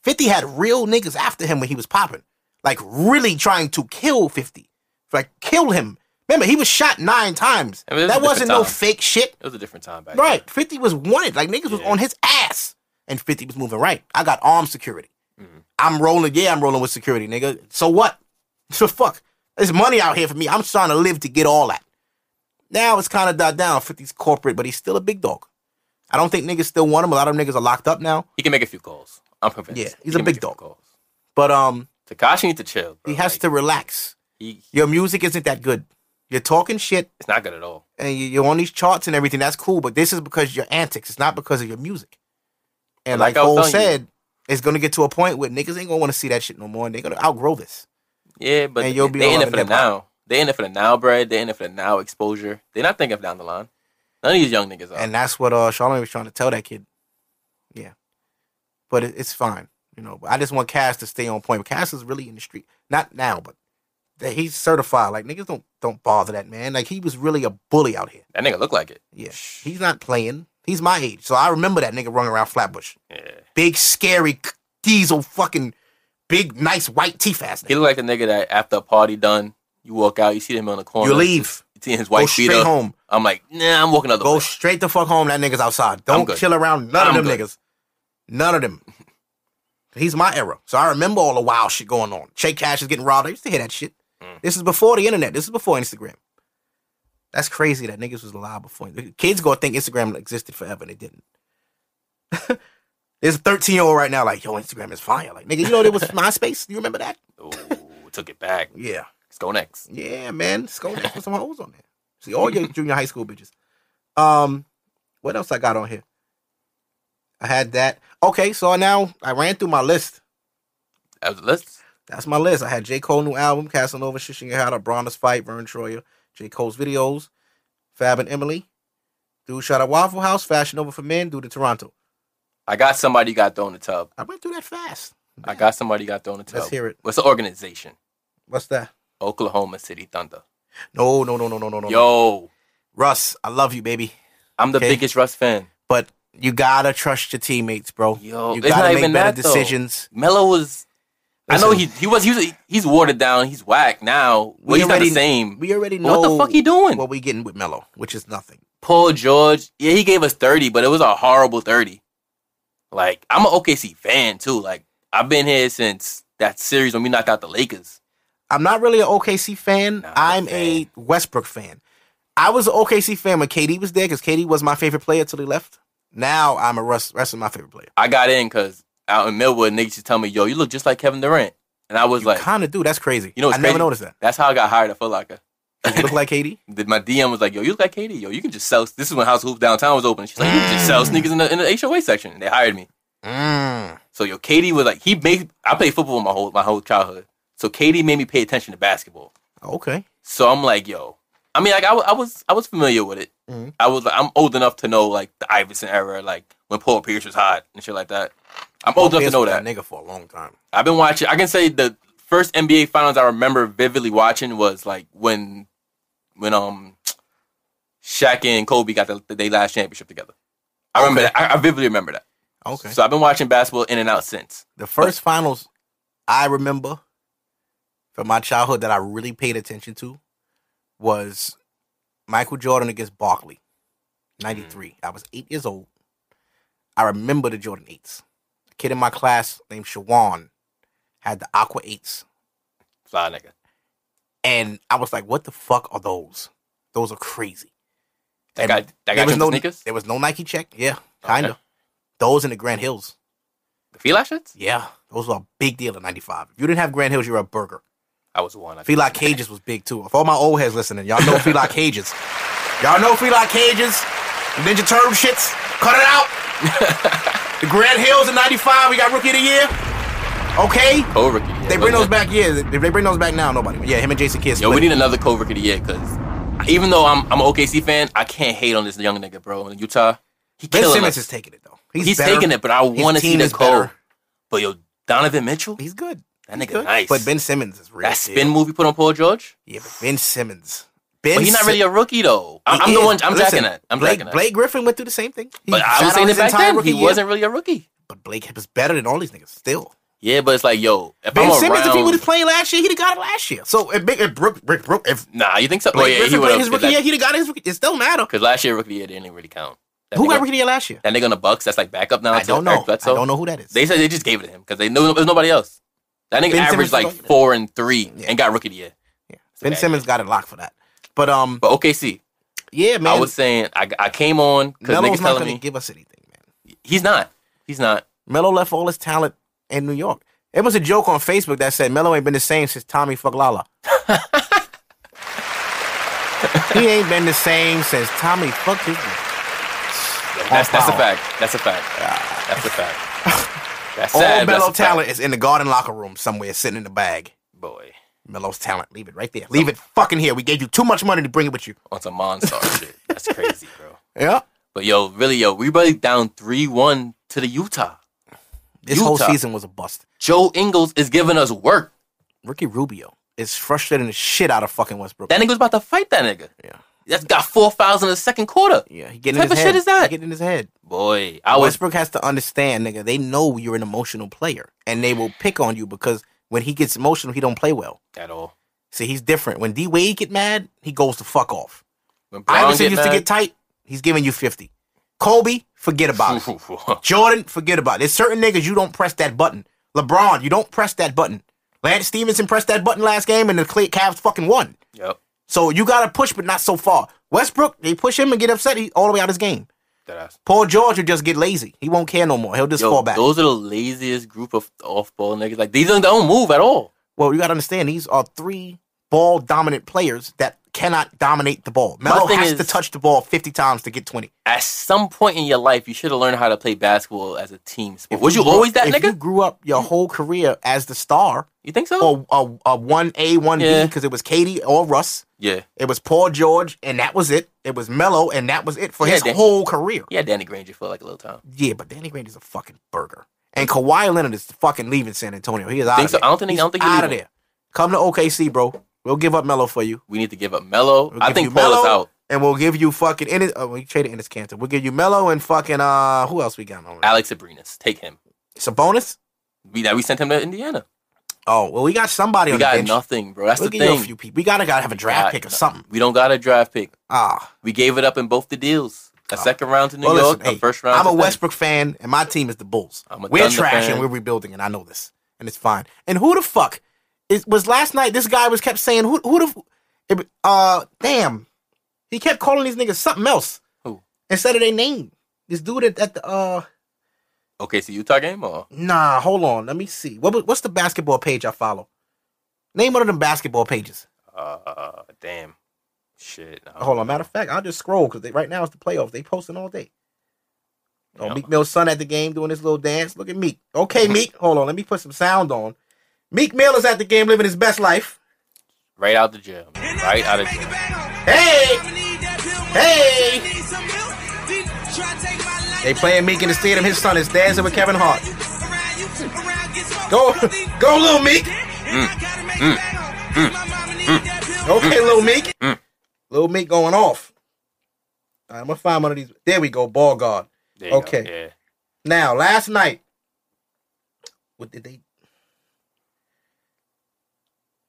Speaker 2: 50 had real niggas after him when he was popping. Like really trying to kill 50. Like kill him. Remember, he was shot nine times.
Speaker 3: I mean, it was
Speaker 2: that
Speaker 3: a different
Speaker 2: wasn't no
Speaker 3: time.
Speaker 2: fake shit.
Speaker 3: It was a different time back then.
Speaker 2: Right. 50 was wanted. Like niggas was
Speaker 3: Yeah.
Speaker 2: on his ass. And 50 was moving right. I got armed security. I'm rolling. Yeah, I'm rolling with security, nigga. So what? So fuck. There's money out here for me. I'm trying to live to get all that. Now it's kind of died down. 50's corporate, but he's still a big dog. I don't think niggas still want him. A lot of niggas are locked up now.
Speaker 3: He can make a few calls. I'm convinced.
Speaker 2: Yeah,
Speaker 3: He
Speaker 2: he's
Speaker 3: can
Speaker 2: a
Speaker 3: make
Speaker 2: big
Speaker 3: few
Speaker 2: dog.
Speaker 3: calls.
Speaker 2: But um,
Speaker 3: Takashi needs to chill. Bro.
Speaker 2: he has
Speaker 3: Like,
Speaker 2: to relax.
Speaker 3: He,
Speaker 2: Your music isn't that good. You're talking shit
Speaker 3: it's not good at all.
Speaker 2: and you- you're on these charts and everything. That's cool, but this is because of your antics. It's not because of your music. And like,
Speaker 3: Like I
Speaker 2: Cole
Speaker 3: was telling you.
Speaker 2: said, it's gonna get to a point where niggas ain't gonna want to see that shit no more, and they're gonna outgrow this.
Speaker 3: Yeah, but
Speaker 2: And you'll
Speaker 3: they-
Speaker 2: be
Speaker 3: they
Speaker 2: all
Speaker 3: in
Speaker 2: up
Speaker 3: it for the
Speaker 2: in that
Speaker 3: now. They in it for the now bread. They in it for the now exposure. They're not thinking of down the line. None of these young niggas are.
Speaker 2: And that's what uh Charlamagne was trying to tell that kid. Yeah, but it, it's fine, you know. But I just want Cass to stay on point. Cass is really in the street, not now, but that he's certified. Like niggas don't don't bother that man. Like he was really a bully out here.
Speaker 3: that nigga look like it.
Speaker 2: Yeah, he's not playing. He's my age, so I remember that nigga running around Flatbush.
Speaker 3: Yeah.
Speaker 2: big, scary k- diesel, fucking big, nice white teeth ass.
Speaker 3: He
Speaker 2: Nigga.
Speaker 3: look like the nigga that after a party done, you walk out, you see him on the corner.
Speaker 2: You leave,
Speaker 3: You see his
Speaker 2: go
Speaker 3: white
Speaker 2: straight
Speaker 3: beater.
Speaker 2: home,
Speaker 3: I'm like, nah, I'm walking other
Speaker 2: go
Speaker 3: way.
Speaker 2: straight the fuck home. That nigga's outside.
Speaker 3: I'm
Speaker 2: Don't
Speaker 3: good.
Speaker 2: chill around none
Speaker 3: I'm
Speaker 2: of them
Speaker 3: good.
Speaker 2: niggas. None of them. He's my era, so I remember all the wild shit going on. Shake Cash is getting robbed. I used to hear that shit.
Speaker 3: Mm.
Speaker 2: This is before the internet. This is before Instagram. That's crazy that niggas was alive before. Kids gonna think Instagram existed forever, and it didn't. There's a 13 year old right now, like, yo, Instagram is fire. Like, nigga, you know there was MySpace? You remember that?
Speaker 3: Ooh, Oh, took it back.
Speaker 2: Yeah.
Speaker 3: Let's go next.
Speaker 2: Yeah, man. Skull neck with some hoes on there. See all your junior high school bitches. Um, what else I got on here? I had that. Okay, so now I ran through my list.
Speaker 3: That was the list.
Speaker 2: That's my list. I had J. Cole new album, Casanova, Shishing Your Head Out, Bronner's Fight, Vern Troyer, J. Cole's videos, Fab and Emily, Dude Shot at Waffle House, Fashion Over for Men, Dude to Toronto.
Speaker 3: I got somebody who got thrown in the tub.
Speaker 2: I went through that fast.
Speaker 3: I got somebody who got thrown in the tub.
Speaker 2: Let's hear it.
Speaker 3: What's the organization?
Speaker 2: What's that?
Speaker 3: Oklahoma City Thunder.
Speaker 2: No, no, no, no, no, no, no.
Speaker 3: Yo,
Speaker 2: Russ, I love you, baby.
Speaker 3: I'm the
Speaker 2: Okay.
Speaker 3: biggest Russ fan.
Speaker 2: But you gotta trust your teammates, bro.
Speaker 3: Yo,
Speaker 2: you
Speaker 3: it's
Speaker 2: gotta
Speaker 3: not
Speaker 2: make
Speaker 3: even
Speaker 2: better
Speaker 3: that, though.
Speaker 2: decisions.
Speaker 3: Melo was. I know
Speaker 2: Listen.
Speaker 3: he he was he was he's watered down. He's whack now. Well,
Speaker 2: We
Speaker 3: he's
Speaker 2: already-
Speaker 3: not the same.
Speaker 2: We already
Speaker 3: But
Speaker 2: know
Speaker 3: what the fuck he doing?
Speaker 2: What we getting with Melo, which is nothing.
Speaker 3: Paul George, yeah, he gave us 30, but it was a horrible 30. Like, I'm an OKC fan too. Like, I've been here since that series when we knocked out the Lakers.
Speaker 2: I'm not really an OKC fan.
Speaker 3: Nah,
Speaker 2: I'm
Speaker 3: man.
Speaker 2: a Westbrook fan. I was an OKC fan when KD was there because KD was my favorite player till he left. Now I'm a Russ. Russ is my favorite player.
Speaker 3: I got in because out in Millwood, niggas used to tell me, yo, you look just like Kevin Durant. And I was
Speaker 2: You
Speaker 3: like,
Speaker 2: kind of do. That's crazy.
Speaker 3: you know what's
Speaker 2: I never
Speaker 3: crazy?
Speaker 2: noticed that.
Speaker 3: That's how I got hired at Foot Locker.
Speaker 2: You look like KD.
Speaker 3: Then My DM was like, yo, you look like Katie. Yo, you can just sell. This is when House Hoops Downtown was open. She's like, you can just sell sneakers in the, in the HOA section. And they hired me. So, yo, Katie was like, he made, I played football my whole, my whole childhood. So, Katie made me pay attention to basketball.
Speaker 2: Okay.
Speaker 3: So I'm like, yo. I mean, like I, wa- I was I was familiar with it.
Speaker 2: Mm-hmm.
Speaker 3: I was like, I'm old enough to know like the Iverson era, like when Paul Pierce was hot and shit like that. I'm old enough to
Speaker 2: Pierce
Speaker 3: know
Speaker 2: was
Speaker 3: that.
Speaker 2: nigga for a long time.
Speaker 3: I've been watching. I can say the first NBA finals I remember vividly watching was like when when um Shaq and Kobe got the, the they last championship together. I remember
Speaker 2: Okay.
Speaker 3: that. I, I vividly remember that.
Speaker 2: Okay.
Speaker 3: So I've been watching basketball in and out since.
Speaker 2: The first finals I remember from my childhood that I really paid attention to was Michael Jordan against Barkley, 93.
Speaker 3: Mm.
Speaker 2: I was eight years old. I remember the Jordan 8s. A kid in my class named Shawan had the Aqua 8s.
Speaker 3: Fly nigga.
Speaker 2: And I was like, what the fuck are those? Those are crazy.
Speaker 3: That
Speaker 2: And
Speaker 3: guy that guy
Speaker 2: there was
Speaker 3: was
Speaker 2: no
Speaker 3: sneakers?
Speaker 2: There was no Nike check. Yeah, kind of.
Speaker 3: Okay.
Speaker 2: Those in the Grand Hills.
Speaker 3: The Fila shirts?
Speaker 2: Yeah, those were a big deal in '95. If you didn't have Grand Hills, you were a burger.
Speaker 3: I was one. I think.
Speaker 2: Feli Cages was big too. If all my old heads listening, y'all know Feli Cages. Y'all know Feli Cages, Ninja Turtle shits. Cut it out. the Grand Hills in '95, we got Rookie of the Year. Okay,
Speaker 3: Cole Rookie. of the Year,
Speaker 2: they bring
Speaker 3: wasn't
Speaker 2: those
Speaker 3: it?
Speaker 2: back. Yeah, if they bring those back now, nobody. Yeah, him and Jason Kidd.
Speaker 3: Yo, we
Speaker 2: split.
Speaker 3: need another Cole Rookie of the Year because even though I'm I'm an OKC fan, I can't hate on this young nigga, bro. In Utah, he
Speaker 2: Ben
Speaker 3: killing
Speaker 2: Simmons
Speaker 3: us.
Speaker 2: is taking it though.
Speaker 3: He's
Speaker 2: better.
Speaker 3: taking it, but I
Speaker 2: His
Speaker 3: want to see
Speaker 2: team
Speaker 3: the
Speaker 2: is
Speaker 3: Cole.
Speaker 2: better.
Speaker 3: But yo, Donovan Mitchell,
Speaker 2: He's good.
Speaker 3: That
Speaker 2: He's
Speaker 3: nigga
Speaker 2: good.
Speaker 3: nice.
Speaker 2: But Ben Simmons is real.
Speaker 3: that
Speaker 2: deal.
Speaker 3: spin move he put on Paul George,
Speaker 2: Yeah, but Ben Simmons. Ben
Speaker 3: but he's not
Speaker 2: Sim-
Speaker 3: really a rookie though. I'm, I'm
Speaker 2: He
Speaker 3: the
Speaker 2: is.
Speaker 3: one. I'm
Speaker 2: Listen,
Speaker 3: jacking that. I'm
Speaker 2: Blake,
Speaker 3: jacking that.
Speaker 2: Blake Griffin went through the same thing. He
Speaker 3: but I
Speaker 2: sat
Speaker 3: was
Speaker 2: out
Speaker 3: saying it
Speaker 2: his
Speaker 3: back
Speaker 2: entire
Speaker 3: then.
Speaker 2: rookie
Speaker 3: He
Speaker 2: year,
Speaker 3: wasn't really a rookie.
Speaker 2: But Blake was better than all these niggas still.
Speaker 3: Yeah, but it's like yo, if
Speaker 2: Ben
Speaker 3: I'm
Speaker 2: Simmons,
Speaker 3: around,
Speaker 2: if he would have played last year, he'd have got it last year. So if, Big- if Brook, Brook, Brook, if
Speaker 3: nah, you think so?
Speaker 2: Blake
Speaker 3: oh yeah, he
Speaker 2: Griffin played his
Speaker 3: would
Speaker 2: rookie year,
Speaker 3: have.
Speaker 2: he'd have got his rookie. It still matter.
Speaker 3: Because last year rookie of the year didn't really count. That
Speaker 2: Who
Speaker 3: nigga-
Speaker 2: got rookie of the year last year?
Speaker 3: That nigga on the Bucks. That's like backup now.
Speaker 2: I
Speaker 3: to
Speaker 2: don't
Speaker 3: Eric
Speaker 2: know. I
Speaker 3: Bledsoe.
Speaker 2: don't know who that is.
Speaker 3: They said they just gave it to him because they know there's nobody else. That nigga
Speaker 2: Ben Simmons
Speaker 3: averaged like
Speaker 2: was on it.
Speaker 3: four and three and got rookie of the year.
Speaker 2: ben
Speaker 3: bad
Speaker 2: Simmons got it locked for that. But um,
Speaker 3: But OKC,
Speaker 2: yeah, man,
Speaker 3: I was saying I, I came on because
Speaker 2: Melo's
Speaker 3: niggas
Speaker 2: not
Speaker 3: telling
Speaker 2: going
Speaker 3: me
Speaker 2: to give us anything, man.
Speaker 3: he's not. He's not.
Speaker 2: Melo left all his talent in New York. It was a joke on Facebook that said Melo ain't been the same since Tommy fuck Lala. he ain't been the same since Tommy fucked his.
Speaker 3: That's that's a
Speaker 2: Wow.
Speaker 3: fact. That's a fact. That's a fact. That's
Speaker 2: All
Speaker 3: sad. but that's
Speaker 2: Melo
Speaker 3: a fact.
Speaker 2: talent is in the garden locker room somewhere, sitting in the bag.
Speaker 3: boy
Speaker 2: Melo's talent, leave it right there. Leave it fucking here. We gave you too much money to bring it with you.
Speaker 3: on some monster shit. That's crazy, bro.
Speaker 2: Yeah,
Speaker 3: But yo, really, yo, we really down three one to the Utah.
Speaker 2: this whole
Speaker 3: Utah.
Speaker 2: season was a bust.
Speaker 3: Joe Ingles is giving us work.
Speaker 2: Ricky Rubio is frustrating the shit out of fucking Westbrook.
Speaker 3: That nigga was about to fight that nigga.
Speaker 2: yeah,
Speaker 3: That's got four fouls in the second quarter.
Speaker 2: yeah. He getting
Speaker 3: What
Speaker 2: in his
Speaker 3: type of
Speaker 2: head.
Speaker 3: shit is that?
Speaker 2: He getting in his head.
Speaker 3: Boy, I was
Speaker 2: Westbrook has to understand, nigga. They know you're an emotional player, and they will pick on you because when he gets emotional, he don't play well.
Speaker 3: at all.
Speaker 2: See, he's different. When D Wade get mad, he goes to fuck off.
Speaker 3: When Brown
Speaker 2: Iverson
Speaker 3: get
Speaker 2: used to
Speaker 3: mad-
Speaker 2: get tight. He's giving you fifty. Kobe, forget about it.
Speaker 3: That's
Speaker 2: Jordan, forget about it. There's certain niggas you don't press that button. LeBron, you don't press that button. Lance Stevenson pressed that button last game, and the Clay Cavs fucking won.
Speaker 3: Yep.
Speaker 2: So you gotta push, but not so far. Westbrook, they push him and get upset. He all the way out of his game.
Speaker 3: Deadass.
Speaker 2: Paul George will just get lazy. He won't care no more. He'll just fall
Speaker 3: Yo,
Speaker 2: back.
Speaker 3: those are the laziest group of off ball niggas. Like these don't, don't move at all.
Speaker 2: Well, you got to understand these are three ball dominant players that cannot dominate the ball. Melo
Speaker 3: thing
Speaker 2: has
Speaker 3: is-
Speaker 2: to touch the ball 50 times to get 20.
Speaker 3: At some point in your life, you should have learned how to play basketball as a team sport. Was you
Speaker 2: grew up-
Speaker 3: always that
Speaker 2: if
Speaker 3: nigga?
Speaker 2: you grew up your whole career as the star
Speaker 3: You think
Speaker 2: or
Speaker 3: so?
Speaker 2: a, a 1A, 1B
Speaker 3: Yeah.
Speaker 2: because it was Katie or Russ.
Speaker 3: yeah.
Speaker 2: It was Paul George and that was it. It was Melo and that was it for
Speaker 3: Yeah,
Speaker 2: his
Speaker 3: Dan-
Speaker 2: whole career.
Speaker 3: Yeah, Danny Granger for like a little time.
Speaker 2: Yeah, but Danny Green is a fucking burger. And Kawhi Leonard is fucking leaving San Antonio. He is out
Speaker 3: Think
Speaker 2: of
Speaker 3: so?
Speaker 2: there.
Speaker 3: I don't think- I
Speaker 2: He's
Speaker 3: don't think he
Speaker 2: out of
Speaker 3: leaving.
Speaker 2: there. Come to OKC, bro. We'll give up Melo for you.
Speaker 3: We need to give up Melo.
Speaker 2: We'll
Speaker 3: I
Speaker 2: give
Speaker 3: think
Speaker 2: you
Speaker 3: Paul is
Speaker 2: Melo,
Speaker 3: out.
Speaker 2: And we'll give you fucking Ennis. Oh, we traded Ennis Cantor. We'll give you Mello and fucking uh who else we got on?
Speaker 3: Alex Abrinas, take him.
Speaker 2: Sabonis?
Speaker 3: We that we sent him to Indiana.
Speaker 2: Oh, well we got somebody
Speaker 3: We
Speaker 2: on the
Speaker 3: got
Speaker 2: bench.
Speaker 3: nothing, bro. That's
Speaker 2: we'll
Speaker 3: the
Speaker 2: give you
Speaker 3: thing.
Speaker 2: a few people. We gotta gotta have a draft
Speaker 3: God,
Speaker 2: pick or
Speaker 3: no.
Speaker 2: something.
Speaker 3: We don't got a draft pick.
Speaker 2: Ah.
Speaker 3: We gave it up in both the deals. A second round to New
Speaker 2: Oh. well,
Speaker 3: York,
Speaker 2: listen,
Speaker 3: a
Speaker 2: hey,
Speaker 3: first round.
Speaker 2: I'm
Speaker 3: to
Speaker 2: a
Speaker 3: Philly.
Speaker 2: Westbrook fan and my team is the Bulls.
Speaker 3: I'm a
Speaker 2: we're
Speaker 3: Thunder
Speaker 2: trash
Speaker 3: fan.
Speaker 2: and we're rebuilding and I know this. And it's fine. And who the fuck is was last night this guy was kept saying who who the it- uh damn. He kept calling these niggas something else
Speaker 3: Who?
Speaker 2: instead of their name. This dude at, at the uh
Speaker 3: Okay, so Utah game or
Speaker 2: Nah, hold on. Let me see. What was- what's the basketball page I follow? Name one of them basketball pages. Uh,
Speaker 3: uh damn. Shit. no.
Speaker 2: Hold on. Matter of fact, I'll just scroll because right now it's the playoffs. They posting all day. Oh,
Speaker 3: Yeah.
Speaker 2: Meek Mill's son at the game doing his little dance. Look at Meek. Okay, Meek. Hold on. Let me put some sound on. Meek Mill is at the game living his best life.
Speaker 3: Right out the gym. Right out of gym.
Speaker 2: Hey! Hey!
Speaker 1: Hey!
Speaker 2: They playing Meek in the stadium. His son is dancing with Kevin Hart.
Speaker 1: Go.
Speaker 2: Go, go, little Meek. Okay, Lil Meek. Lil Meek going off. All right, I'm gonna find one of these. There we go, ball guard.
Speaker 3: There you go.
Speaker 2: Okay.
Speaker 3: Yeah.
Speaker 2: Now, last night, what did they?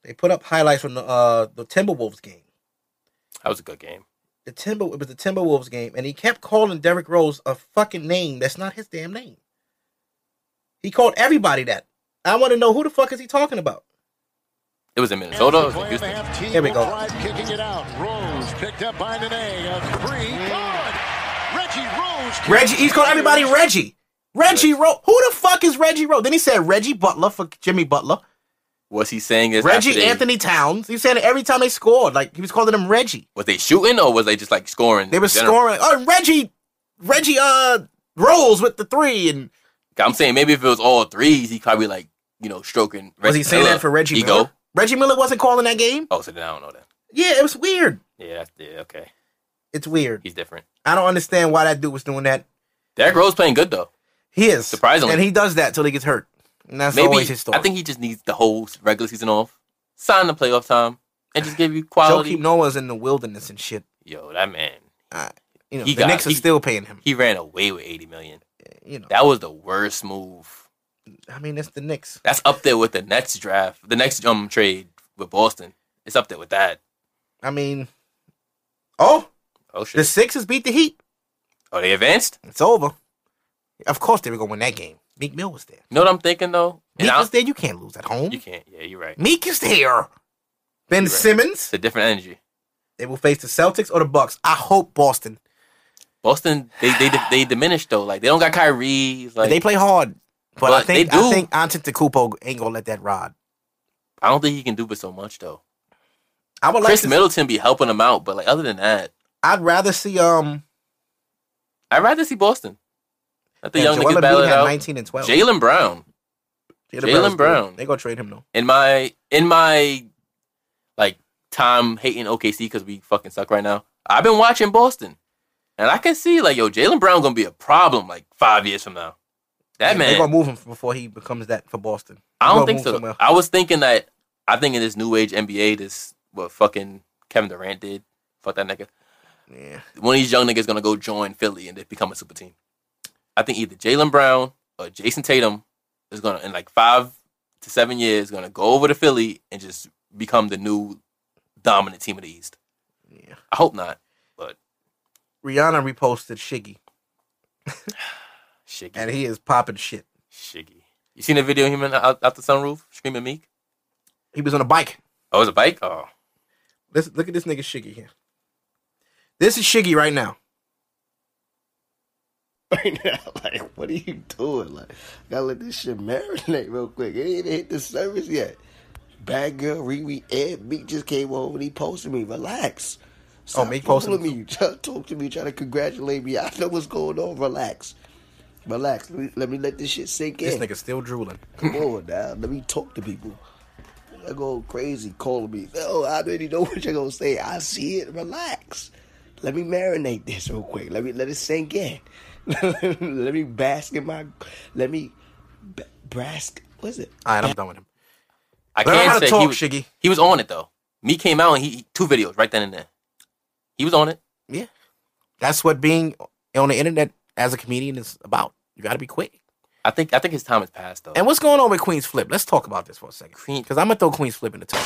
Speaker 2: They put up highlights from the uh the Timberwolves game.
Speaker 3: That was a good game.
Speaker 2: The Timber it was the Timberwolves game, and he kept calling Derrick Rose a fucking name that's not his damn name. He called everybody that. I want to know who the fuck is he talking about?
Speaker 3: It was in Minnesota. It was in
Speaker 6: Play and
Speaker 3: Houston.
Speaker 6: a half T
Speaker 2: Here we
Speaker 6: will
Speaker 2: go.
Speaker 6: drive, kicking it out. Rose picked up by Nene. A three. Good. Reggie Rose. can-
Speaker 2: Reggie. He's called everybody Reggie. Reggie Rose. Who the fuck is Reggie Rose? Then he said Reggie Butler for Jimmy Butler.
Speaker 3: Was he saying this? after
Speaker 2: Reggie
Speaker 3: they-
Speaker 2: Anthony Towns. He was saying it every time they scored, like he was calling them Reggie.
Speaker 3: Was they shooting or was they just like scoring?
Speaker 2: They were
Speaker 3: in general?
Speaker 2: scoring. Oh, Reggie, Reggie, uh, rolls with the three, and
Speaker 3: I'm saying maybe if it was all threes, he probably like you know stroking.
Speaker 2: was he saying that for Reggie
Speaker 3: Ego.
Speaker 2: Miller? Reggie Miller wasn't calling that game.
Speaker 3: Oh, so then I don't know that.
Speaker 2: Yeah, it was weird.
Speaker 3: Yeah, that's, yeah, okay.
Speaker 2: It's weird.
Speaker 3: He's different.
Speaker 2: I don't understand why that dude was doing that.
Speaker 3: Derrick Rose playing good though.
Speaker 2: He is
Speaker 3: Surprisingly.
Speaker 2: and he does that till he gets hurt, and that's
Speaker 3: Maybe
Speaker 2: always his story.
Speaker 3: I think he just needs the whole regular season off, sign the playoff time, and just give you quality.
Speaker 2: Joakim Noah's in the wilderness and shit.
Speaker 3: Yo, that man,
Speaker 2: You know,
Speaker 3: He
Speaker 2: the
Speaker 3: got-
Speaker 2: Knicks are
Speaker 3: he-
Speaker 2: still paying him.
Speaker 3: he ran away with 80 million.
Speaker 2: You know,
Speaker 3: That was the worst move.
Speaker 2: I mean, it's the Knicks.
Speaker 3: That's up there with the next draft, the next um trade with Boston. It's up there with that.
Speaker 2: I mean, oh,
Speaker 3: Oh
Speaker 2: the
Speaker 3: shit.
Speaker 2: Sixers beat the Heat.
Speaker 3: Oh, they advanced.
Speaker 2: It's over. Of course they were gonna win that game. Meek Mill was there.
Speaker 3: You know what I'm thinking though? And
Speaker 2: Meek
Speaker 3: I-
Speaker 2: was there. You can't lose at home.
Speaker 3: you can't. Yeah, you're right.
Speaker 2: Meek is there. Ben
Speaker 3: You're right.
Speaker 2: Simmons.
Speaker 3: It's a different energy.
Speaker 2: They will face the Celtics or the Bucks. I hope Boston.
Speaker 3: Boston, they they they diminished though. Like they don't got Kyrie. Like
Speaker 2: they play hard, but, I
Speaker 3: But they
Speaker 2: think I
Speaker 3: do.
Speaker 2: think Antetokounmpo ain't gonna let that ride.
Speaker 3: I don't think he can do but so much though.
Speaker 2: I would like.
Speaker 3: Chris
Speaker 2: to,
Speaker 3: Middleton be helping him out, but like other than that,
Speaker 2: I'd rather see um.
Speaker 3: I'd rather see Boston. Let the
Speaker 2: yeah,
Speaker 3: young
Speaker 2: Joel
Speaker 3: niggas
Speaker 2: Embiid
Speaker 3: battle it
Speaker 2: had
Speaker 3: out.
Speaker 2: 19 and 12.
Speaker 3: Jalen Brown Jalen Brown.
Speaker 2: They gonna trade him though.
Speaker 3: in my in my like time hating OKC because we fucking suck right now. I've been watching Boston, and I can see like yo Jalen Brown gonna be a problem like five years from now. That
Speaker 2: Yeah,
Speaker 3: man,
Speaker 2: They gonna move him before he becomes that for Boston.
Speaker 3: I
Speaker 2: They
Speaker 3: don't
Speaker 2: gonna
Speaker 3: think
Speaker 2: move
Speaker 3: so.
Speaker 2: somewhere.
Speaker 3: I was thinking that I think in this new age NBA, this what fucking Kevin Durant did. Fuck that nigga.
Speaker 2: Yeah.
Speaker 3: One of these young niggas gonna go join Philly and they become a super team. I think either Jalen Brown or Jason Tatum is gonna in like five to seven years gonna go over to Philly and just become the new dominant team of the East.
Speaker 2: Yeah.
Speaker 3: I hope not, but
Speaker 2: Rihanna reposted Shiggy,
Speaker 3: shiggy,
Speaker 2: and he is popping shit.
Speaker 3: shiggy. You seen the video of him in- out, out the sunroof screaming Meek?
Speaker 2: He was on a bike.
Speaker 3: Oh, it was a bike. Oh,
Speaker 2: Let's look at this nigga Shiggy here. This is Shiggy right now.
Speaker 7: right now. Like, what are you doing? Like, gotta let this shit marinate real quick. It ain't even hit the surface yet. Bad girl, Riri, Ed, Meek just came over and he posted me. Relax. Stop
Speaker 2: Oh, Meek posted
Speaker 7: fooling
Speaker 2: him.
Speaker 7: me. You try to talk to me, try to congratulate me. I know what's going on. Relax. Relax. Let me let, me let this shit sink
Speaker 2: This
Speaker 7: in.
Speaker 2: nigga still drooling.
Speaker 7: Come on now. Let me talk to people. They're going crazy calling me. No, I already know what you're gonna say. I see it. Relax. Let me marinate this real quick. Let me let it sink in. let me bask in my. Let me b- brask. What's it?
Speaker 2: All right, I'm done with him.
Speaker 3: I
Speaker 2: Learn how
Speaker 3: can't
Speaker 2: to
Speaker 3: say
Speaker 2: talk,
Speaker 3: he was
Speaker 2: Shiggy.
Speaker 3: he was on it though. Me came out and he he- two videos right then and there. He was on it.
Speaker 2: Yeah. That's what being on the internet as a comedian is about. You got to be quick.
Speaker 3: I think I think his time has passed though.
Speaker 2: And what's going on with Queen's Flip? Let's talk about this for a second.
Speaker 3: Queen-
Speaker 2: Because I'm going to throw Queen's Flip in the tub.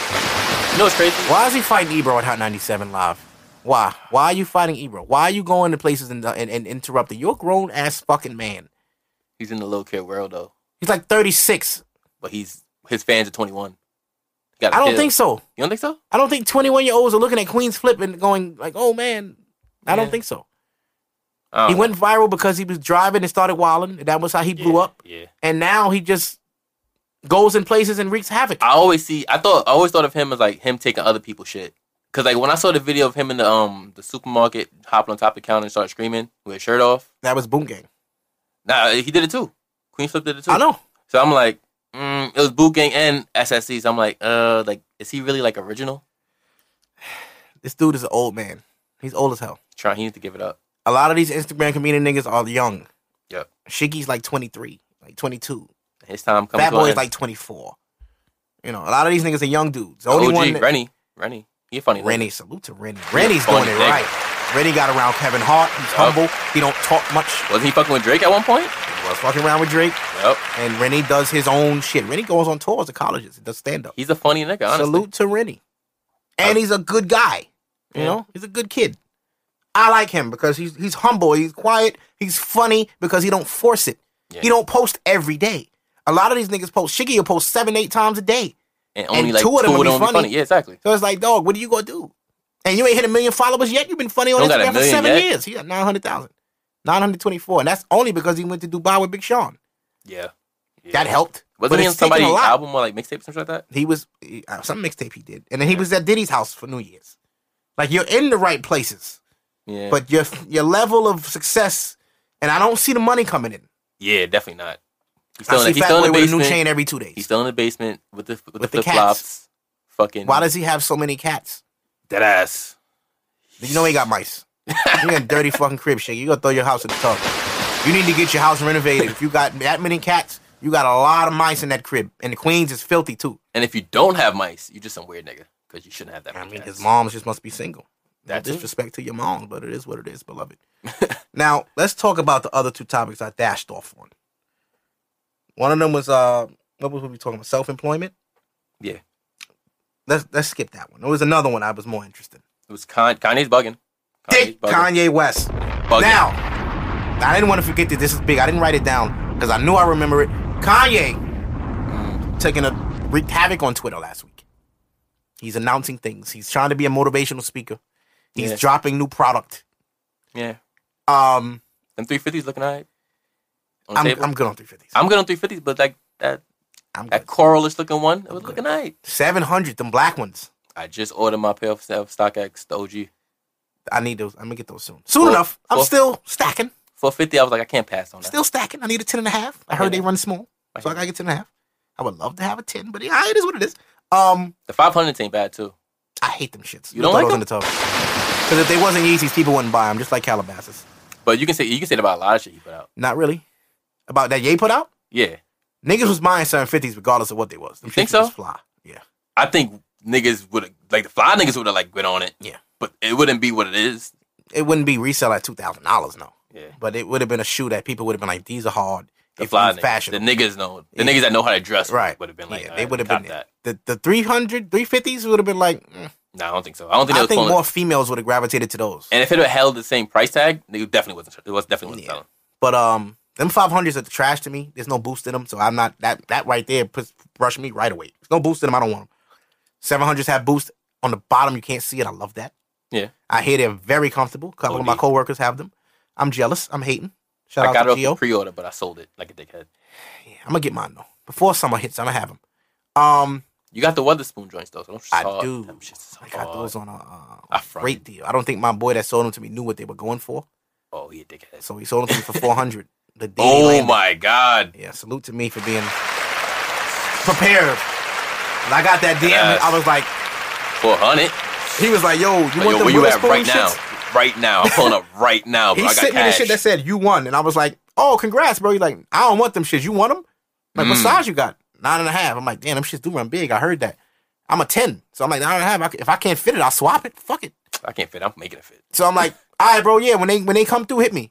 Speaker 3: you know what's crazy?
Speaker 2: Why is he fighting Ebro at Hot 97 Live? Why? Why are you fighting Ebro? Why are you going to places and, and, and interrupting? You're a grown ass fucking man.
Speaker 3: He's in the low care world though,
Speaker 2: He's like 36.
Speaker 3: but he's his fans are 21. He got a
Speaker 2: I don't
Speaker 3: kid.
Speaker 2: think so.
Speaker 3: You don't think so?
Speaker 2: I don't think 21 year olds are looking at Queen's Flip and going, like, oh man. I don't
Speaker 3: Yeah. Oh,
Speaker 2: think so.
Speaker 3: I don't
Speaker 2: He
Speaker 3: know.
Speaker 2: went viral because he was driving and started wilding. And that was how he blew
Speaker 3: Yeah,
Speaker 2: up.
Speaker 3: Yeah.
Speaker 2: and now he just goes in places and wreaks havoc.
Speaker 3: I always see. I thought I always thought of him as like him taking other people's shit. Cause like when I saw the video of him in the um the supermarket hopping on top of the counter and started screaming with his shirt off.
Speaker 2: That was Boom Gang.
Speaker 3: Nah, he did it too. Queen Flip did it too.
Speaker 2: I know.
Speaker 3: So I'm like, mm, it was Boot Gang and SSC. So I'm like, uh, like is he really like original?
Speaker 2: This dude is an old man. He's old as hell.
Speaker 3: Trying he needs to give it up.
Speaker 2: A lot of these Instagram comedian niggas are young.
Speaker 3: Yep.
Speaker 2: Shiggy's like 23, like 22.
Speaker 3: His time coming.
Speaker 2: Fat
Speaker 3: to an
Speaker 2: Boy is
Speaker 3: end.
Speaker 2: like 24. You know, a lot of these niggas are young dudes. The only
Speaker 3: OG,
Speaker 2: one that-
Speaker 3: Rennie. Rennie. He a funny. nigga.
Speaker 2: Rennie, salute to Rennie. Rennie's doing
Speaker 3: funny
Speaker 2: it
Speaker 3: nigga.
Speaker 2: right. Rennie got around Kevin Hart. He's humble. He don't talk much.
Speaker 3: Wasn't he fucking with Drake at one point?
Speaker 2: He was fucking around with Drake.
Speaker 3: Yep.
Speaker 2: And Rennie does his own shit. Rennie goes on tours to colleges. He does stand up.
Speaker 3: He's a funny nigga, honestly.
Speaker 2: Salute to Rennie. And he's a good guy. You
Speaker 3: Yeah.
Speaker 2: know, he's a good kid. I like him because he's he's humble, he's quiet, he's funny because he don't force it.
Speaker 3: Yeah.
Speaker 2: He don't post every day. A lot of these niggas post. Shiggy will post seven, eight times a day.
Speaker 3: And only
Speaker 2: and
Speaker 3: like
Speaker 2: two of them would be funny.
Speaker 3: Yeah, exactly.
Speaker 2: So it's like, dog, what are you gonna do? And you ain't hit a million followers yet. You've been funny on
Speaker 3: Don't got a
Speaker 2: Instagram for
Speaker 3: million
Speaker 2: seven
Speaker 3: yet.
Speaker 2: years. He got nine hundred thousand, nine hundred twenty-four, and that's only because he went to Dubai with Big Sean.
Speaker 3: Yeah. Yeah.
Speaker 2: That helped.
Speaker 3: Wasn't
Speaker 2: but
Speaker 3: he on
Speaker 2: it's taken
Speaker 3: somebody's
Speaker 2: a lot.
Speaker 3: album or like mixtape or something like that?
Speaker 2: He was he- uh, some mixtape he did, and then he was at Diddy's house for New Year's. Like you're in the right places,
Speaker 3: Yeah.
Speaker 2: but your your level of success, and I don't see the money coming in.
Speaker 3: yeah, definitely not. He's
Speaker 2: I
Speaker 3: still, in,
Speaker 2: see
Speaker 3: he's
Speaker 2: Fat
Speaker 3: still
Speaker 2: Boy
Speaker 3: in the
Speaker 2: with a new
Speaker 3: basement.
Speaker 2: chain every two days.
Speaker 3: he's still in the basement with the with,
Speaker 2: With the
Speaker 3: the flip flops. Fucking
Speaker 2: Why does he have so many cats?
Speaker 3: that ass?
Speaker 2: You know he got mice. you in a dirty fucking crib, shit. You gonna throw your house in the tub. You need to get your house renovated. If you got that many cats, you got a lot of mice in that crib, and the Queens is filthy too.
Speaker 3: And if you don't have mice, you just some weird nigga because you shouldn't have that.
Speaker 2: I
Speaker 3: many
Speaker 2: mean,
Speaker 3: cats.
Speaker 2: his moms just must be single.
Speaker 3: That
Speaker 2: That
Speaker 3: too.
Speaker 2: disrespect to your mom, but it is what it is, beloved. now let's talk about the other two topics I dashed off on. One of them was uh, what was we talking about? Self employment.
Speaker 3: Yeah, it
Speaker 2: Let's let's skip that one. There was another one I was more interested. in.
Speaker 3: was Con- Kanye's bugging.
Speaker 2: Dick Kanye West.
Speaker 3: bugging.
Speaker 2: Now, I didn't want to forget that this is big. I didn't write it down because I knew I remember it. Kanye taking a wreaked havoc on Twitter last week. He's announcing things. He's trying to be a motivational speaker. He's
Speaker 3: Yeah.
Speaker 2: dropping new product.
Speaker 3: yeah,
Speaker 2: Um,
Speaker 3: them three fifties looking alright. On
Speaker 2: I'm,
Speaker 3: table.
Speaker 2: I'm good on 350s.
Speaker 3: I'm good on three fifties, but like that
Speaker 2: I'm
Speaker 3: that
Speaker 2: good.
Speaker 3: coralish looking one, it was looking alright.
Speaker 2: 700, them black ones.
Speaker 3: I just ordered my pair of Self StockX, the OG.
Speaker 2: I need those. I'm going to get those soon. Soon
Speaker 3: Well,
Speaker 2: enough. I'm
Speaker 3: well-
Speaker 2: still stacking.
Speaker 3: Four fifty, I was like, I can't pass on that.
Speaker 2: Still stacking. I need a 10 and a half. I heard they run small. So I got to get 10 and a half. I would love to have a 10, but yeah, it is what it is. Um,
Speaker 3: the five hundred ain't bad too.
Speaker 2: I hate them shits.
Speaker 3: You don't
Speaker 2: Throw
Speaker 3: like
Speaker 2: those in the tub. Because if they wasn't Yeezys, people wouldn't buy them. Just like Calabasas.
Speaker 3: But you can say you can say that about a lot of shit you put out.
Speaker 2: Not really. About that Ye put out,
Speaker 3: Yeah,
Speaker 2: niggas was buying 750s regardless of what they was. Them
Speaker 3: You think
Speaker 2: shits was
Speaker 3: so?
Speaker 2: Fly. Yeah.
Speaker 3: I think niggas would have like the fly niggas would have like been on it.
Speaker 2: Yeah.
Speaker 3: but it wouldn't be what it is.
Speaker 2: It wouldn't be resell at two thousand dollars, no.
Speaker 3: Yeah.
Speaker 2: But it would have been a shoe that people would have been like, these are hard.
Speaker 3: The
Speaker 2: if
Speaker 3: fly
Speaker 2: these
Speaker 3: niggas,
Speaker 2: fashionable.
Speaker 3: the niggas know the
Speaker 2: Yeah.
Speaker 3: niggas that know how to dress
Speaker 2: Right.
Speaker 3: would have been like
Speaker 2: yeah,
Speaker 3: all
Speaker 2: they
Speaker 3: right,
Speaker 2: would have
Speaker 3: cop
Speaker 2: been
Speaker 3: that.
Speaker 2: The, the 300, 350s would have been like, mm.
Speaker 3: No, I don't think so. I don't think they
Speaker 2: I
Speaker 3: was
Speaker 2: think
Speaker 3: pulling-
Speaker 2: more females would have gravitated to those.
Speaker 3: And if it had held the same price tag, they definitely wasn't. It was definitely wasn't
Speaker 2: Yeah.
Speaker 3: selling.
Speaker 2: But um, them five hundreds are trash to me. There's no boost in them, so I'm not that that right there puts brush me right away. There's no boost in them. I don't want them. Seven hundreds have boost on the bottom. You can't see it. I love that.
Speaker 3: Yeah,
Speaker 2: I hear they're very comfortable. A couple of my
Speaker 3: OD.
Speaker 2: coworkers have them. I'm jealous. I'm hating. Shout
Speaker 3: Oh, I
Speaker 2: out
Speaker 3: got
Speaker 2: to
Speaker 3: it off
Speaker 2: Gio.
Speaker 3: the pre-order, but I sold it like a dickhead.
Speaker 2: I'm gonna get mine though. Before summer hits, I'm gonna have them. Um,
Speaker 3: You got the Weatherspoon joints though. So don't
Speaker 2: I
Speaker 3: sell
Speaker 2: do.
Speaker 3: Oh, Them shits so
Speaker 2: I got
Speaker 3: hard.
Speaker 2: those on a, uh,
Speaker 3: I front
Speaker 2: great deal. I don't think my boy that sold them to me knew what they were going for,
Speaker 3: Oh, he a dickhead.
Speaker 2: so he sold them to me for 400. The day they
Speaker 3: oh
Speaker 2: landed.
Speaker 3: my god.
Speaker 2: Yeah, salute to me for being prepared. When I got that DM,
Speaker 3: Yes.
Speaker 2: I was like,
Speaker 3: Four hundred.
Speaker 2: he was like, yo, you want
Speaker 3: Yo,
Speaker 2: the
Speaker 3: where you at right
Speaker 2: shits?
Speaker 3: now? Right now. I'm pulling up right now. Bro.
Speaker 2: He
Speaker 3: I got
Speaker 2: sent me the
Speaker 3: cash.
Speaker 2: shit that said you won, and I was like, oh, congrats, bro. He's like, I don't want them shits. You want them? I'm like,
Speaker 3: Hmm.
Speaker 2: what size you got? Nine and a half. I'm like, damn, them shits do run big. I heard that. I'm a ten, so I'm like nine and a half. I c- If I can't fit it, I'll swap it. Fuck it.
Speaker 3: I can't fit. I'm making it fit.
Speaker 2: So I'm like, all right, bro, yeah. When they when they come through, hit me.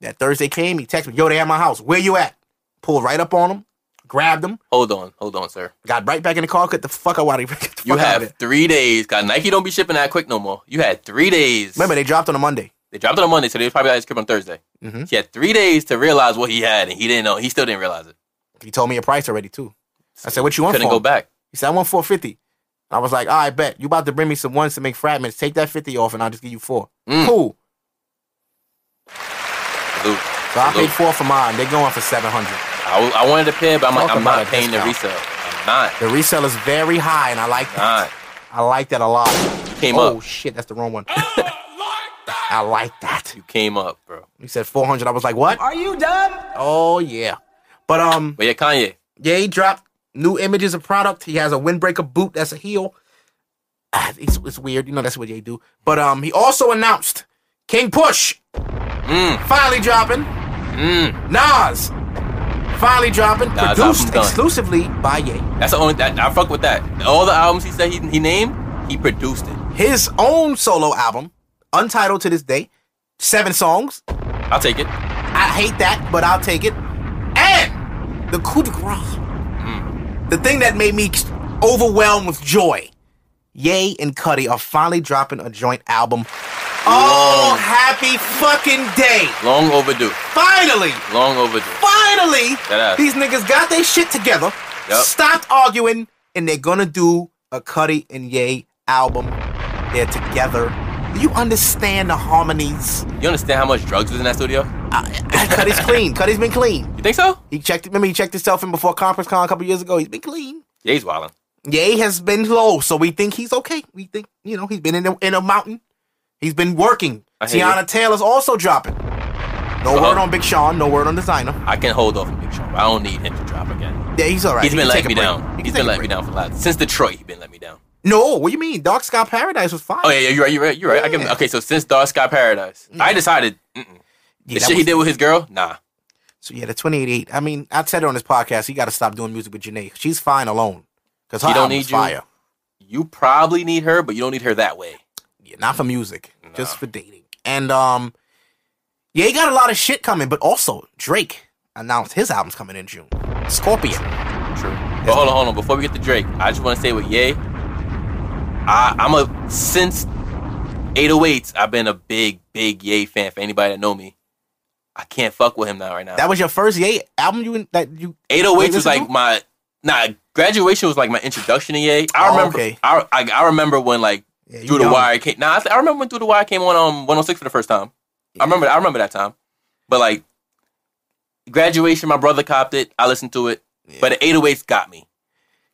Speaker 2: That Thursday came, he texted me, yo, they at my house. Where you at? Pulled right up on them, grabbed them,
Speaker 3: Hold on, hold on, sir.
Speaker 2: got right back in the car, cut the fuck out of it.
Speaker 3: You have three days. God, Nike don't be shipping that quick no more. You had three days.
Speaker 2: Remember, they dropped on a Monday.
Speaker 3: They dropped it on Monday, so they was probably out his crib on Thursday.
Speaker 2: Mm-hmm.
Speaker 3: He had three days to realize what he had, and he didn't know. He still didn't realize it.
Speaker 2: He told me a price already too. I said, "What you want
Speaker 3: Couldn't
Speaker 2: for?"
Speaker 3: go back.
Speaker 2: He said, "I want four fifty. I was like, "All right, bet you about to bring me some ones to make fragments. Take that fifty off, and I'll just give you four. Cool.
Speaker 3: Salute.
Speaker 2: So I
Speaker 3: Salute.
Speaker 2: paid four for mine. They're going for seven hundred.
Speaker 3: I, w- I wanted to pay, but I'm like,
Speaker 2: Talk
Speaker 3: I'm
Speaker 2: about
Speaker 3: not
Speaker 2: a
Speaker 3: paying the
Speaker 2: discount.
Speaker 3: resale. I'm not.
Speaker 2: The reseller's very high, and I like that.
Speaker 3: Alright.
Speaker 2: I like that a lot.
Speaker 3: Came
Speaker 2: oh
Speaker 3: up.
Speaker 2: shit, that's the wrong one. I like that.
Speaker 3: You came up, bro.
Speaker 2: He said four hundred. I was like, "What?
Speaker 1: Are you dumb?
Speaker 2: Oh yeah." But um,
Speaker 3: But yeah, Kanye.
Speaker 2: Yeah, he dropped new images of product. He has a windbreaker boot that's a heel. Ah, It's, it's weird, you know. That's what they do. But um, he also announced
Speaker 3: Mm.
Speaker 2: King Push finally dropping. Nas Finally dropping,
Speaker 3: Nah, it's
Speaker 2: produced
Speaker 3: Mm. album done.
Speaker 2: exclusively by Ye.
Speaker 3: That's the only that I fuck with that. All the albums he said he, he named, he produced it.
Speaker 2: His own solo album, untitled to this day, seven songs.
Speaker 3: I'll take it.
Speaker 2: I hate that, but I'll take it. And the coup de grace,
Speaker 3: Hmm.
Speaker 2: the thing that made me overwhelmed with joy. Ye and Cuddy are finally dropping a joint album. Oh, happy fucking day!
Speaker 3: Long overdue.
Speaker 2: Finally,
Speaker 3: Long overdue.
Speaker 2: finally,
Speaker 3: That ass.
Speaker 2: these niggas got their shit together,
Speaker 3: Yup.
Speaker 2: stopped arguing, and they're gonna do a Cuddy and Ye album. They're together. Do you understand the harmonies?
Speaker 3: You understand how much drugs is in that studio?
Speaker 2: Cuddy's clean. Cuddy's been clean.
Speaker 3: You think so?
Speaker 2: He checked. Remember, he checked himself in before conference con a couple years ago. He's been clean.
Speaker 3: Yeah, he's wildin'.
Speaker 2: Ye has been low, so we think he's okay. We think you know he's been in a, in a mountain. He's been working.
Speaker 3: I hear
Speaker 2: Tiana
Speaker 3: you.
Speaker 2: Taylor's also dropping. No
Speaker 3: Uh-huh.
Speaker 2: word on Big Sean. No word on designer.
Speaker 3: I can hold off on Big Sean. I don't need him to drop again.
Speaker 2: Yeah, he's all right.
Speaker 3: He's
Speaker 2: He
Speaker 3: been
Speaker 2: can take
Speaker 3: letting
Speaker 2: a
Speaker 3: me
Speaker 2: break.
Speaker 3: down.
Speaker 2: He
Speaker 3: He's
Speaker 2: can
Speaker 3: been
Speaker 2: take a
Speaker 3: letting me
Speaker 2: break.
Speaker 3: down for a lot. Since Detroit, he's been letting me down.
Speaker 2: No, what you mean? Dark Sky Paradise was fine.
Speaker 3: Oh yeah, yeah, you're right, you're right, you're right. I give him,
Speaker 2: Yeah.
Speaker 3: okay, so since Dark Sky Paradise, I decided mm-mm.
Speaker 2: Yeah,
Speaker 3: the
Speaker 2: that
Speaker 3: shit he
Speaker 2: was-
Speaker 3: did with his girl, nah.
Speaker 2: So yeah, the twenty eighty eight. I mean, I said it on this podcast. He got to stop doing music with Janae. She's fine alone because her
Speaker 3: She don't
Speaker 2: album's
Speaker 3: need you.
Speaker 2: fire.
Speaker 3: You probably need her, but you don't need her that way.
Speaker 2: Yeah, not for music, just for dating. And um, yeah, he got a lot of shit coming. But also, Drake announced his album's coming in June. Scorpion.
Speaker 3: True. But hold on, hold on. Before we get to Drake, I just want to say with Ye, I, I'm a since 808s, I've been a big, big Ye fan. For anybody that know me, I can't fuck with him now right now.
Speaker 2: That was your first Ye album. You that you
Speaker 3: 808s
Speaker 2: Wait,
Speaker 3: was
Speaker 2: listen
Speaker 3: like
Speaker 2: to-
Speaker 3: my nah. Graduation was like my introduction to Ye. I
Speaker 2: Oh,
Speaker 3: remember.
Speaker 2: okay.
Speaker 3: I, I I remember when like
Speaker 2: Yeah, you
Speaker 3: Through the
Speaker 2: young.
Speaker 3: Wire came. Nah, I, th- I remember when Through the Wire came on um 106 for the first time. I remember. I remember that time. But like graduation, my brother copped it. I listened to it. But the 808s got me.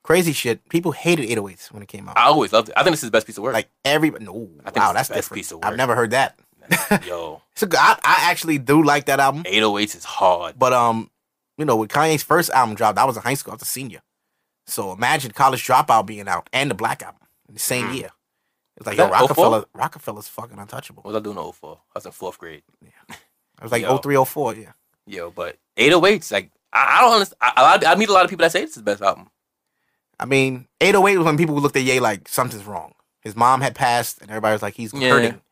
Speaker 2: crazy shit. People hated 808s when it came out.
Speaker 3: I always loved it. I think this is the best piece of work.
Speaker 2: like everybody. No,
Speaker 3: think
Speaker 2: wow, that's
Speaker 3: it's the best
Speaker 2: different.
Speaker 3: piece of
Speaker 2: I've
Speaker 3: work.
Speaker 2: never heard that.
Speaker 3: Yo,
Speaker 2: It's a good. I, I actually do like that album.
Speaker 3: 808s is hard.
Speaker 2: But um, you know, with Kanye's first album dropped, I was in high school. I was a senior. So imagine College Dropout being out and the Black Album in the same year. It's like yo,
Speaker 3: Was Mm. that 04?
Speaker 2: Rockefeller, Rockefeller's fucking untouchable.
Speaker 3: What was I doing in 04? I was in fourth grade.
Speaker 2: I was like 03,
Speaker 3: Yo.
Speaker 2: 04, yeah.
Speaker 3: Yo, but 808s, like, I, I don't understand. I, a lot- I meet a lot of people that say this is the best album.
Speaker 2: I mean, 808 was when people looked at Ye like something's wrong. His mom had passed, and everybody was like, he's
Speaker 3: Yeah.
Speaker 2: hurting.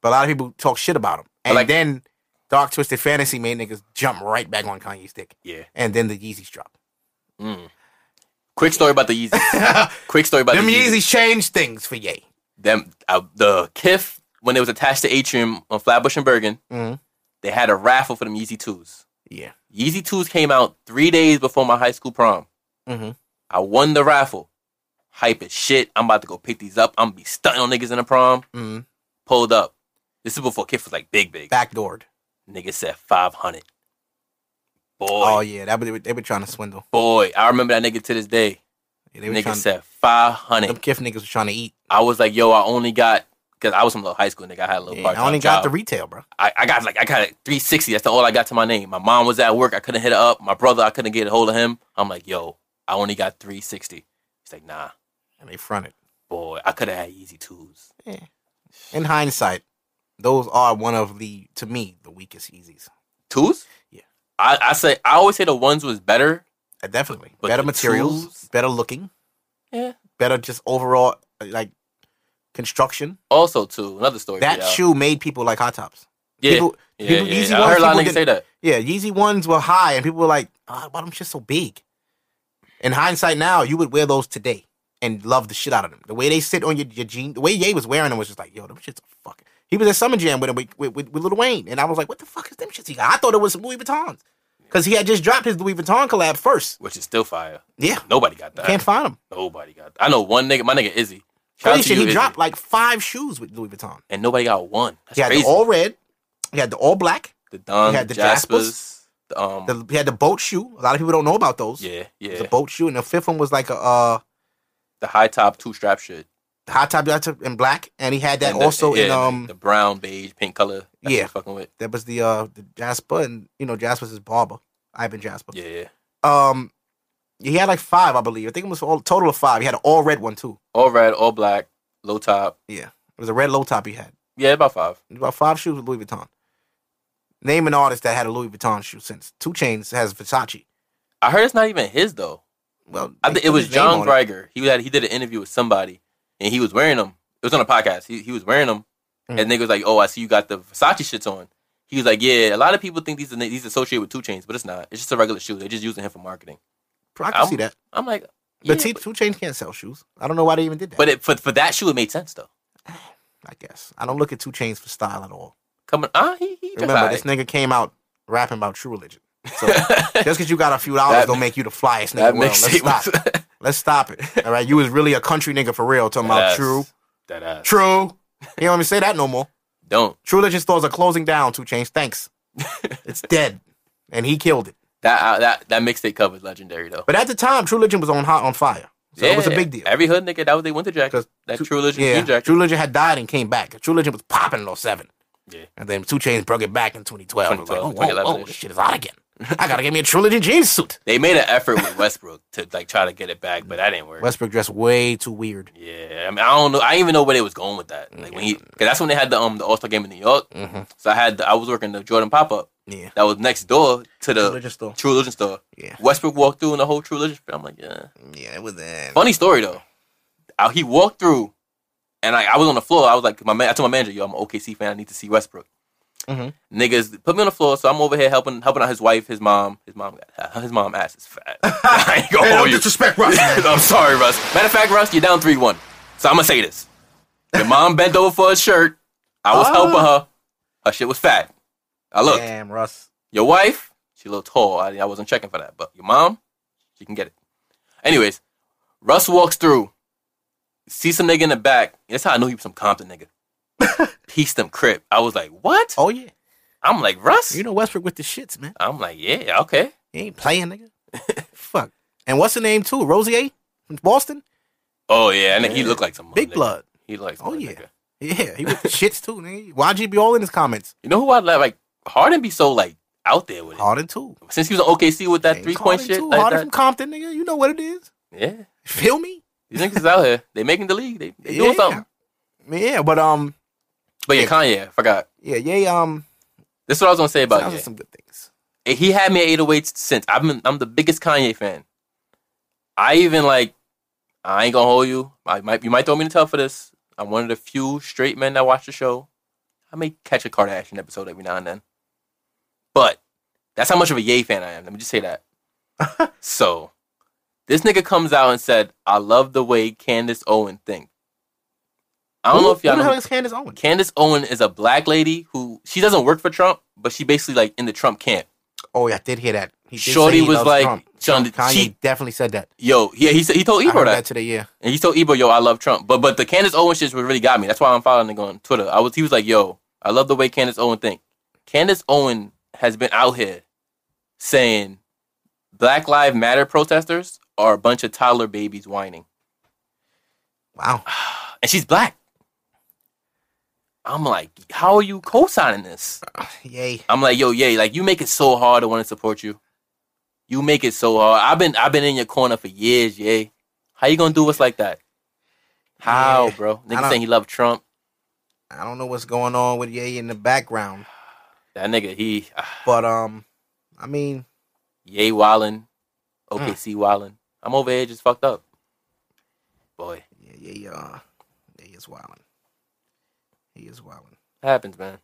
Speaker 2: But a lot of people talk shit about him. And
Speaker 3: like-
Speaker 2: then Dark Twisted Fantasy made niggas jump right back on Kanye's dick.
Speaker 3: Yeah.
Speaker 2: And then the Yeezys dropped.
Speaker 3: Quick story about the Yeezys. Quick story about
Speaker 2: Them
Speaker 3: the Yeezys.
Speaker 2: Yeezys changed things for Ye.
Speaker 3: Them, uh, the Kiff, when it was attached to Atrium on Flatbush and Bergen,
Speaker 2: Mhm.
Speaker 3: they had a raffle for them Yeezy 2s.
Speaker 2: Yeah.
Speaker 3: Yeezy 2s came out three days before my high school prom.
Speaker 2: Mhm.
Speaker 3: I won the raffle. Hype as shit. I'm about to go pick these up. I'm going to be stunting on niggas in the prom.
Speaker 2: Mhm.
Speaker 3: Pulled up. This is before Kiff was like big, big.
Speaker 2: Backdoored.
Speaker 3: Nigga said 500. Boy,
Speaker 2: Oh, yeah. That, they, were, they were trying to swindle.
Speaker 3: boy. I remember that nigga to this day.
Speaker 2: Yeah, they were
Speaker 3: Nigga
Speaker 2: trying,
Speaker 3: said
Speaker 2: them
Speaker 3: 500.
Speaker 2: Kiff niggas was trying to eat.
Speaker 3: I was like, yo, I only got, because I was from a little high school nigga. I had a little
Speaker 2: Yeah,
Speaker 3: part
Speaker 2: I only got the retail, bro.
Speaker 3: I, I got like, I got 360. That's the all I got to my name. My mom was at work. I couldn't hit her up. My brother, I couldn't get a hold of him. I'm like, yo, I only got 360. He's like, nah,
Speaker 2: And they fronted.
Speaker 3: boy, I could have had easy twos.
Speaker 2: In hindsight, those are one of the, to me, the weakest Yeezys.
Speaker 3: Twos?
Speaker 2: Yeah.
Speaker 3: I, I say, I always say the ones was better.
Speaker 2: Uh, Definitely.
Speaker 3: But
Speaker 2: better
Speaker 3: the
Speaker 2: materials,
Speaker 3: tools-
Speaker 2: better looking,
Speaker 3: Yeah.
Speaker 2: better just overall uh, like construction.
Speaker 3: Also, too, another story. for
Speaker 2: That
Speaker 3: y'all.
Speaker 2: shoe made people like hot tops.
Speaker 3: Yeah.
Speaker 2: people-
Speaker 3: yeah,
Speaker 2: people-
Speaker 3: yeah,
Speaker 2: Yeezy
Speaker 3: yeah. I
Speaker 2: ones,
Speaker 3: heard a lot of
Speaker 2: people
Speaker 3: niggas say
Speaker 2: didn't-
Speaker 3: that.
Speaker 2: Yeah, Yeezy ones were high and people were like, oh, why them shit so big? In hindsight now, you would wear those today and love the shit out of them. The way they sit on your, your jeans, the way Ye was wearing them was just like, yo, them shits are fucking. He was at Summer Jam with him with, with, with, with Lil Wayne. And I was like, what the fuck is them shits he got? I thought it was some Louis Vuittons. Because he had just dropped his Louis Vuitton collab first.
Speaker 3: Which is still fire.
Speaker 2: Yeah.
Speaker 3: Nobody got that.
Speaker 2: Can't find him.
Speaker 3: Nobody got. I know one nigga. My nigga Izzy. Shout out
Speaker 2: Crazy
Speaker 3: to
Speaker 2: shit.
Speaker 3: you,
Speaker 2: He
Speaker 3: Izzy.
Speaker 2: dropped like five shoes with Louis Vuitton.
Speaker 3: and nobody got one. That's
Speaker 2: He had
Speaker 3: crazy.
Speaker 2: the all red. He had the all black.
Speaker 3: the Don,
Speaker 2: he had the
Speaker 3: the Jaspers, the, um,
Speaker 2: The, he had the boat shoe. A lot of people don't know about those.
Speaker 3: yeah,
Speaker 2: It
Speaker 3: yeah,
Speaker 2: was a boat shoe, and the fifth one was like a uh,
Speaker 3: the high top two strap shit.
Speaker 2: high top high top in black, and he had that
Speaker 3: And the-
Speaker 2: also
Speaker 3: yeah,
Speaker 2: in
Speaker 3: the-
Speaker 2: um.
Speaker 3: the brown, beige, pink color. That
Speaker 2: Yeah.
Speaker 3: yeah, fucking with.
Speaker 2: that was the uh the Jasper, and you know Jasper's his barber, Ivan Jasper.
Speaker 3: Yeah, yeah.
Speaker 2: Um, he had like five, I believe. I think it was all total of five. He had an all red one too.
Speaker 3: all red, all black, low top.
Speaker 2: Yeah, it was a red low top he had.
Speaker 3: Yeah, about five.
Speaker 2: about five shoes with Louis Vuitton. Name an artist that had a Louis Vuitton shoe since. Two Chains has Versace.
Speaker 3: I heard it's not even his though.
Speaker 2: Well,
Speaker 3: I
Speaker 2: they
Speaker 3: think it
Speaker 2: put
Speaker 3: was
Speaker 2: his name
Speaker 3: John
Speaker 2: on it.
Speaker 3: Greiger. He had he did an interview with somebody, and he was wearing them. It was on a podcast. He he was wearing them,
Speaker 2: Mm.
Speaker 3: and nigga was like, "Oh, I see you got the Versace shits on." He was like, "Yeah, a lot of people think these are na- these associated with two chains, but it's not. It's just a regular shoe. They're just using him for marketing."
Speaker 2: I can see that.
Speaker 3: I'm like, yeah,
Speaker 2: But T- Two Chains can't sell shoes. I don't know why they even did that.
Speaker 3: but it, for for that shoe, it made sense though.
Speaker 2: I guess I don't look at Two Chains for style at all.
Speaker 3: Coming, ah, he, he just
Speaker 2: Remember,
Speaker 3: alright.
Speaker 2: this nigga came out rapping about True Religion. So just because you got a few dollars
Speaker 3: That-
Speaker 2: don't make you the flyest nigga.
Speaker 3: that
Speaker 2: in the world. Let's
Speaker 3: mixtape
Speaker 2: stop.
Speaker 3: was-
Speaker 2: it. Let's stop it. All right, you was really a country nigga for real. Talking about
Speaker 3: Yes.
Speaker 2: True,
Speaker 3: That ass.
Speaker 2: True. You don't even say that no more.
Speaker 3: Don't
Speaker 2: True Religion stores are closing down. Two Chains, thanks. it's dead, and he killed it.
Speaker 3: that uh, that that mixtape cover is legendary though.
Speaker 2: But at the time, True Religion was on hot on fire, so it was a
Speaker 3: Yeah,
Speaker 2: big deal.
Speaker 3: Every hood nigga, that was they winter jacket.
Speaker 2: 'Cause
Speaker 3: That
Speaker 2: Two-
Speaker 3: True Religion
Speaker 2: yeah,
Speaker 3: jean jacket.
Speaker 2: True Religion had died and came back. True Religion was popping in 07.
Speaker 3: Yeah.
Speaker 2: And then Two Chains broke it back in 2012. It was like,
Speaker 3: 2012,
Speaker 2: oh, whoa,
Speaker 3: 2011.
Speaker 2: whoa, this shit is hot again. I gotta get me a True Religion jeans suit.
Speaker 3: They made an effort with Westbrook to like try to get it back, but that didn't work.
Speaker 2: Westbrook dressed way too weird.
Speaker 3: Yeah, I mean, I don't know. I didn't even know where they was going with that. Like when he, cause that's when they had the um the All Star game in New York. So I had the, I was working the Jordan pop up.
Speaker 2: Mm-hmm. Yeah.
Speaker 3: That was next door to the
Speaker 2: True Religion store.
Speaker 3: True Religion store.
Speaker 2: Yeah.
Speaker 3: Westbrook walked through and the whole True Religion. I'm like, yeah.
Speaker 2: Yeah, it was in.
Speaker 3: Funny story though. Uh, he walked through, and I, I was on the floor. I was like, my man, I told my manager, "Yo, I'm an OKC fan. I need to see Westbrook."
Speaker 2: Mm-hmm.
Speaker 3: Niggas put me on the floor, so I'm over here helping helping out his wife, his mom, his mom, his mom ass is fat. I ain't gonna
Speaker 2: Hey,
Speaker 3: hold
Speaker 2: don't
Speaker 3: you.
Speaker 2: disrespect Russ, man.
Speaker 3: I'm sorry, Russ. Matter of fact, Russ, you're down three one. So I'm gonna say this: your mom bent over for a shirt. I
Speaker 2: Oh.
Speaker 3: was helping her. Her shit was fat. I looked.
Speaker 2: Damn, Russ.
Speaker 3: Your wife, she a little tall. I, I wasn't checking for that. But your mom, she can get it. Anyways, Russ walks through, see some nigga in the back. That's how I knew he was some Compton nigga. Piece them crip. I was like, what?
Speaker 2: Oh, yeah.
Speaker 3: I'm like, Russ?
Speaker 2: You know Westbrook with the shits, man.
Speaker 3: I'm like, yeah, okay.
Speaker 2: He ain't playing, nigga. Fuck. And what's the name, too? Rosier from Boston?
Speaker 3: Oh, yeah. And then he looked like some
Speaker 2: Big
Speaker 3: nigga.
Speaker 2: blood.
Speaker 3: He looked like some
Speaker 2: Oh,
Speaker 3: other
Speaker 2: yeah.
Speaker 3: nigga.
Speaker 2: Yeah, he with the shits, too, nigga. YG be all in his comments.
Speaker 3: You know who I like? Like, Harden be so, like, out there with it.
Speaker 2: Harden, too.
Speaker 3: Since he was on OKC with that
Speaker 2: James
Speaker 3: three-point
Speaker 2: Harden,
Speaker 3: shit.
Speaker 2: too.
Speaker 3: Like
Speaker 2: Harden
Speaker 3: that.
Speaker 2: from Compton, nigga. You know what it is.
Speaker 3: yeah.
Speaker 2: Feel me?
Speaker 3: These niggas is out here. They making the league. They, they doing
Speaker 2: Yeah.
Speaker 3: something.
Speaker 2: Yeah, but, um,
Speaker 3: But yeah,
Speaker 2: Yeah.
Speaker 3: Kanye, I forgot.
Speaker 2: yeah, yay, um,
Speaker 3: This is what I was going to say about
Speaker 2: sounds
Speaker 3: Ye.
Speaker 2: like some good things.
Speaker 3: he had me at 808s since. I've been, I'm the biggest Kanye fan. I even like, I ain't gonna hold you. I might you might throw me in the tub for this. I'm one of the few straight men that watch the show. I may catch a Kardashian episode every now and then, but that's how much of a Ye fan I am. Let me just say that. so, this nigga comes out and said, "I love the way Candace Owen think." I don't know if y'all
Speaker 2: Who the
Speaker 3: know.
Speaker 2: hell is Candace Owens?
Speaker 3: Candace Owen is a black lady who she doesn't work for Trump, but she basically like in the Trump camp.
Speaker 2: Oh, yeah, I did hear that. He did say
Speaker 3: Shorty
Speaker 2: he
Speaker 3: was
Speaker 2: loves
Speaker 3: like,
Speaker 2: Trump.
Speaker 3: John,
Speaker 2: Kanye
Speaker 3: she-
Speaker 2: definitely said that.
Speaker 3: Yo, yeah, he said he told
Speaker 2: I
Speaker 3: Ebro
Speaker 2: heard
Speaker 3: that,
Speaker 2: that today, yeah.
Speaker 3: and he told Ebro, yo, I love Trump, but but the Candace Owen shit really got me. That's why I'm following him on Twitter. I was he was like, yo, I love the way Candace Owen think. Candace Owen has been out here saying Black Lives Matter protesters are a bunch of toddler babies whining,
Speaker 2: Wow.
Speaker 3: and she's black. I'm like, how are you co-signing this?
Speaker 2: Yay.
Speaker 3: I'm like, yo, yeah, like you make it so hard to want to support you. You make it so hard. I've been I've been in your corner for years, yay. How you gonna do us like that? How,
Speaker 2: Yeah.
Speaker 3: bro?
Speaker 2: I
Speaker 3: Nigga
Speaker 2: don't-
Speaker 3: saying he loved Trump.
Speaker 2: I don't know what's going on with Ye in the background,
Speaker 3: That nigga, he ah,
Speaker 2: but um, I mean,
Speaker 3: yay wildin',
Speaker 2: Hmm.
Speaker 3: OKC wildin'. I'm over here just fucked up. Boy,
Speaker 2: yeah, yeah, uh, yeah, he is wilding. He is wilding.
Speaker 3: that happens, man.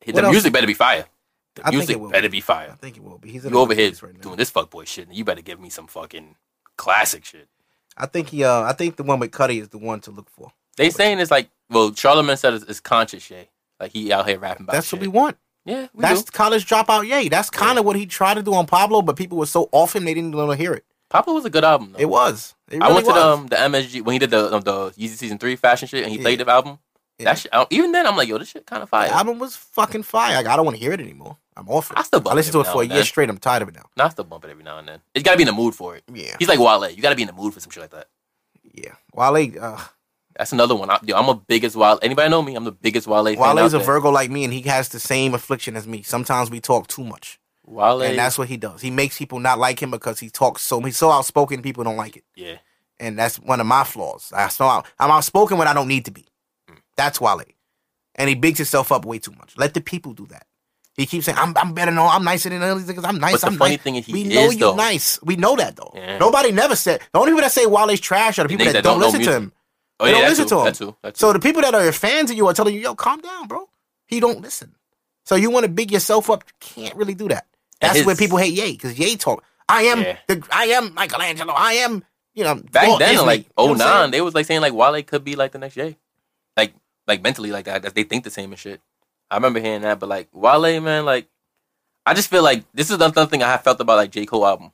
Speaker 3: Hey,
Speaker 2: What
Speaker 3: The
Speaker 2: else?
Speaker 3: music better be fire. The
Speaker 2: I think
Speaker 3: music
Speaker 2: it will
Speaker 3: better
Speaker 2: be.
Speaker 3: be
Speaker 2: I
Speaker 3: fire.
Speaker 2: think he will be. He's in
Speaker 3: You
Speaker 2: a
Speaker 3: over
Speaker 2: good
Speaker 3: here
Speaker 2: place right now.
Speaker 3: doing this fuckboy shit, and you better give me some fucking classic shit.
Speaker 2: I think he. Uh, I think the one with Cuddy is the one to look for.
Speaker 3: They saying it's like, well, Charlamagne said it's, it's conscious, yay. Like he out here rapping about
Speaker 2: That's
Speaker 3: shit.
Speaker 2: what we want.
Speaker 3: Yeah, we
Speaker 2: That's
Speaker 3: do.
Speaker 2: college dropout. Yay. That's kind of what he tried to do on Pablo, but people were so off him they didn't want to hear it.
Speaker 3: Pablo was a good album. Though.
Speaker 2: It was. It really
Speaker 3: I went to
Speaker 2: was.
Speaker 3: the, um, the MSG when he did the um, the Yeezy season three fashion shit, and he played the album.
Speaker 2: Yeah.
Speaker 3: That shit, I, even then, I'm like, yo, this shit kind of fire.
Speaker 2: The album was fucking fire. Like, I don't want to hear it anymore. I'm off it.
Speaker 3: I still bump
Speaker 2: listened to
Speaker 3: it
Speaker 2: it for a
Speaker 3: now and
Speaker 2: year
Speaker 3: then.
Speaker 2: straight. I'm tired of it now.
Speaker 3: Not still bump it every now and then. You gotta be in the mood for it.
Speaker 2: Yeah.
Speaker 3: He's like Wale. You gotta be in the mood for some shit like that.
Speaker 2: Yeah. Wale. Uh,
Speaker 3: That's another one. I, yo, I'm a biggest Wale. Anybody know me? I'm the biggest Wale. fan out
Speaker 2: Wale's a
Speaker 3: there.
Speaker 2: Virgo like me, and he has the same affliction as me. Sometimes we talk too much,
Speaker 3: Wale.
Speaker 2: and that's what he does. He makes people not like him because he talks so he's so outspoken. People don't like it,
Speaker 3: yeah.
Speaker 2: and that's one of my flaws. I so out, I'm outspoken when I
Speaker 3: Mm.
Speaker 2: don't need to be. That's Wale, and he bigs himself up way too much. Let the people do that. He keeps saying, "I'm, I'm better than all. I'm nicer than all these niggas. I'm nice.
Speaker 3: But the
Speaker 2: I'm
Speaker 3: funny
Speaker 2: nice."
Speaker 3: thing is he
Speaker 2: we know
Speaker 3: is,
Speaker 2: you
Speaker 3: though.
Speaker 2: nice. We know that though.
Speaker 3: Yeah.
Speaker 2: Nobody never said. The only people that say Wale's trash are the people
Speaker 3: niggas
Speaker 2: that,
Speaker 3: that
Speaker 2: don't,
Speaker 3: don't know
Speaker 2: listen to
Speaker 3: music.
Speaker 2: him.
Speaker 3: Oh
Speaker 2: they
Speaker 3: yeah,
Speaker 2: don't
Speaker 3: that
Speaker 2: listen
Speaker 3: too,
Speaker 2: to him.
Speaker 3: that too. That too.
Speaker 2: So the people that are fans of you are telling you, "Yo, calm down, bro. He don't listen." So you want to big yourself up? You can't really do that.
Speaker 3: And
Speaker 2: That's
Speaker 3: his-
Speaker 2: where people hate Ye because Ye talk. I am
Speaker 3: Yeah.
Speaker 2: the. I am Michelangelo. I am. You know,
Speaker 3: back
Speaker 2: Walt
Speaker 3: then,
Speaker 2: Disney.
Speaker 3: like
Speaker 2: You know what
Speaker 3: oh
Speaker 2: I'm saying?
Speaker 3: nine, they was like saying like Wale could be like the next Jay, like like mentally like that. that They think the same and shit. I remember hearing that, but like Wale, man, like I just feel like this is another thing I have felt about like J Cole album.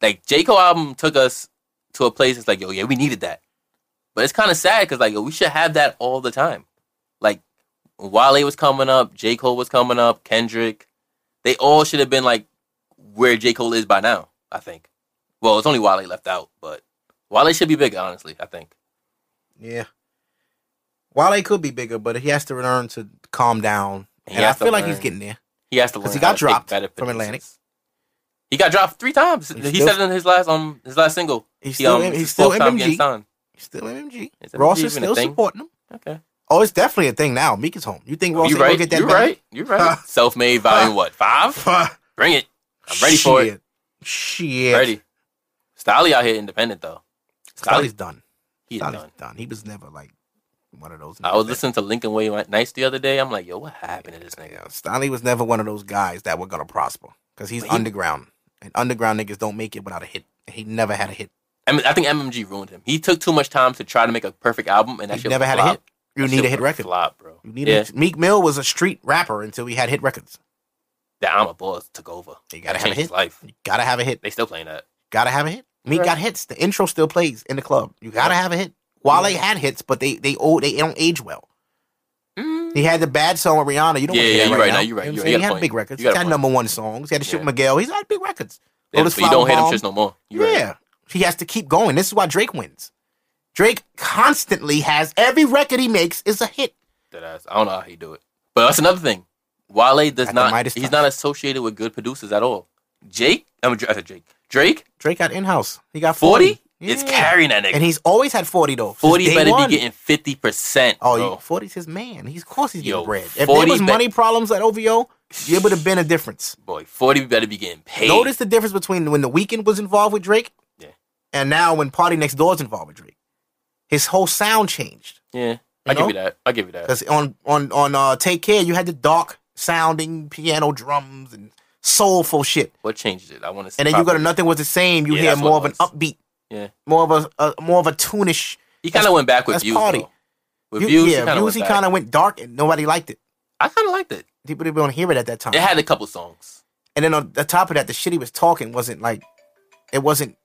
Speaker 3: Like J Cole album took us to a place. It's like yo, yeah, we needed that, but it's kind of sad because like yo, we should have that all the time. Like Wale was coming up, J Cole was coming up, Kendrick, they all should have been like where J Cole is by now. I think. Well, it's only Wale left out, but Wale should be bigger, honestly. I think.
Speaker 2: Yeah. Wale could be bigger, but he has to learn to calm down.
Speaker 3: He
Speaker 2: and I
Speaker 3: has to
Speaker 2: feel like he's
Speaker 3: learn.
Speaker 2: getting there.
Speaker 3: He has to learn.
Speaker 2: 'Cause he got
Speaker 3: how to pick
Speaker 2: dropped
Speaker 3: better
Speaker 2: from
Speaker 3: producers.
Speaker 2: Atlantic.
Speaker 3: He got dropped three times.
Speaker 2: He's
Speaker 3: he
Speaker 2: still-
Speaker 3: said it in his last um his last single.
Speaker 2: He's
Speaker 3: He,
Speaker 2: still,
Speaker 3: um,
Speaker 2: M-
Speaker 3: his
Speaker 2: he's still
Speaker 3: fourth time
Speaker 2: MMG.
Speaker 3: getting signed.
Speaker 2: He's still MMG.
Speaker 3: Is
Speaker 2: Ross
Speaker 3: MMG
Speaker 2: is
Speaker 3: even a
Speaker 2: still
Speaker 3: thing?
Speaker 2: supporting him.
Speaker 3: Okay,
Speaker 2: Oh, it's definitely a thing now. Meek is home. You think Ross
Speaker 3: you
Speaker 2: ain't
Speaker 3: right.
Speaker 2: gonna get that
Speaker 3: You
Speaker 2: back?
Speaker 3: right. You right. Self made volume what five? Bring it. I'm ready for it.
Speaker 2: Shit.
Speaker 3: Ready. Stiley out here independent though.
Speaker 2: Stolly's done.
Speaker 3: He's
Speaker 2: Stolly's
Speaker 3: done.
Speaker 2: done. He was never like one of those.
Speaker 3: I was
Speaker 2: niggas
Speaker 3: listening to Lincoln Way Nights the other day. I'm like, yo, what happened to this
Speaker 2: that-
Speaker 3: nigga?
Speaker 2: yeah, Stolly was never one of those guys that were gonna prosper because he's
Speaker 3: But he-
Speaker 2: underground, and underground niggas don't make it without a hit. He never had a hit.
Speaker 3: I, mean, I think MMG ruined him. He took too much time to try to make a perfect album, and that
Speaker 2: He
Speaker 3: shit
Speaker 2: never had a
Speaker 3: flopped.
Speaker 2: hit. You
Speaker 3: That
Speaker 2: need
Speaker 3: shit
Speaker 2: a hit
Speaker 3: would
Speaker 2: record.
Speaker 3: Flop, bro.
Speaker 2: You need
Speaker 3: yeah,
Speaker 2: a, Meek Mill was a street rapper until he had hit records.
Speaker 3: that I'm a boss took over.
Speaker 2: You gotta
Speaker 3: That
Speaker 2: have a
Speaker 3: changed his
Speaker 2: hit. Oh,
Speaker 3: life.
Speaker 2: You gotta have a hit.
Speaker 3: They still playing that.
Speaker 2: Gotta have a hit. Meek
Speaker 3: Right.
Speaker 2: got hits. The intro still plays in the club. You gotta have a hit. Wale had hits, but they they old they don't age well. He had the bad song with Rihanna. You don't want to
Speaker 3: Yeah, yeah,
Speaker 2: hear that
Speaker 3: you
Speaker 2: right,
Speaker 3: right
Speaker 2: now. know
Speaker 3: now, you right, Mm. you
Speaker 2: what
Speaker 3: right.
Speaker 2: I'm
Speaker 3: You
Speaker 2: saying?
Speaker 3: got
Speaker 2: He
Speaker 3: a
Speaker 2: had
Speaker 3: point.
Speaker 2: big records.
Speaker 3: You
Speaker 2: He
Speaker 3: got a
Speaker 2: had
Speaker 3: point.
Speaker 2: number one songs. He had to shoot
Speaker 3: Yeah.
Speaker 2: Miguel. He's had big records.
Speaker 3: Yeah,
Speaker 2: Lotus
Speaker 3: but you don't hit him
Speaker 2: Flower
Speaker 3: just
Speaker 2: Bomb.
Speaker 3: no more. You right.
Speaker 2: Yeah. He has to keep going. This is why Drake wins. Drake constantly has every record he makes is a hit.
Speaker 3: That ass. I don't know how he do it. But that's another thing. Wale
Speaker 2: At
Speaker 3: does
Speaker 2: the
Speaker 3: not.
Speaker 2: Midas
Speaker 3: He's
Speaker 2: touch.
Speaker 3: not associated with good producers at all. Jake, I'm Dra- I said Jake. Drake,
Speaker 2: Drake got in house. He got
Speaker 3: forty
Speaker 2: forty.
Speaker 3: is
Speaker 2: Yeah.
Speaker 3: carrying that nigga.
Speaker 2: And he's always had 40 though. since
Speaker 3: forty
Speaker 2: day
Speaker 3: better
Speaker 2: one.
Speaker 3: be getting fifty percent.
Speaker 2: Oh,
Speaker 3: bro.
Speaker 2: you, 40's his man. He's of course he's getting
Speaker 3: Yo,
Speaker 2: bread. If there
Speaker 3: 40
Speaker 2: was
Speaker 3: be-
Speaker 2: money problems at OVO, it would have been a difference.
Speaker 3: boy, forty better be getting paid.
Speaker 2: Notice the difference between when the weekend was involved with Drake,
Speaker 3: Yeah.
Speaker 2: and now when Party Next Door is involved with Drake. His whole sound changed
Speaker 3: Yeah, I
Speaker 2: You
Speaker 3: give you
Speaker 2: know?
Speaker 3: that. I give you that.
Speaker 2: because on on on uh, Take Care you had the dark sounding piano drums and soulful shit,
Speaker 3: What changes it? I want to. see.
Speaker 2: and then you go to
Speaker 3: properly.
Speaker 2: Nothing Was the Same. You
Speaker 3: Yeah,
Speaker 2: hear
Speaker 3: that's what
Speaker 2: more
Speaker 3: it
Speaker 2: of an
Speaker 3: was.
Speaker 2: upbeat,
Speaker 3: Yeah.
Speaker 2: more of a, a more of a tunish.
Speaker 3: He kind of
Speaker 2: That's-
Speaker 3: went back with
Speaker 2: that's
Speaker 3: views.
Speaker 2: Party.
Speaker 3: though. With
Speaker 2: You-
Speaker 3: views, he
Speaker 2: yeah,
Speaker 3: kind of
Speaker 2: views.
Speaker 3: went
Speaker 2: He
Speaker 3: back.
Speaker 2: kind of went dark, and nobody liked it.
Speaker 3: I kind of liked it.
Speaker 2: People didn't want to hear it at that time.
Speaker 3: It had a couple songs.
Speaker 2: And then on the top of that, the shit he was talking wasn't like, it wasn't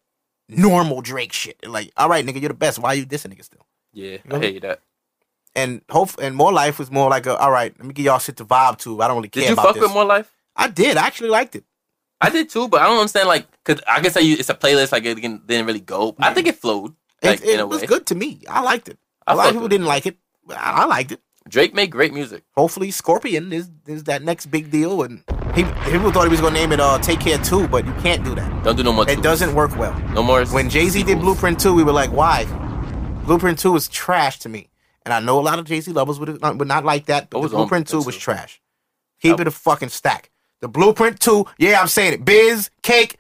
Speaker 2: normal Drake shit. Like, all right, nigga, you're the best. Why you dissing nigga still?
Speaker 3: Yeah, I
Speaker 2: Mhm.
Speaker 3: hate that.
Speaker 2: And hope and more life was more like a, all right, let me give y'all shit to vibe to. I don't really care
Speaker 3: Did you
Speaker 2: about
Speaker 3: fuck
Speaker 2: this.
Speaker 3: with More Life?
Speaker 2: I did. I actually liked it.
Speaker 3: I did too, but I don't understand. Like, cause I can say you, it's a playlist. Like, it didn't didn't really go. I think it flowed. Like,
Speaker 2: it it
Speaker 3: in a
Speaker 2: was
Speaker 3: way,
Speaker 2: good to me. I liked it. A
Speaker 3: I
Speaker 2: lot
Speaker 3: fucked
Speaker 2: of people
Speaker 3: with
Speaker 2: didn't like it. but I, I liked it.
Speaker 3: Drake made great music.
Speaker 2: Hopefully, Scorpion is is that next big deal. And he people thought he was gonna name it uh, Take Care Two, but you can't do that.
Speaker 3: Don't do no more.
Speaker 2: It
Speaker 3: twos.
Speaker 2: doesn't work well.
Speaker 3: No more.
Speaker 2: When Jay Z did
Speaker 3: sequels.
Speaker 2: Blueprint 2, we were like, why? Blueprint 2 is trash to me. And I know a lot of Jay Z lovers would, would not like that, but
Speaker 3: I
Speaker 2: the
Speaker 3: was on
Speaker 2: Blueprint 2
Speaker 3: Blueprint
Speaker 2: was
Speaker 3: 2.
Speaker 2: trash. Keep
Speaker 3: I-
Speaker 2: it a fucking stack. The Blueprint 2, yeah, I'm saying it. Biz, Cake,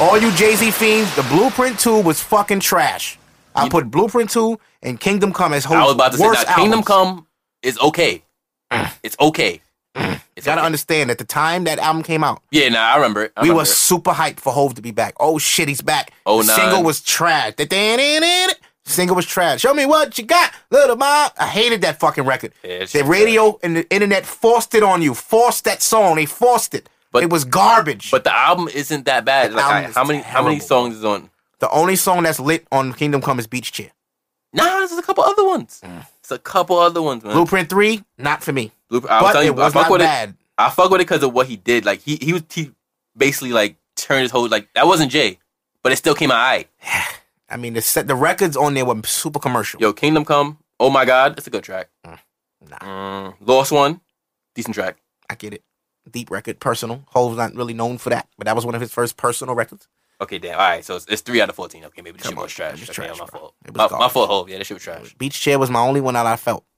Speaker 2: all you Jay Z fiends, the Blueprint 2 was fucking trash. I put Blueprint 2 and Kingdom Come as whole.
Speaker 3: I was about to say
Speaker 2: worst
Speaker 3: that Kingdom
Speaker 2: albums. Mm.
Speaker 3: Come is okay. it's okay. It's
Speaker 2: Gotta
Speaker 3: okay.
Speaker 2: understand, at the time that album came out,
Speaker 3: Yeah, nah, I remember it. I
Speaker 2: we
Speaker 3: remember
Speaker 2: were
Speaker 3: it.
Speaker 2: super hyped for Hove to be back. Oh shit, he's back.
Speaker 3: Oh,
Speaker 2: the
Speaker 3: nine.
Speaker 2: single was trash. Da-da-da-da-da. Single was trash. Show me what you got, little mom. I hated that fucking record.
Speaker 3: Yeah, it's
Speaker 2: the
Speaker 3: trash.
Speaker 2: radio and the internet forced it on you. Forced that song. They forced it.
Speaker 3: But-
Speaker 2: it was garbage.
Speaker 3: But the album isn't that bad.
Speaker 2: The
Speaker 3: Like,
Speaker 2: album
Speaker 3: I-
Speaker 2: is
Speaker 3: how many how many
Speaker 2: terrible.
Speaker 3: songs is on?
Speaker 2: the only song that's lit on Kingdom Come is Beach Chair.
Speaker 3: Nah, there's a couple other ones.
Speaker 2: Mm.
Speaker 3: It's a couple other ones, man.
Speaker 2: Blueprint Three, not for me.
Speaker 3: Blueprint. I was
Speaker 2: but
Speaker 3: telling
Speaker 2: it
Speaker 3: you,
Speaker 2: was
Speaker 3: I fuck
Speaker 2: not
Speaker 3: with
Speaker 2: bad.
Speaker 3: it. I fuck with it because of what he did. Like he he was he basically like turned his whole like that wasn't Jay, but it still came out alright.
Speaker 2: I mean, the set, the records on there were super commercial.
Speaker 3: Yo, Kingdom Come. Oh my God, it's a good track.
Speaker 2: Nah.
Speaker 3: Mm, Lost One, decent track.
Speaker 2: I get it. Deep record, personal. Hove's not really known for that, but that was one of his first personal records.
Speaker 3: Okay, damn. All right, so it's, it's three out of fourteen. Okay, maybe this
Speaker 2: Come
Speaker 3: shit
Speaker 2: on,
Speaker 3: was trash.
Speaker 2: it was
Speaker 3: okay,
Speaker 2: trash,
Speaker 3: my
Speaker 2: bro.
Speaker 3: fault.
Speaker 2: It was
Speaker 3: My, my
Speaker 2: garbage.
Speaker 3: fault. Hove. Yeah, that shit was trash.
Speaker 2: Beach Chair was my only one that I felt.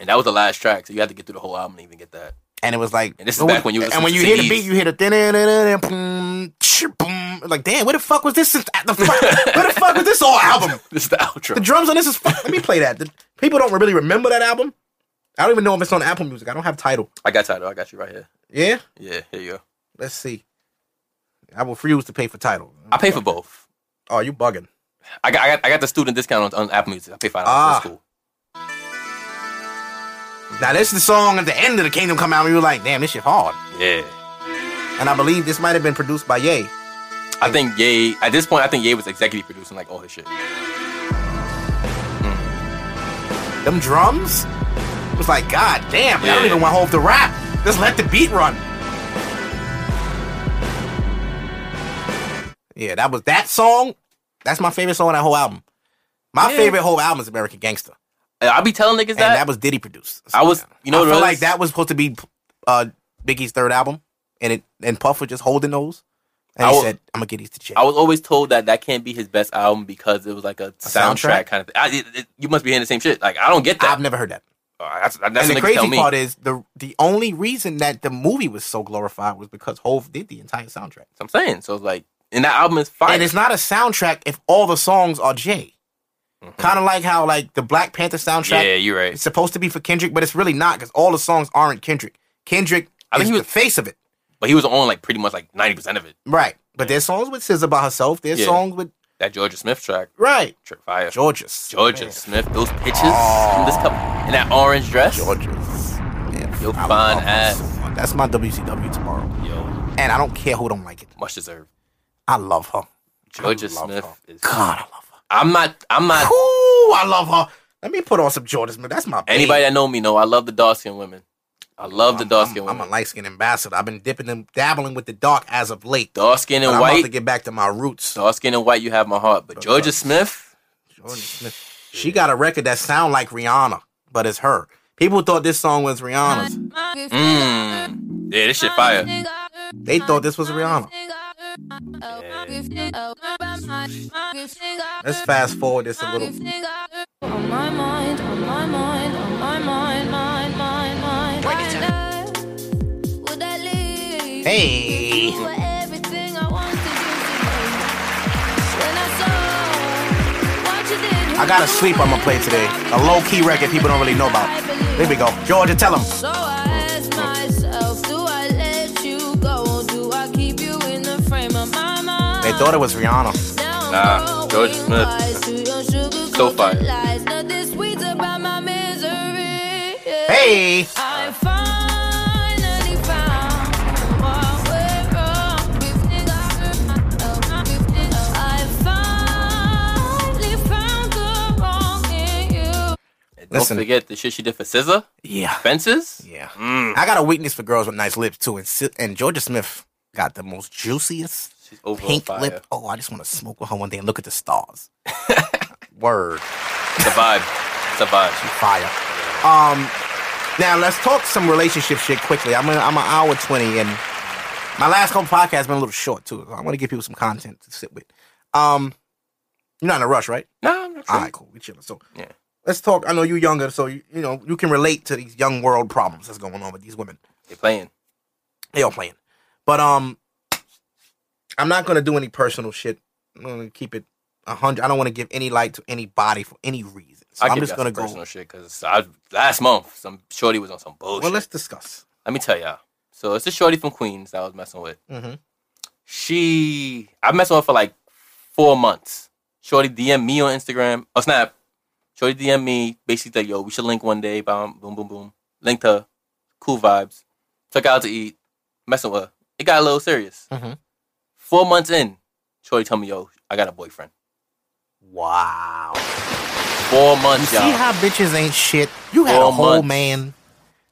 Speaker 3: And that was the last track, so you had to get through the whole album to even get that.
Speaker 2: and it was like
Speaker 3: And this is back when you
Speaker 2: and when you hear the
Speaker 3: listened to CDs.
Speaker 2: beat, you hear the thin and boom, chir- boom. Like damn, where the fuck was this? Since the fuck, where the fuck was this all album?
Speaker 3: This is the outro.
Speaker 2: The drums on this is fu- let me play that. The- people don't really remember that album. I don't even know if it's on Apple Music. I don't have title.
Speaker 3: I got title. I got you right here.
Speaker 2: Yeah,
Speaker 3: Yeah, here you go.
Speaker 2: let's see. I will refuse to pay for title.
Speaker 3: I pay for both.
Speaker 2: Oh, you bugging?
Speaker 3: I got, I got, I got the student discount on, on Apple Music. I pay five dollars
Speaker 2: Ah.
Speaker 3: for school.
Speaker 2: Now this is the song at the end of the Kingdom Come out. and You were like, damn, this shit hard.
Speaker 3: Yeah,
Speaker 2: And I believe this might have been produced by Ye.
Speaker 3: I think Ye. At this point, I think Ye was executive producing like all his shit.
Speaker 2: Them drums? It was like, God damn, I don't
Speaker 3: Yeah.
Speaker 2: even want to hold the rap. Just let the beat run. Yeah, that was that song. That's my favorite song on that whole album. My
Speaker 3: Yeah.
Speaker 2: favorite whole album is American Gangster.
Speaker 3: And I be telling niggas
Speaker 2: And that,
Speaker 3: that.
Speaker 2: was Diddy produced.
Speaker 3: I was- you know
Speaker 2: I
Speaker 3: what it
Speaker 2: feel
Speaker 3: was?
Speaker 2: like that was supposed to be uh, Biggie's third album, and it and Puff was just holding those. And
Speaker 3: I
Speaker 2: he
Speaker 3: wa-
Speaker 2: said, "I'm gonna get these to check."
Speaker 3: I was always told that that can't be his best album because it was like a,
Speaker 2: soundtrack?
Speaker 3: soundtrack? kind of thing. I, it, it- you must be hearing the same shit. Like I don't get that.
Speaker 2: I've never heard that.
Speaker 3: Uh, that's that's
Speaker 2: and the
Speaker 3: what niggas tell
Speaker 2: crazy
Speaker 3: me.
Speaker 2: part is the the only reason that the movie was so glorified was because Hove did the entire soundtrack.
Speaker 3: So I'm saying. So it's like, and that album is fire.
Speaker 2: And it's not a soundtrack if all the songs are Jay. Kind of like how like the Black Panther soundtrack
Speaker 3: Mm-hmm. yeah, you're
Speaker 2: it's
Speaker 3: right.
Speaker 2: supposed to be for Kendrick, but it's really not because all the songs aren't Kendrick. Kendrick
Speaker 3: I
Speaker 2: is
Speaker 3: think he
Speaker 2: the
Speaker 3: was-
Speaker 2: face of it,
Speaker 3: But he was on like pretty much like 90 percent of it.
Speaker 2: right? But there's songs with SZA by herself. There's
Speaker 3: Yeah.
Speaker 2: songs with
Speaker 3: That Georgia Smith track,
Speaker 2: right
Speaker 3: Trip Fire.
Speaker 2: Georgia's
Speaker 3: Georgia Smith, those pitches from this couple in that orange dress.
Speaker 2: Georgia's. Yeah,
Speaker 3: Yo,
Speaker 2: I love
Speaker 3: fine
Speaker 2: her
Speaker 3: ass.
Speaker 2: so much. That's my WCW tomorrow,
Speaker 3: Yo,
Speaker 2: and I don't care who don't like it.
Speaker 3: much deserved.
Speaker 2: I love her.
Speaker 3: Georgia
Speaker 2: love
Speaker 3: Smith
Speaker 2: her.
Speaker 3: is.
Speaker 2: God, I love her.
Speaker 3: I'm not. I'm not.
Speaker 2: Ooh, I love her. Let me put on some Jordan Smith. That's my babe.
Speaker 3: Anybody that know me know I love the dark skinned women. I love the
Speaker 2: I'm-
Speaker 3: dark
Speaker 2: I'm-
Speaker 3: skinned
Speaker 2: I'm,
Speaker 3: women.
Speaker 2: a light skinned ambassador. I've been dipping and dabbling with the dark as of late.
Speaker 3: dark skinned
Speaker 2: But
Speaker 3: and
Speaker 2: I'm about to
Speaker 3: white.
Speaker 2: get back to my roots.
Speaker 3: Dark skinned and white, you have my heart. But Georgia Smith,
Speaker 2: Jordan Smith. She got a record that sound like Rihanna, but it's her. People thought this song was Rihanna's.
Speaker 3: mm, hmm. yeah, this shit fire.
Speaker 2: They thought this was Rihanna. Let's fast forward this a little.
Speaker 8: On my mind, on my mind, on my mind, mind, mind, mind. Break it down. Would I leave?
Speaker 2: Hey,
Speaker 8: You were everything I wanted you to be. When I saw what you did,
Speaker 2: I got a sleep I'm gonna play today. A low key record people don't really know about. Here we go. Georgia, tell them.
Speaker 8: So I asked myself, do I let you go? Or do I keep you in the frame of my mind?
Speaker 2: They thought it was Rihanna.
Speaker 3: Nah, George Smith. So
Speaker 8: So
Speaker 3: fire.
Speaker 8: fire. Nothing sweet about my misery.
Speaker 2: Hey,
Speaker 8: I finally found what went wrong. Everything I heard, uh, everything I finally found the wrong in you.
Speaker 3: And
Speaker 2: Listen.
Speaker 3: Don't forget the shit she did for SZA,
Speaker 2: yeah.
Speaker 3: Fences.
Speaker 2: Yeah.
Speaker 3: Mm.
Speaker 2: I got a weakness for girls with nice lips too, and Si- and Georgia Smith got the most juiciest
Speaker 3: She's over
Speaker 2: pink
Speaker 3: fire.
Speaker 2: lip. Oh, I just want to smoke with her one day and look at the stars. Word,
Speaker 3: It's a vibe. It's a vibe.
Speaker 2: fire. Um, now let's talk some relationship shit quickly. I'm in, I'm an hour twenty, and my last couple podcasts been a little short too. I want to give people some content to sit with. Um, you're not in a rush, right?
Speaker 3: Nah, I'm not sure.
Speaker 2: All right, cool. We chilling. So
Speaker 3: Yeah.
Speaker 2: let's talk. I know you're younger, so you, you know you can relate to these young world problems that's going on with these women.
Speaker 3: They playing.
Speaker 2: they all playing. But um, I'm not gonna do any personal shit. I'm gonna keep it a hundred. I don't want to give any light to anybody for any reason. So
Speaker 3: I
Speaker 2: I'm
Speaker 3: give
Speaker 2: just
Speaker 3: y'all some
Speaker 2: gonna go.
Speaker 3: personal shit because last month some shorty was on some bullshit.
Speaker 2: Well, let's discuss.
Speaker 3: Let me tell y'all. So it's a shorty from Queens that I was messing with.
Speaker 2: Mhm.
Speaker 3: She, I messed with her for like four months. Shorty DM me on Instagram. Oh snap! Shorty DM me basically like, yo, we should link one day. Boom, boom, boom, boom. Linked her. Cool vibes. Took her out to eat. Messing with her. It got a little serious.
Speaker 2: Mhm.
Speaker 3: Four months in, Shorty tell me, yo, I got a boyfriend.
Speaker 2: Wow.
Speaker 3: Four
Speaker 2: You
Speaker 3: months,
Speaker 2: see
Speaker 3: y'all.
Speaker 2: how bitches ain't shit. You had a
Speaker 3: Four
Speaker 2: whole
Speaker 3: months.
Speaker 2: man.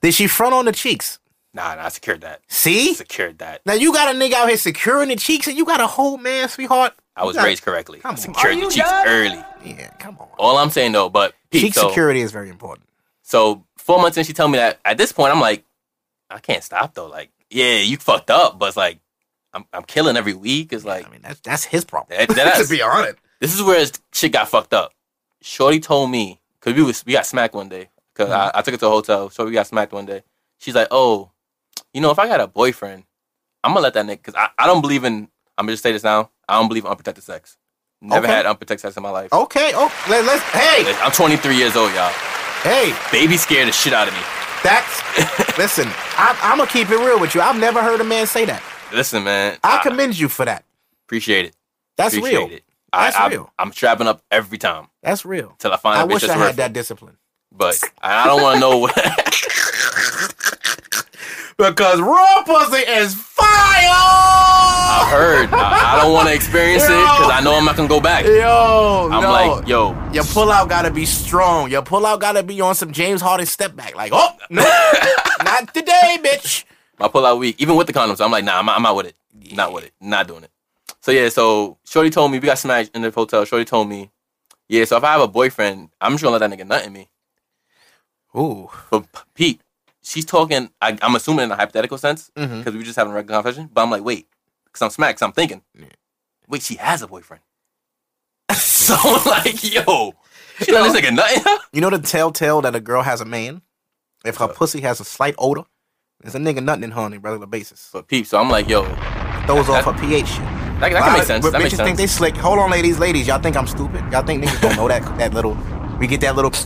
Speaker 2: Did she front on the cheeks?
Speaker 3: nah, nah, I secured that.
Speaker 2: See.
Speaker 3: Secured that.
Speaker 2: Now you got a nigga out here securing the cheeks, and you got a whole man, sweetheart.
Speaker 3: I was
Speaker 2: You got-
Speaker 3: raised correctly.
Speaker 2: Come
Speaker 3: I
Speaker 2: on.
Speaker 3: secured the cheeks early.
Speaker 2: Yeah, come on.
Speaker 3: All I'm saying though, but
Speaker 2: Cheek
Speaker 3: Pete, so,
Speaker 2: security is very important.
Speaker 3: so four months in, she told me that. At this point, I'm like, I can't stop though. Like, yeah, you fucked up, but it's like, I'm I'm killing every week. It's like
Speaker 2: I mean, that's that's his problem.
Speaker 3: that- that-
Speaker 2: to be honest,
Speaker 3: this is where it's- shit got fucked up. Shorty told me
Speaker 2: Mm-hmm.
Speaker 3: because we was we got smacked one day because I, I took her to a hotel. Shorty got smacked one day. She's like, oh, you know, if I got a boyfriend, I'm gonna let that nigga because I, I don't believe in. I'm gonna just say this now. I don't believe in unprotected sex. Never
Speaker 2: Okay.
Speaker 3: had unprotected sex in my life.
Speaker 2: Okay. Oh, let, let's. Hey,
Speaker 3: I'm 23 years old, y'all.
Speaker 2: hey.
Speaker 3: Baby scared the shit out of me.
Speaker 2: That's. listen, I, I'm gonna keep it real with you. I've never heard a man say that.
Speaker 3: Listen, man.
Speaker 2: I commend you for that.
Speaker 3: appreciate it.
Speaker 2: That's
Speaker 3: Ah. appreciate
Speaker 2: real.
Speaker 3: It. I,
Speaker 2: That's
Speaker 3: I,
Speaker 2: real.
Speaker 3: I'm trapping up every time
Speaker 2: That's real.
Speaker 3: till I find
Speaker 2: I
Speaker 3: a bitch
Speaker 2: wish
Speaker 3: that's
Speaker 2: I
Speaker 3: worth
Speaker 2: had
Speaker 3: it.
Speaker 2: that discipline.
Speaker 3: But I I don't want to know what.
Speaker 2: Because raw pussy is fire.
Speaker 3: I heard. I, I don't want to experience it because I know I'm not gonna go back.
Speaker 2: Yo,
Speaker 3: I'm
Speaker 2: no.
Speaker 3: like, yo,
Speaker 2: Your pullout gotta be strong. Your pullout gotta be on some James Harden step back. Like, oh no, not today, bitch.
Speaker 3: my pullout week, even with the condoms, I'm like, nah, I'm, I'm not with it. Not with it. Not doing it. So yeah, so Shorty told me we got smashed in the hotel. Shorty told me, yeah. So if I have a boyfriend, I'm just gonna let that nigga nut in me.
Speaker 2: Ooh,
Speaker 3: But P- Pete, she's talking. I, I'm assuming in a hypothetical sense because we were just having a regular conversation. But I'm like, wait, because I'm smacked. 'cause I'm thinking, wait, she has a boyfriend. so I'm like, yo, she let this nigga nut. in her?
Speaker 2: you know the telltale that a girl has a man if her pussy has a slight odor. There's a nigga nothing in her on a regular basis.
Speaker 3: But Pete, so I'm like, yo, that,
Speaker 2: Throws off her pH. shit.
Speaker 3: that
Speaker 2: A lot
Speaker 3: can make
Speaker 2: of-
Speaker 3: sense.
Speaker 2: But
Speaker 3: That
Speaker 2: bitches
Speaker 3: makes
Speaker 2: think they
Speaker 3: sense.
Speaker 2: slick. Hold on, ladies, ladies, y'all think I'm stupid? Y'all think niggas don't know that that little? We get that little.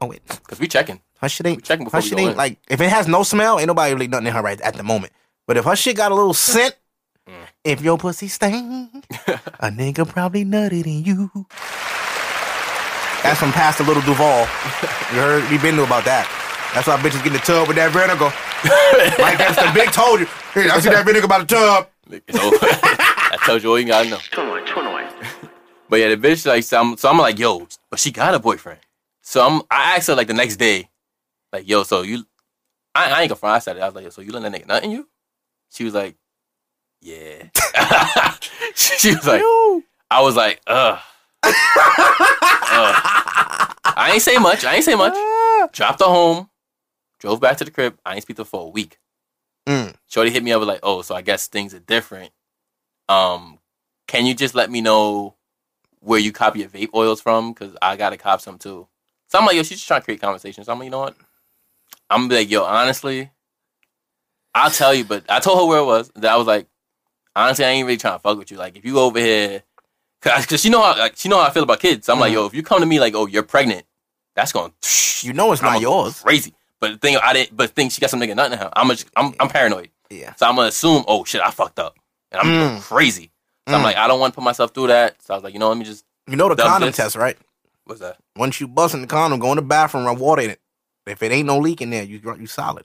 Speaker 2: Oh wait,
Speaker 3: Because we checking.
Speaker 2: her shit ain't.
Speaker 3: checking before
Speaker 2: Her
Speaker 3: we
Speaker 2: shit
Speaker 3: go
Speaker 2: ain't
Speaker 3: in.
Speaker 2: like if it has no smell, ain't nobody really nothing in her right at the moment. But if her shit got a little
Speaker 3: Hmm.
Speaker 2: scent, if your pussy stink, a nigga probably nutted in you. That's from Pastor Little Duval. You heard? We been to about that. That's why bitches get in the tub with that vinegar. like that's the big told you. Hey, I see that vinegar by the tub.
Speaker 3: It's over. I told you all you gotta know.
Speaker 9: 21, 21.
Speaker 3: But yeah, the bitch like so I'm, so I'm like, yo, but she got a boyfriend. So I'm I asked her like the next day, like, yo, so you I, I ain't gonna front, I said it. I was like, yo, so you let that nigga nothing you? She was like, Yeah. she, she was like I was like, ugh. Ugh. I ain't say much. I ain't say much. Dropped her home, drove back to the crib. I ain't speak to her for a week.
Speaker 2: Mm.
Speaker 3: Shorty hit me up with like, oh, so I guess things are different. Um, can you just let me know where you copy your vape oils from? Cause I gotta cop some too. So I'm like, yo, she's just trying to create conversation. So I'm like, you know what? I'm gonna be like, yo, honestly, I'll tell you, but I told her where it was. That I was like, honestly, I ain't really trying to fuck with you. Like, if you over here, cause, cause she know how like she know how I feel about kids. So I'm like, yo, if you come to me like, oh, you're pregnant, that's going. to
Speaker 2: You know Mm-hmm. it's not
Speaker 3: I'm a-
Speaker 2: yours.
Speaker 3: Crazy. But the thing I didn't but think she got some nigga nothing in her. I'm a, I'm I'm paranoid.
Speaker 2: Yeah.
Speaker 3: So I'm gonna assume, oh shit, I fucked up. And I'm
Speaker 2: Mm.
Speaker 3: crazy. So I'm like, I don't want to put myself through that. So I was like, you know, let me just
Speaker 2: You know the
Speaker 3: Dumb
Speaker 2: condom
Speaker 3: bitch.
Speaker 2: test, right?
Speaker 3: what's that?
Speaker 2: Once you bust in the condom, go in the bathroom, run water in it. If it ain't no leak in there, you you solid.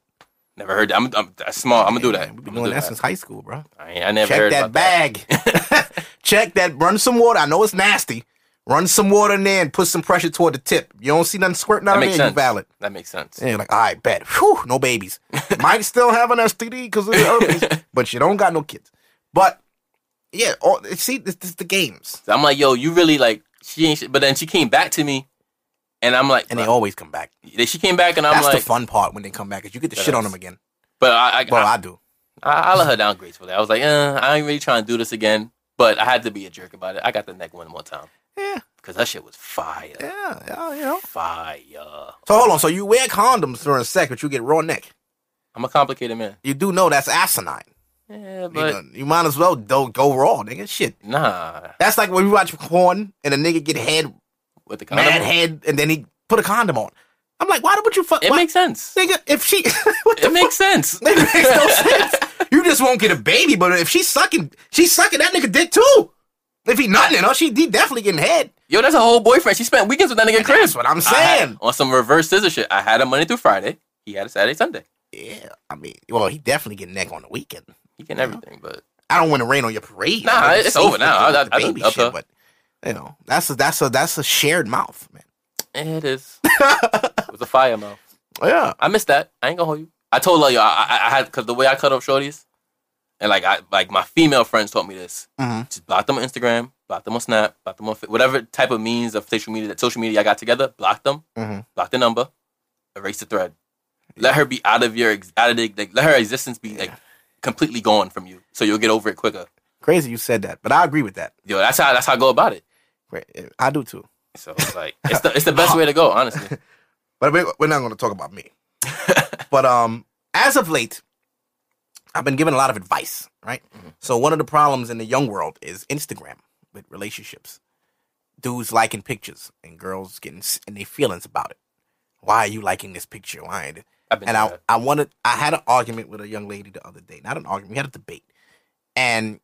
Speaker 3: Never heard that. I'm, I'm that's small. I'm gonna do
Speaker 2: Yeah,
Speaker 3: that.
Speaker 2: man,
Speaker 3: I'm
Speaker 2: We've been
Speaker 3: gonna
Speaker 2: doing
Speaker 3: do
Speaker 2: that
Speaker 3: that.
Speaker 2: since high school, bro.
Speaker 3: I, ain't- I never
Speaker 2: Check
Speaker 3: heard
Speaker 2: that
Speaker 3: about that.
Speaker 2: bag. Check that. Run some water. I know it's nasty. Run some water in there and put some pressure toward the tip. You don't see nothing squirting out of
Speaker 3: That
Speaker 2: there,
Speaker 3: makes sense.
Speaker 2: you valid.
Speaker 3: That makes sense.
Speaker 2: And you're like, all right, bet. Whew, no babies. Might still have an STD because of the herpes, but you don't got no kids. But yeah, all, see, this, this is the games.
Speaker 3: So I'm like, yo, you really like she ain't. Shit. But then she came back to me, and I'm like,
Speaker 2: And they always come back.
Speaker 3: then she came back, and I'm
Speaker 2: That's
Speaker 3: like,
Speaker 2: the fun part when they come back, is you get to shit on them again.
Speaker 3: but I, I,
Speaker 2: Bro,
Speaker 3: I,
Speaker 2: I do.
Speaker 3: I, I let her down gracefully. I was like, eh, I ain't really trying to do this again. But I had to be a jerk about it. I got the neck one more time
Speaker 2: Yeah,
Speaker 3: because that shit was fire,
Speaker 2: yeah, yeah, you know.
Speaker 3: fire.
Speaker 2: So hold on. So you wear condoms during sex, but you get raw neck.
Speaker 3: I'm a complicated man.
Speaker 2: You do know that's asinine.
Speaker 3: Yeah,
Speaker 2: You
Speaker 3: but
Speaker 2: know, you might as well do go raw, nigga. Shit.
Speaker 3: nah,
Speaker 2: That's like when we watch porn and a nigga get head,
Speaker 3: with the condom,
Speaker 2: mad head, and then he put a condom on. I'm like, why would you fuck?
Speaker 3: it
Speaker 2: why-
Speaker 3: makes sense.
Speaker 2: nigga if she what the
Speaker 3: It makes sense.
Speaker 2: fuck? It makes no sense. You just won't get a baby, but if she's sucking, she's sucking that nigga dick too. If he nothing in her, she he definitely getting head.
Speaker 3: Yo, that's a whole boyfriend. She spent weekends with that nigga Chris.
Speaker 2: That's what I'm
Speaker 3: I had-
Speaker 2: saying.
Speaker 3: on some reverse scissor shit. I had him Monday through Friday. He had a Saturday, Sunday.
Speaker 2: Yeah, I mean, well, he definitely getting neck on the weekend.
Speaker 3: He getting everything, but
Speaker 2: I don't want to rain on your parade.
Speaker 3: Nah,
Speaker 2: I'm like,
Speaker 3: it's
Speaker 2: safe
Speaker 3: over
Speaker 2: with
Speaker 3: now.
Speaker 2: the-
Speaker 3: I- I-
Speaker 2: with
Speaker 3: I
Speaker 2: the
Speaker 3: done
Speaker 2: baby
Speaker 3: upped
Speaker 2: shit,
Speaker 3: her.
Speaker 2: but you know, that's a that's a that's a shared mouth, man.
Speaker 3: it is. it was a fire mouth.
Speaker 2: Yeah,
Speaker 3: I missed that. I ain't gonna hold you. I told her, yo, I, I, I had because the way I cut up shorties, and like I like my female friends taught me this.
Speaker 2: Mhm.
Speaker 3: Just block them on Instagram, block them on Snap, block them on Fa- whatever type of means of social media that social media I got together. Block them,
Speaker 2: Mhm.
Speaker 3: block the number, erase the thread. Let her be out of your ex- out of the, like let her existence be like completely gone from you, so you'll get over it quicker.
Speaker 2: crazy you said that, but I agree with that.
Speaker 3: Yo, that's how that's how I go about it.
Speaker 2: I do too.
Speaker 3: So it's like it's the it's the best way to go, honestly.
Speaker 2: But we- we're not going to talk about me. but um, as of late, I've been given a lot of advice, right?
Speaker 3: Mm-hmm.
Speaker 2: So one of the problems in the young world is Instagram with relationships. Dudes liking pictures and girls getting s- in their feelings about it. Why are you liking this picture? Why? ain't it?
Speaker 3: I've been
Speaker 2: and
Speaker 3: through
Speaker 2: I,
Speaker 3: that.
Speaker 2: I wanted, I had an argument with a young lady the other day. Not an argument, we had a debate. And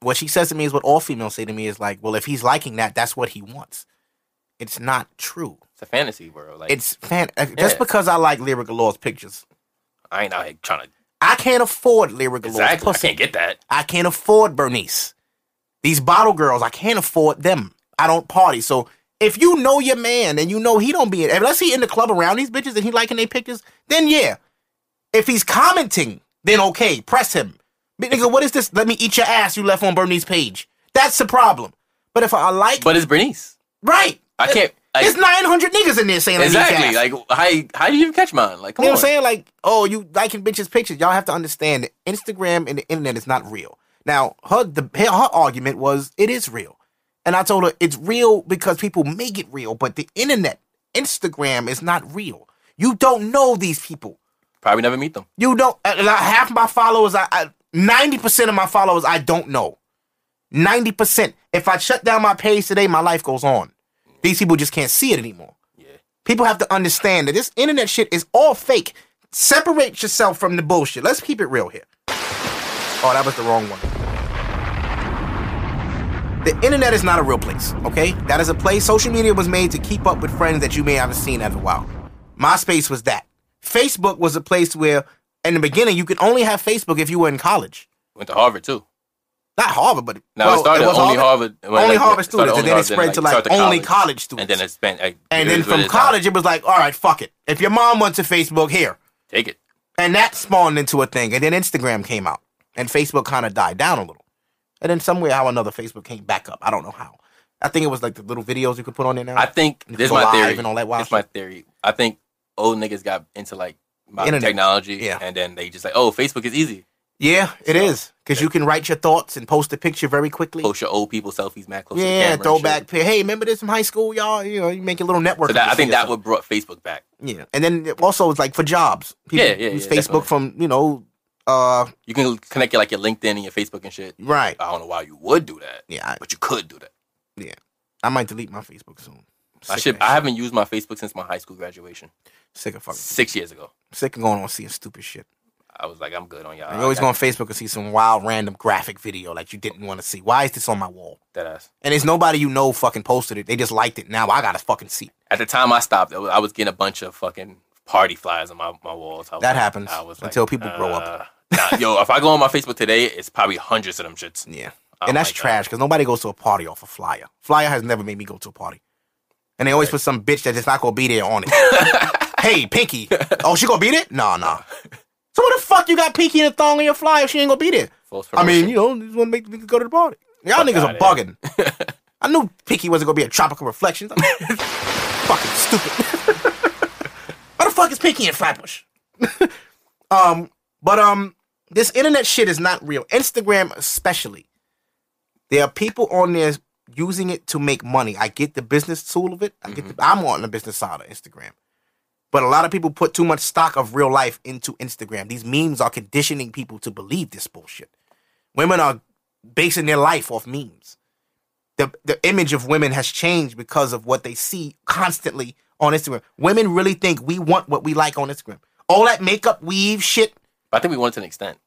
Speaker 2: what she says to me is what all females say to me is like, well, if he's liking that, that's what he wants. It's not true.
Speaker 3: It's a fantasy world. Like
Speaker 2: It's fan. uh,
Speaker 3: Yeah.
Speaker 2: Just because I like Lyric Galore's pictures,
Speaker 3: I ain't out here trying to
Speaker 2: I can't afford Lyric Galore's
Speaker 3: exactly. I
Speaker 2: pussy.
Speaker 3: can't get that.
Speaker 2: I can't afford Bernice. These bottle girls, I can't afford them. I don't party. So if you know your man and you know he don't be in, unless he in the club around these bitches and he liking their pictures, then yeah. If he's commenting, then okay, press him. But nigga, what is this? Let me eat your ass you left on Bernice's page. That's the problem. But if I like,
Speaker 3: But it's Bernice.
Speaker 2: right,
Speaker 3: I can't- I-
Speaker 2: There's 900 niggas in there saying Let me eat
Speaker 3: Exactly.
Speaker 2: your ass.
Speaker 3: Like how how do you even catch mine? Like come
Speaker 2: You know
Speaker 3: on.
Speaker 2: what I'm saying? Like, oh, you liking bitches' pictures. Y'all have to understand that Instagram and the internet is not real. Now, her the her, her argument was it is real. And I told her it's real because people make it real, but the internet, Instagram is not real. You don't know these people.
Speaker 3: Probably never meet them.
Speaker 2: You don't. and I- Half my followers, I ninety percent of my followers, I don't know. Ninety percent. If I shut down my page today, my life goes on. These people just can't see it anymore. People have to understand that this internet shit is all fake. Separate yourself from the bullshit. Let's keep it real here. Oh, that was the wrong one. The internet is not a real place, okay? That is a place social media was made to keep up with friends that you may haven't seen after a while. MySpace was that. Facebook was a place where, in the beginning, you could only have Facebook if you were in college.
Speaker 3: Went to Harvard too.
Speaker 2: Not Harvard, but
Speaker 3: No,
Speaker 2: well,
Speaker 3: it started
Speaker 2: was
Speaker 3: only Harvard. when,
Speaker 2: only
Speaker 3: like,
Speaker 2: Harvard
Speaker 3: it started
Speaker 2: students, and
Speaker 3: only
Speaker 2: then it
Speaker 3: Harvard,
Speaker 2: spread to
Speaker 3: start
Speaker 2: like only college students.
Speaker 3: And then it's been. Like,
Speaker 2: And
Speaker 3: it
Speaker 2: then
Speaker 3: is what it
Speaker 2: from
Speaker 3: is now.
Speaker 2: college, it was like, all right, fuck it. If your mom went to Facebook, here.
Speaker 3: take it.
Speaker 2: And that spawned into a thing. And then Instagram came out. And Facebook kind of died down a little. And then somewhere how another Facebook came back up. I don't know how. I think it was like the little videos you could put on there now.
Speaker 3: I think
Speaker 2: You
Speaker 3: this is
Speaker 2: go
Speaker 3: my
Speaker 2: live
Speaker 3: theory.
Speaker 2: and all that wild
Speaker 3: It's my theory. I think old niggas got into like modern
Speaker 2: Internet.
Speaker 3: technology,
Speaker 2: Yeah.
Speaker 3: and then they just like, oh, Facebook is easy.
Speaker 2: yeah, it
Speaker 3: So,
Speaker 2: is. Because you can write your thoughts and post a picture very quickly.
Speaker 3: Post your old people selfies, man. Close to the camera
Speaker 2: yeah,
Speaker 3: and
Speaker 2: throwback. pi-
Speaker 3: shit.
Speaker 2: Hey, remember this from high school, y'all? You know, you make a little network.
Speaker 3: So that,
Speaker 2: of
Speaker 3: I think
Speaker 2: yourself.
Speaker 3: that would brought Facebook back.
Speaker 2: Yeah, and then it also it's like for jobs. People
Speaker 3: Yeah, yeah,
Speaker 2: use
Speaker 3: yeah,
Speaker 2: Facebook
Speaker 3: definitely.
Speaker 2: from you know, uh,
Speaker 3: You can connect your like your LinkedIn and your Facebook and shit.
Speaker 2: right.
Speaker 3: I don't know why you would do that,
Speaker 2: Mm. Yeah, I,
Speaker 3: but you could do that.
Speaker 2: yeah. I might delete my Facebook soon.
Speaker 3: I
Speaker 2: Sick
Speaker 3: should.
Speaker 2: of that
Speaker 3: I
Speaker 2: shit.
Speaker 3: haven't used my Facebook since my high school graduation,
Speaker 2: sick of fucking
Speaker 3: six years ago.
Speaker 2: sick of going on seeing stupid shit.
Speaker 3: I was like, I'm good on y'all.
Speaker 2: you always
Speaker 3: I
Speaker 2: go
Speaker 3: got
Speaker 2: on Facebook and see some wild random graphic video like you didn't want to see. Why is this on my wall?
Speaker 3: that ass.
Speaker 2: And it's nobody you know fucking posted it. They just liked it. Now I gotta fucking see. it.
Speaker 3: At the time I stopped, I was, I was getting a bunch of fucking party flies on my, my walls. I was
Speaker 2: That
Speaker 3: like-
Speaker 2: happens
Speaker 3: I was like,
Speaker 2: until people grow up.
Speaker 3: uh, nah, yo, if I go on my Facebook today, it's probably hundreds of them shits.
Speaker 2: Yeah,
Speaker 3: Oh
Speaker 2: and that's
Speaker 3: my God.
Speaker 2: trash because nobody goes to a party off a flyer. Flyer has never made me go to a party, and they always put some bitch that's just not gonna be there on it. hey, Pinky. Oh, she gonna be there? Nah, nah. So what the fuck you got Pinky in a thong on your flyer if she ain't gonna be there?
Speaker 3: False
Speaker 2: I mean,
Speaker 3: promotion.
Speaker 2: you know, you just wanna make the niggas go to the party. Y'all niggas are
Speaker 3: outta
Speaker 2: bugging. I knew Pinky wasn't gonna be at Tropical Reflections. I'm fucking stupid. Why the fuck is Pinky in Flatbush? um, but um, this internet shit is not real. Instagram especially. There are people on there using it to make money. I get the business tool of it. I get the, I'm on the business side of Instagram. But a lot of people put too much stock of real life into Instagram. These memes are conditioning people to believe this bullshit. Women are basing their life off memes. The the image of women has changed because of what they see constantly on Instagram. Women really think we want what we like on Instagram. All that makeup weave shit.
Speaker 3: But I think we want it to an extent.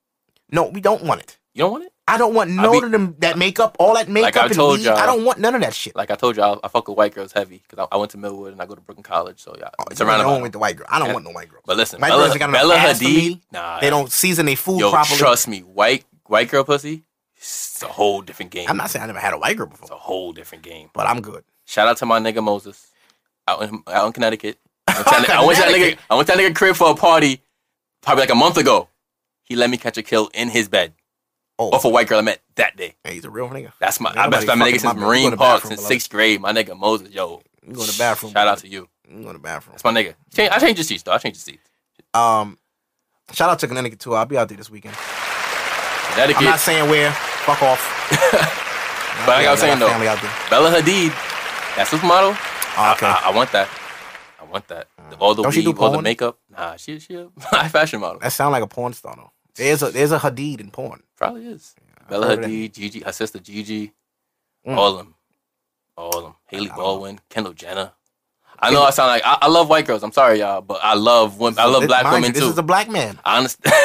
Speaker 2: No, we don't want it.
Speaker 3: You don't want it?
Speaker 2: I don't want none
Speaker 3: be-
Speaker 2: of them that makeup, all that makeup
Speaker 3: I
Speaker 2: and
Speaker 3: told
Speaker 2: weave.
Speaker 3: y'all-
Speaker 2: I don't want none of that shit.
Speaker 3: Like I told y'all, I fuck with white girls heavy because I, I went to Millwood and I go to Brooklyn College, so yeah, it's
Speaker 2: Oh, You know,
Speaker 3: around
Speaker 2: I don't
Speaker 3: about
Speaker 2: with
Speaker 3: them.
Speaker 2: the white girl. I don't
Speaker 3: Yeah.
Speaker 2: want no white girl.
Speaker 3: But listen,
Speaker 2: white
Speaker 3: Bella,
Speaker 2: girls ain't got enough
Speaker 3: Bella
Speaker 2: ass for
Speaker 3: Hadid,
Speaker 2: me.
Speaker 3: nah,
Speaker 2: they don't season their food
Speaker 3: Yo,
Speaker 2: properly.
Speaker 3: trust me, white white girl pussy, it's a whole different game.
Speaker 2: I'm not saying I never had a white girl before,
Speaker 3: it's a whole different game.
Speaker 2: but I'm good.
Speaker 3: Shout out to my nigga Moses out in, out in Connecticut. I went, to that, I, went to that nigga,
Speaker 2: Connecticut.
Speaker 3: I went to that nigga crib for a party probably like a month ago. He let me catch a kill in his bed
Speaker 2: Oh,
Speaker 3: off a white girl I met that day.
Speaker 2: hey, he's a real nigga.
Speaker 3: That's my I've
Speaker 2: Nobody
Speaker 3: been my
Speaker 2: fucking
Speaker 3: nigga
Speaker 2: my
Speaker 3: since
Speaker 2: bro. Go
Speaker 3: Marine
Speaker 2: to
Speaker 3: Park
Speaker 2: bathroom,
Speaker 3: since
Speaker 2: beloved.
Speaker 3: sixth grade. My nigga Moses, yo.
Speaker 2: You go to the bathroom.
Speaker 3: Shout out to you.
Speaker 2: you. You go to the bathroom.
Speaker 3: That's my nigga. Change, I changed the seats though. I changed the seats.
Speaker 2: Um, shout out to Connecticut too. I'll be out there this weekend.
Speaker 3: Connecticut.
Speaker 2: I'm not saying where. Fuck off.
Speaker 3: but like I was saying though,
Speaker 2: family out there.
Speaker 3: Bella Hadid, that supermodel. I-
Speaker 2: okay. Uh,
Speaker 3: I, I want that. I want that. All the
Speaker 2: Don't she do
Speaker 3: weave, all the
Speaker 2: porn?
Speaker 3: makeup. Nah, she she a high fashion model.
Speaker 2: That sound like a porn star though. There's a there's a Hadid in porn.
Speaker 3: Probably is. Bella
Speaker 2: heard Mm. of
Speaker 3: Hadid, Gigi, her sister Gigi, all of them, all of them. Haley Baldwin, Kendall Jenner. I know I sound like I, I love white girls. I'm sorry, y'all, but I love women. I love
Speaker 2: This-
Speaker 3: black
Speaker 2: mind
Speaker 3: women
Speaker 2: you,
Speaker 3: too.
Speaker 2: This is a black man.
Speaker 3: I understand.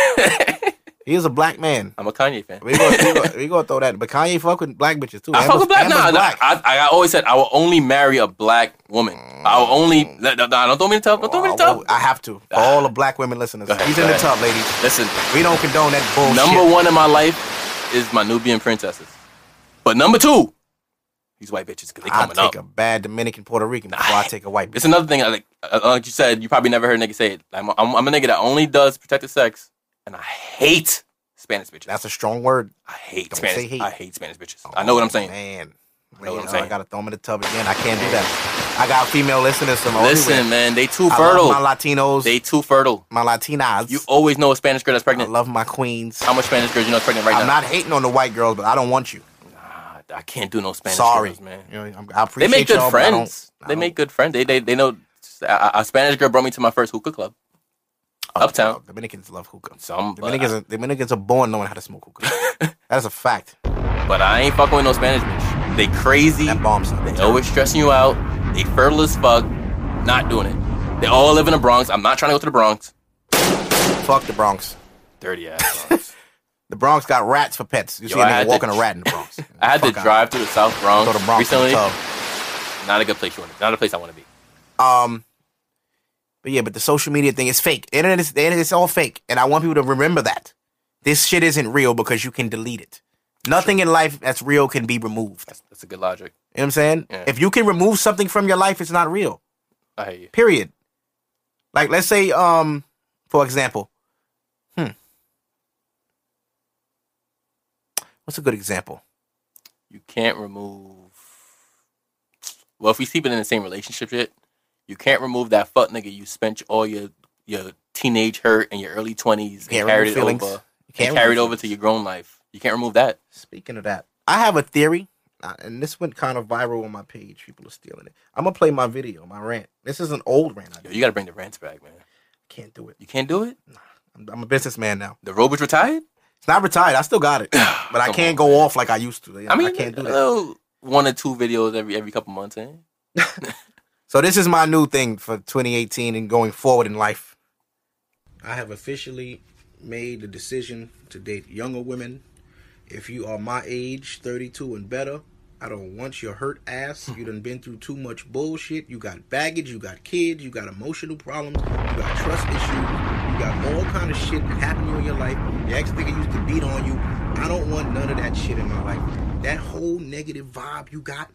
Speaker 2: He is a black man.
Speaker 3: I'm a Kanye fan.
Speaker 2: We gonna, we, gonna, we gonna throw that. But Kanye fuck with black bitches too.
Speaker 3: I fuck
Speaker 2: Amber's-
Speaker 3: with black.
Speaker 2: Amber's
Speaker 3: Nah,
Speaker 2: black.
Speaker 3: I, I, I always said I will only marry a black woman. I will only. Nah, nah, don't throw me in the tub. Don't throw me in the
Speaker 2: Oh,
Speaker 3: tub.
Speaker 2: Mm. I have to. For all the black women listeners,
Speaker 3: Go ahead,
Speaker 2: he's
Speaker 3: go
Speaker 2: in the
Speaker 3: ahead.
Speaker 2: tub, ladies.
Speaker 3: Listen,
Speaker 2: We don't condone that bullshit.
Speaker 3: number one in my life is my Nubian princesses, but number two, these white bitches because they
Speaker 2: I
Speaker 3: coming
Speaker 2: take
Speaker 3: up.
Speaker 2: a bad Dominican Puerto Rican before I take a white bitch.
Speaker 3: It's another thing. I Like, uh, like you said, you probably never heard a nigga say it. Like, I'm, I'm, I'm a nigga that only does protected sex, and I hate Spanish bitches.
Speaker 2: That's a strong word.
Speaker 3: I hate
Speaker 2: Don't
Speaker 3: Spanish.
Speaker 2: say hate.
Speaker 3: I hate Spanish bitches. I know what I'm saying.
Speaker 2: Man, oh, I
Speaker 3: know what I'm saying.
Speaker 2: I gotta throw him in the tub again. I can't do that. I got female listeners. So I'm
Speaker 3: Listen, man, they too
Speaker 2: I love my
Speaker 3: fertile.
Speaker 2: Latinos.
Speaker 3: They too fertile.
Speaker 2: my Latinas.
Speaker 3: You always know a Spanish girl that's
Speaker 2: I
Speaker 3: pregnant.
Speaker 2: love my queens.
Speaker 3: How much Spanish girls you know is pregnant right
Speaker 2: I'm
Speaker 3: now?
Speaker 2: not hating on the white girls, but I don't want you.
Speaker 3: I, I can't do no Spanish.
Speaker 2: Sorry,
Speaker 3: girls, man.
Speaker 2: You know, I'm- I
Speaker 3: They
Speaker 2: appreciate
Speaker 3: make good
Speaker 2: y'all, but I don't-
Speaker 3: friends.
Speaker 2: I
Speaker 3: They
Speaker 2: don't-
Speaker 3: make good friends. They they they know. A, a Spanish girl brought me to my first hookah club, uptown.
Speaker 2: Dominicans love hookah.
Speaker 3: Some but
Speaker 2: Dominicans,
Speaker 3: I,
Speaker 2: are, Dominicans are born knowing how to smoke hookah. That's a fact.
Speaker 3: but I ain't fucking with no Spanish bitch. They crazy.
Speaker 2: That bombs.
Speaker 3: They always stressing you out. They fertile as fuck. Not doing it. They all live in the Bronx. I'm not trying to go to the Bronx.
Speaker 2: Fuck the Bronx.
Speaker 3: Dirty ass. Bronx.
Speaker 2: The Bronx got rats for pets. You
Speaker 3: Yo,
Speaker 2: see a
Speaker 3: I had
Speaker 2: nigga
Speaker 3: to-
Speaker 2: walking a rat in the Bronx.
Speaker 3: I had to
Speaker 2: Fuck out.
Speaker 3: drive through the South Bronx,
Speaker 2: Go to Bronx in the
Speaker 3: recently.
Speaker 2: tub.
Speaker 3: Not a good place you want. To, not a place I want to be.
Speaker 2: Um, but yeah, but the social media thing is fake. The internet is the internet is all fake, and I want people to remember that this shit isn't real because you can delete it. Nothing in life that's real can be removed.
Speaker 3: That's, that's a good logic.
Speaker 2: You know what I'm saying?
Speaker 3: Yeah.
Speaker 2: If you can remove something from your life, it's not real.
Speaker 3: I hear you.
Speaker 2: Period. Like let's say, um, for example, hmm, what's a good example?
Speaker 3: You can't remove. Well, if we keep it in the same relationship shit, you can't remove that fuck nigga you spent all your your teenage hurt and your early twenties
Speaker 2: Can't
Speaker 3: and carried
Speaker 2: remove
Speaker 3: it
Speaker 2: feelings.
Speaker 3: over.
Speaker 2: You can't
Speaker 3: And carried
Speaker 2: remove
Speaker 3: over to
Speaker 2: feelings.
Speaker 3: your grown life. You can't remove that.
Speaker 2: Speaking of that, I have a theory, uh, and this went kind of viral on my page. People are stealing it. I'm gonna play my video, my rant. This is an old rant. I
Speaker 3: Yo,
Speaker 2: did.
Speaker 3: you gotta bring the rants back, man.
Speaker 2: can't do it.
Speaker 3: You can't do it.
Speaker 2: I'm, I'm a businessman now.
Speaker 3: The Roberts retired.
Speaker 2: It's not retired. I still got it, but I
Speaker 3: Come
Speaker 2: can't go
Speaker 3: on, man.
Speaker 2: off like I used to.
Speaker 3: I mean, uh,
Speaker 2: I can't do
Speaker 3: a
Speaker 2: that.
Speaker 3: little one or two videos every every couple months eh? in.
Speaker 2: So this is my new thing for 2018 and going forward in life. I have officially made the decision to date younger women. If you are my age, 32 and better, I don't want your hurt ass. You done been through too much bullshit. You got baggage, you got kids, you got emotional problems, you got trust issues, you got all kind of shit that happened to you in your life. Your ex nigga used to beat on you. I don't want none of that shit in my life. That whole negative vibe you got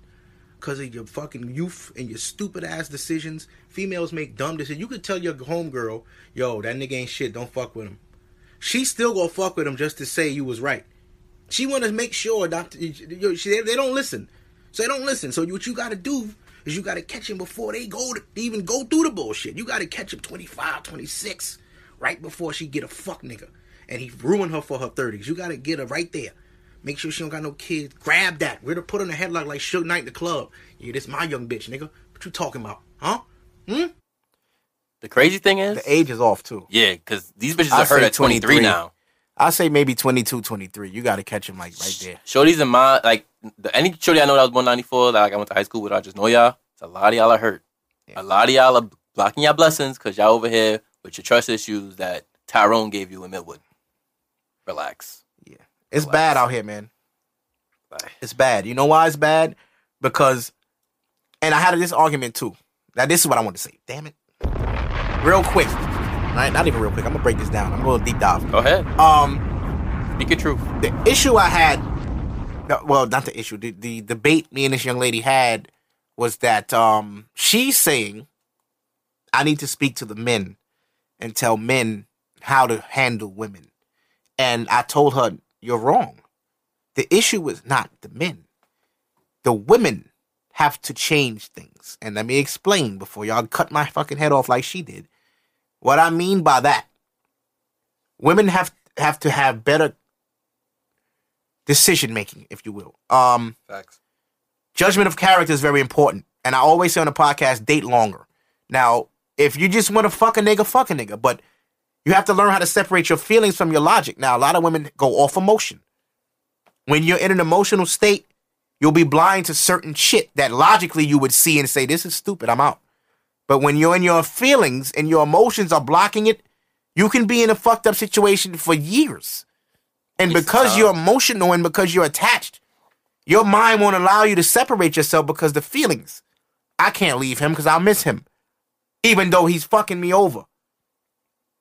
Speaker 2: because of your fucking youth and your stupid ass decisions. Females make dumb decisions. You could tell your homegirl, yo, that nigga ain't shit. Don't fuck with him. She still gonna fuck with him just to say you was right. She want to make sure not. yo, she- They they don't listen, so they don't listen. So what you got to do is you got to catch them before they go to even go through the bullshit. You got to catch them 25, 26, right before she get a fuck nigga, and he ruin her for her thirties. You got to get her right there. Make sure she don't got no kids. Grab that. We're to put her in a headlock like Suge Knight in the club. Yeah, this my young bitch, nigga. What you talking about, huh?
Speaker 3: The crazy thing is,
Speaker 2: age is off too.
Speaker 3: yeah, because these bitches
Speaker 2: I
Speaker 3: are hurt
Speaker 2: say
Speaker 3: at 23,
Speaker 2: 23.
Speaker 3: now.
Speaker 2: I say maybe 22, 23. You got to catch him like right there.
Speaker 3: Shorties in my like the, any shorty I know that was 194 that like I went to high school with. I just know y'all. It's a lot of y'all are hurt. A lot of y'all are blocking y'all blessings because y'all over here with your trust issues that Tyrone gave you in Midwood. Relax.
Speaker 2: It's
Speaker 3: Relax.
Speaker 2: bad out here, man.
Speaker 3: Bye.
Speaker 2: It's bad. You know why it's bad? Because, and I had this argument too. Now this is what I want to say. Damn it, real quick. Right? Not even real quick. I'm gonna break this down. I'm gonna deep dive.
Speaker 3: Go ahead.
Speaker 2: Um,
Speaker 3: Speak your truth.
Speaker 2: the issue I had, no, well, not the issue. The, the debate me and this young lady had was that um she's saying, I need to speak to the men and tell men how to handle women, and I told her you're wrong. The issue is not the men. The women have to change things. And let me explain before y'all cut my fucking head off like she did. What I mean by that, women have have to have better decision making, if you will. Um,
Speaker 3: Facts.
Speaker 2: judgment of character is very important. And I always say on the podcast, date longer. Now, if you just want to fuck a nigga, fuck a nigga. But You have to learn how to separate your feelings from your logic. Now, a lot of women go off emotion. When you're in an emotional state, you'll be blind to certain shit that logically you would see and say, This is stupid, I'm out. But when you're in your feelings and your emotions are blocking it, you can be in a fucked up situation for years. And because you're emotional and because you're attached, your mind won't allow you to separate yourself because the feelings. I can't leave him because I'll miss him, even though he's fucking me over.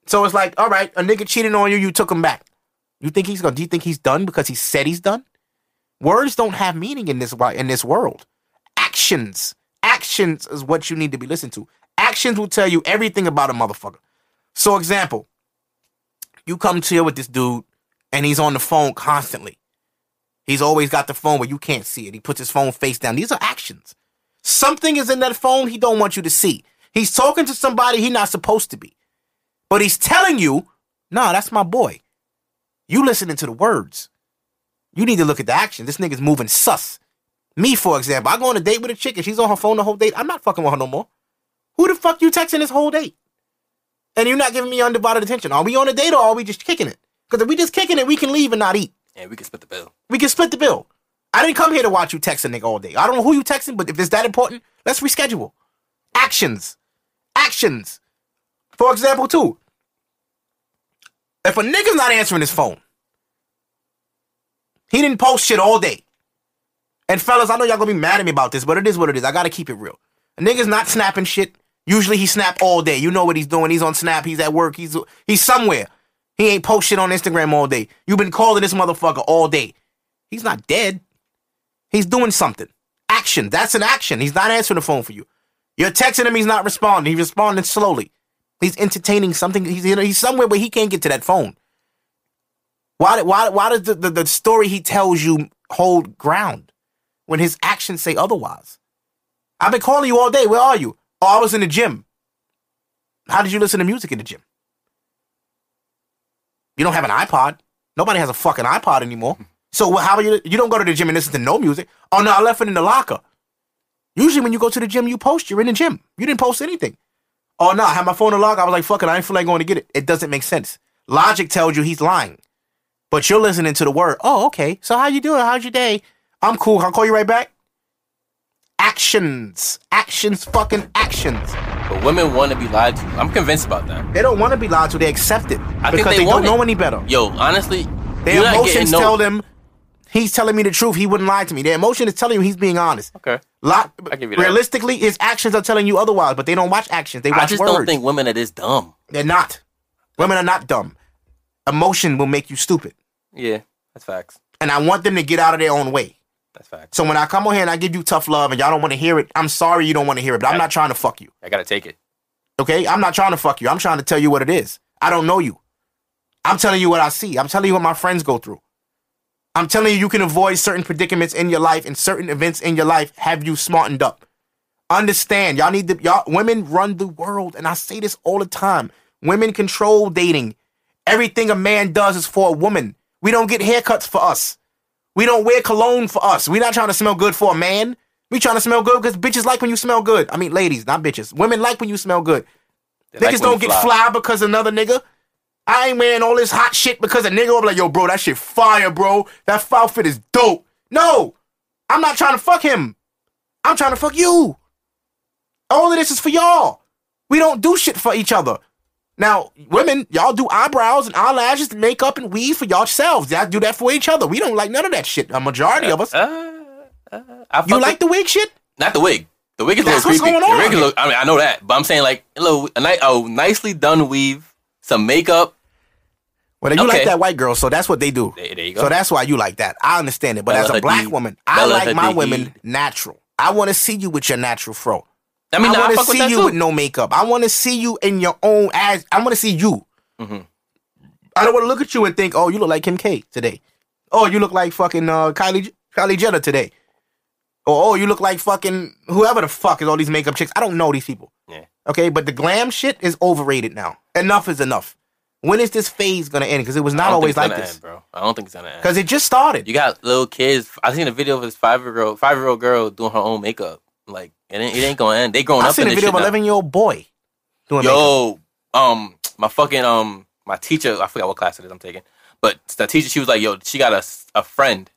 Speaker 2: So it's like, all right, a nigga cheated on you, you took him back. You think he's gonna? Do you think he's done because he said he's done? Words don't have meaning in this wi- in this world. Actions, actions is what you need to be listened to. Actions will tell you everything about a motherfucker. So, example, you come chill with this dude, and he's on the phone constantly. He's always got the phone where you can't see it. He puts his phone face down. These are actions. Something is in that phone he don't want you to see. He's talking to somebody he not supposed to be. But he's telling you, nah, that's my boy. You listening to the words. You need to look at the action. This nigga's moving sus. Me, for example, I go on a date with a chick and she's on her phone the whole date. I'm not fucking with her no more. Who the fuck you texting this whole date? And you're not giving me undivided attention. Are we on a date or are we just kicking it? Because if we just kicking it, we can leave and not eat.
Speaker 3: And we can split the bill.
Speaker 2: We can split the bill. I didn't come here to watch you text a nigga all day. I don't know who you texting, but if it's that important, let's reschedule. Actions. Actions. For example, too, if a nigga's not answering his phone, he didn't post shit all day. And fellas, I know y'all gonna be mad at me about this, but it is what it is. I gotta keep it real. A nigga's not snapping shit. Usually he snap all day. You know what he's doing. He's on snap. He's at work. He's he's somewhere. He ain't post shit on Instagram all day. You've been calling this motherfucker all day. He's not dead. He's doing something. Action. That's an action. He's not answering the phone for you. You're texting him. He's not responding. He's responding slowly. He's entertaining something. He's you know, he's somewhere where he can't get to that phone. Why why why does the, the, the story he tells you hold ground when his actions say otherwise? I've been calling you all day. Where are you? Oh, I was in the gym. How did you listen to music in the gym? You don't have an iPod. Nobody has a fucking iPod anymore. So wh- how are you? You don't go to the gym and listen to no music. Oh no, I left it in the locker. Usually when you go to the gym, you post. You're in the gym. You didn't post anything. Oh no, I had my phone in the locker. I was like, fuck it. I didn't feel like going to get it. It doesn't make sense. Logic tells you he's lying, but you're listening to the word. Oh, okay. So how you doing? How's your day? I'm cool. I'll call you right back. Actions, actions, fucking actions.
Speaker 3: But women want to be lied to. I'm convinced about that.
Speaker 2: They don't want to be lied to. They accept it
Speaker 3: I think
Speaker 2: because they,
Speaker 3: they,
Speaker 2: don't
Speaker 3: want it.
Speaker 2: know any better.
Speaker 3: Yo, honestly,
Speaker 2: Their
Speaker 3: you're not
Speaker 2: emotions
Speaker 3: getting no-
Speaker 2: tell them he's telling me the truth. He wouldn't lie to me. Their emotion is telling you he's being honest.
Speaker 3: Okay.
Speaker 2: Lot,
Speaker 3: I give you that.
Speaker 2: realistically, his actions are telling you otherwise, but they don't watch actions. They watch
Speaker 3: I just
Speaker 2: words.
Speaker 3: don't think women are this dumb.
Speaker 2: They're not. Women are not dumb. Emotion will make you stupid.
Speaker 3: Yeah, that's facts.
Speaker 2: And I want them to get out of their own way.
Speaker 3: That's facts.
Speaker 2: So when I come on here and I give you tough love and y'all don't want to hear it, I'm sorry you don't want to hear it, but I'm not trying to fuck you.
Speaker 3: I gotta take it.
Speaker 2: Okay? I'm not trying to fuck you. I'm trying to tell you what it is. I don't know you. I'm telling you what I see. I'm telling you what my friends go through. I'm telling you, you can avoid certain predicaments in your life and certain events in your life. Have you smartened up? Understand, y'all need to, y'all, women run the world. And I say this all the time women control dating. Everything a man does is for a woman. We don't get haircuts for us. We don't wear cologne for us. We're not trying to smell good for a man. We trying to smell good because bitches like when you smell good. I mean, ladies, not bitches. Women like when you smell good.
Speaker 3: They
Speaker 2: Niggas
Speaker 3: like when
Speaker 2: don't
Speaker 3: you
Speaker 2: get fly because another nigga. I ain't wearing all this hot shit because a nigga will be like, yo, bro, that shit fire, bro. That outfit is dope. No, I'm not trying to fuck him. I'm trying to fuck you. All of this is for y'all. We don't do shit for each other. Now, women, y'all do eyebrows and eyelashes, and makeup and weave for yourselves. Y'all do that for each other. We don't like none of that shit. A majority of
Speaker 3: Uh,
Speaker 2: us.
Speaker 3: I
Speaker 2: You
Speaker 3: fuck
Speaker 2: like the wig shit?
Speaker 3: the- not the wig. The wig is
Speaker 2: That's
Speaker 3: a little
Speaker 2: what's
Speaker 3: creepy.
Speaker 2: going on.
Speaker 3: The wig is a little- I mean, I know that, but I'm saying like a little, a, ni- a nicely done weave, some makeup.
Speaker 2: Well, you like
Speaker 3: Okay.
Speaker 2: that white girl, so that's what they do.
Speaker 3: There- there you go.
Speaker 2: So that's why you like that. I understand it. But
Speaker 3: Bella
Speaker 2: as a black
Speaker 3: Hadid.
Speaker 2: woman, I
Speaker 3: Bella
Speaker 2: like my
Speaker 3: Hadid.
Speaker 2: women natural. I want to see you with your natural fro.
Speaker 3: I mean, nah, I,
Speaker 2: want to
Speaker 3: fuck with
Speaker 2: see
Speaker 3: that
Speaker 2: you
Speaker 3: too.
Speaker 2: with no makeup. I want to see you in your own as. I want to see you.
Speaker 3: Mm-hmm.
Speaker 2: I don't want to look at you and think, oh, you look like Kim K today. Oh, you look like fucking uh, Kylie Kylie Jenner today. Or oh, you look like fucking whoever the fuck is all these makeup chicks. I don't know these people.
Speaker 3: Yeah.
Speaker 2: Okay, but the glam shit is overrated now. Enough is enough. When is this phase gonna end? Because it was
Speaker 3: I
Speaker 2: not
Speaker 3: don't
Speaker 2: always
Speaker 3: think it's
Speaker 2: like
Speaker 3: gonna
Speaker 2: this.
Speaker 3: end, bro. I don't think it's gonna end.
Speaker 2: Because it just started.
Speaker 3: You got little kids. I seen a video of this five year old five year old girl doing her own makeup. Like it ain't, it ain't gonna end. They growing
Speaker 2: I
Speaker 3: up
Speaker 2: seen
Speaker 3: in
Speaker 2: a
Speaker 3: this
Speaker 2: video of
Speaker 3: shit now.
Speaker 2: eleven year old boy doing makeup.
Speaker 3: Yo, um, my fucking um my teacher, I forgot what class it is I'm taking, but the teacher, she was like, yo, she got a, s- a friend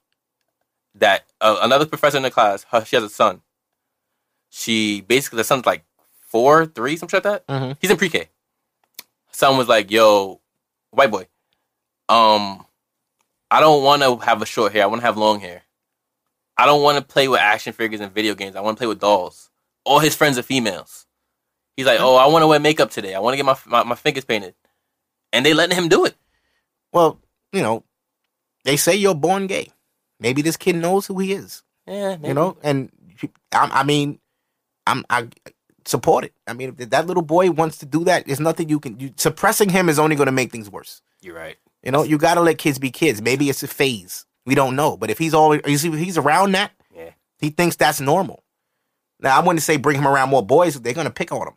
Speaker 3: that uh, another professor in the class, her, she has a son. She basically, the son's like four, three, some shit like that. He's in pre K. Son was like, yo, white boy, um, I don't want to have a short hair. I want to have long hair. I don't want to play with action figures and video games. I want to play with dolls. All his friends are females. He's like, oh, I want to wear makeup today. I want to get my, my my fingers painted, and they letting him do it.
Speaker 2: Well, you know, they say you're born gay. Maybe this kid knows who he is.
Speaker 3: Yeah, maybe.
Speaker 2: You know, and I, I mean, I'm I support it. I mean, if that little boy wants to do that, there's nothing you can. You, suppressing him is only going to make things worse.
Speaker 3: you're right.
Speaker 2: You know, you got to let kids be kids. Maybe it's a phase. We don't know. But if he's always you see, if he's around that,
Speaker 3: Yeah,
Speaker 2: he thinks that's normal. Now I wouldn't say bring him around more boys. They're gonna pick on him.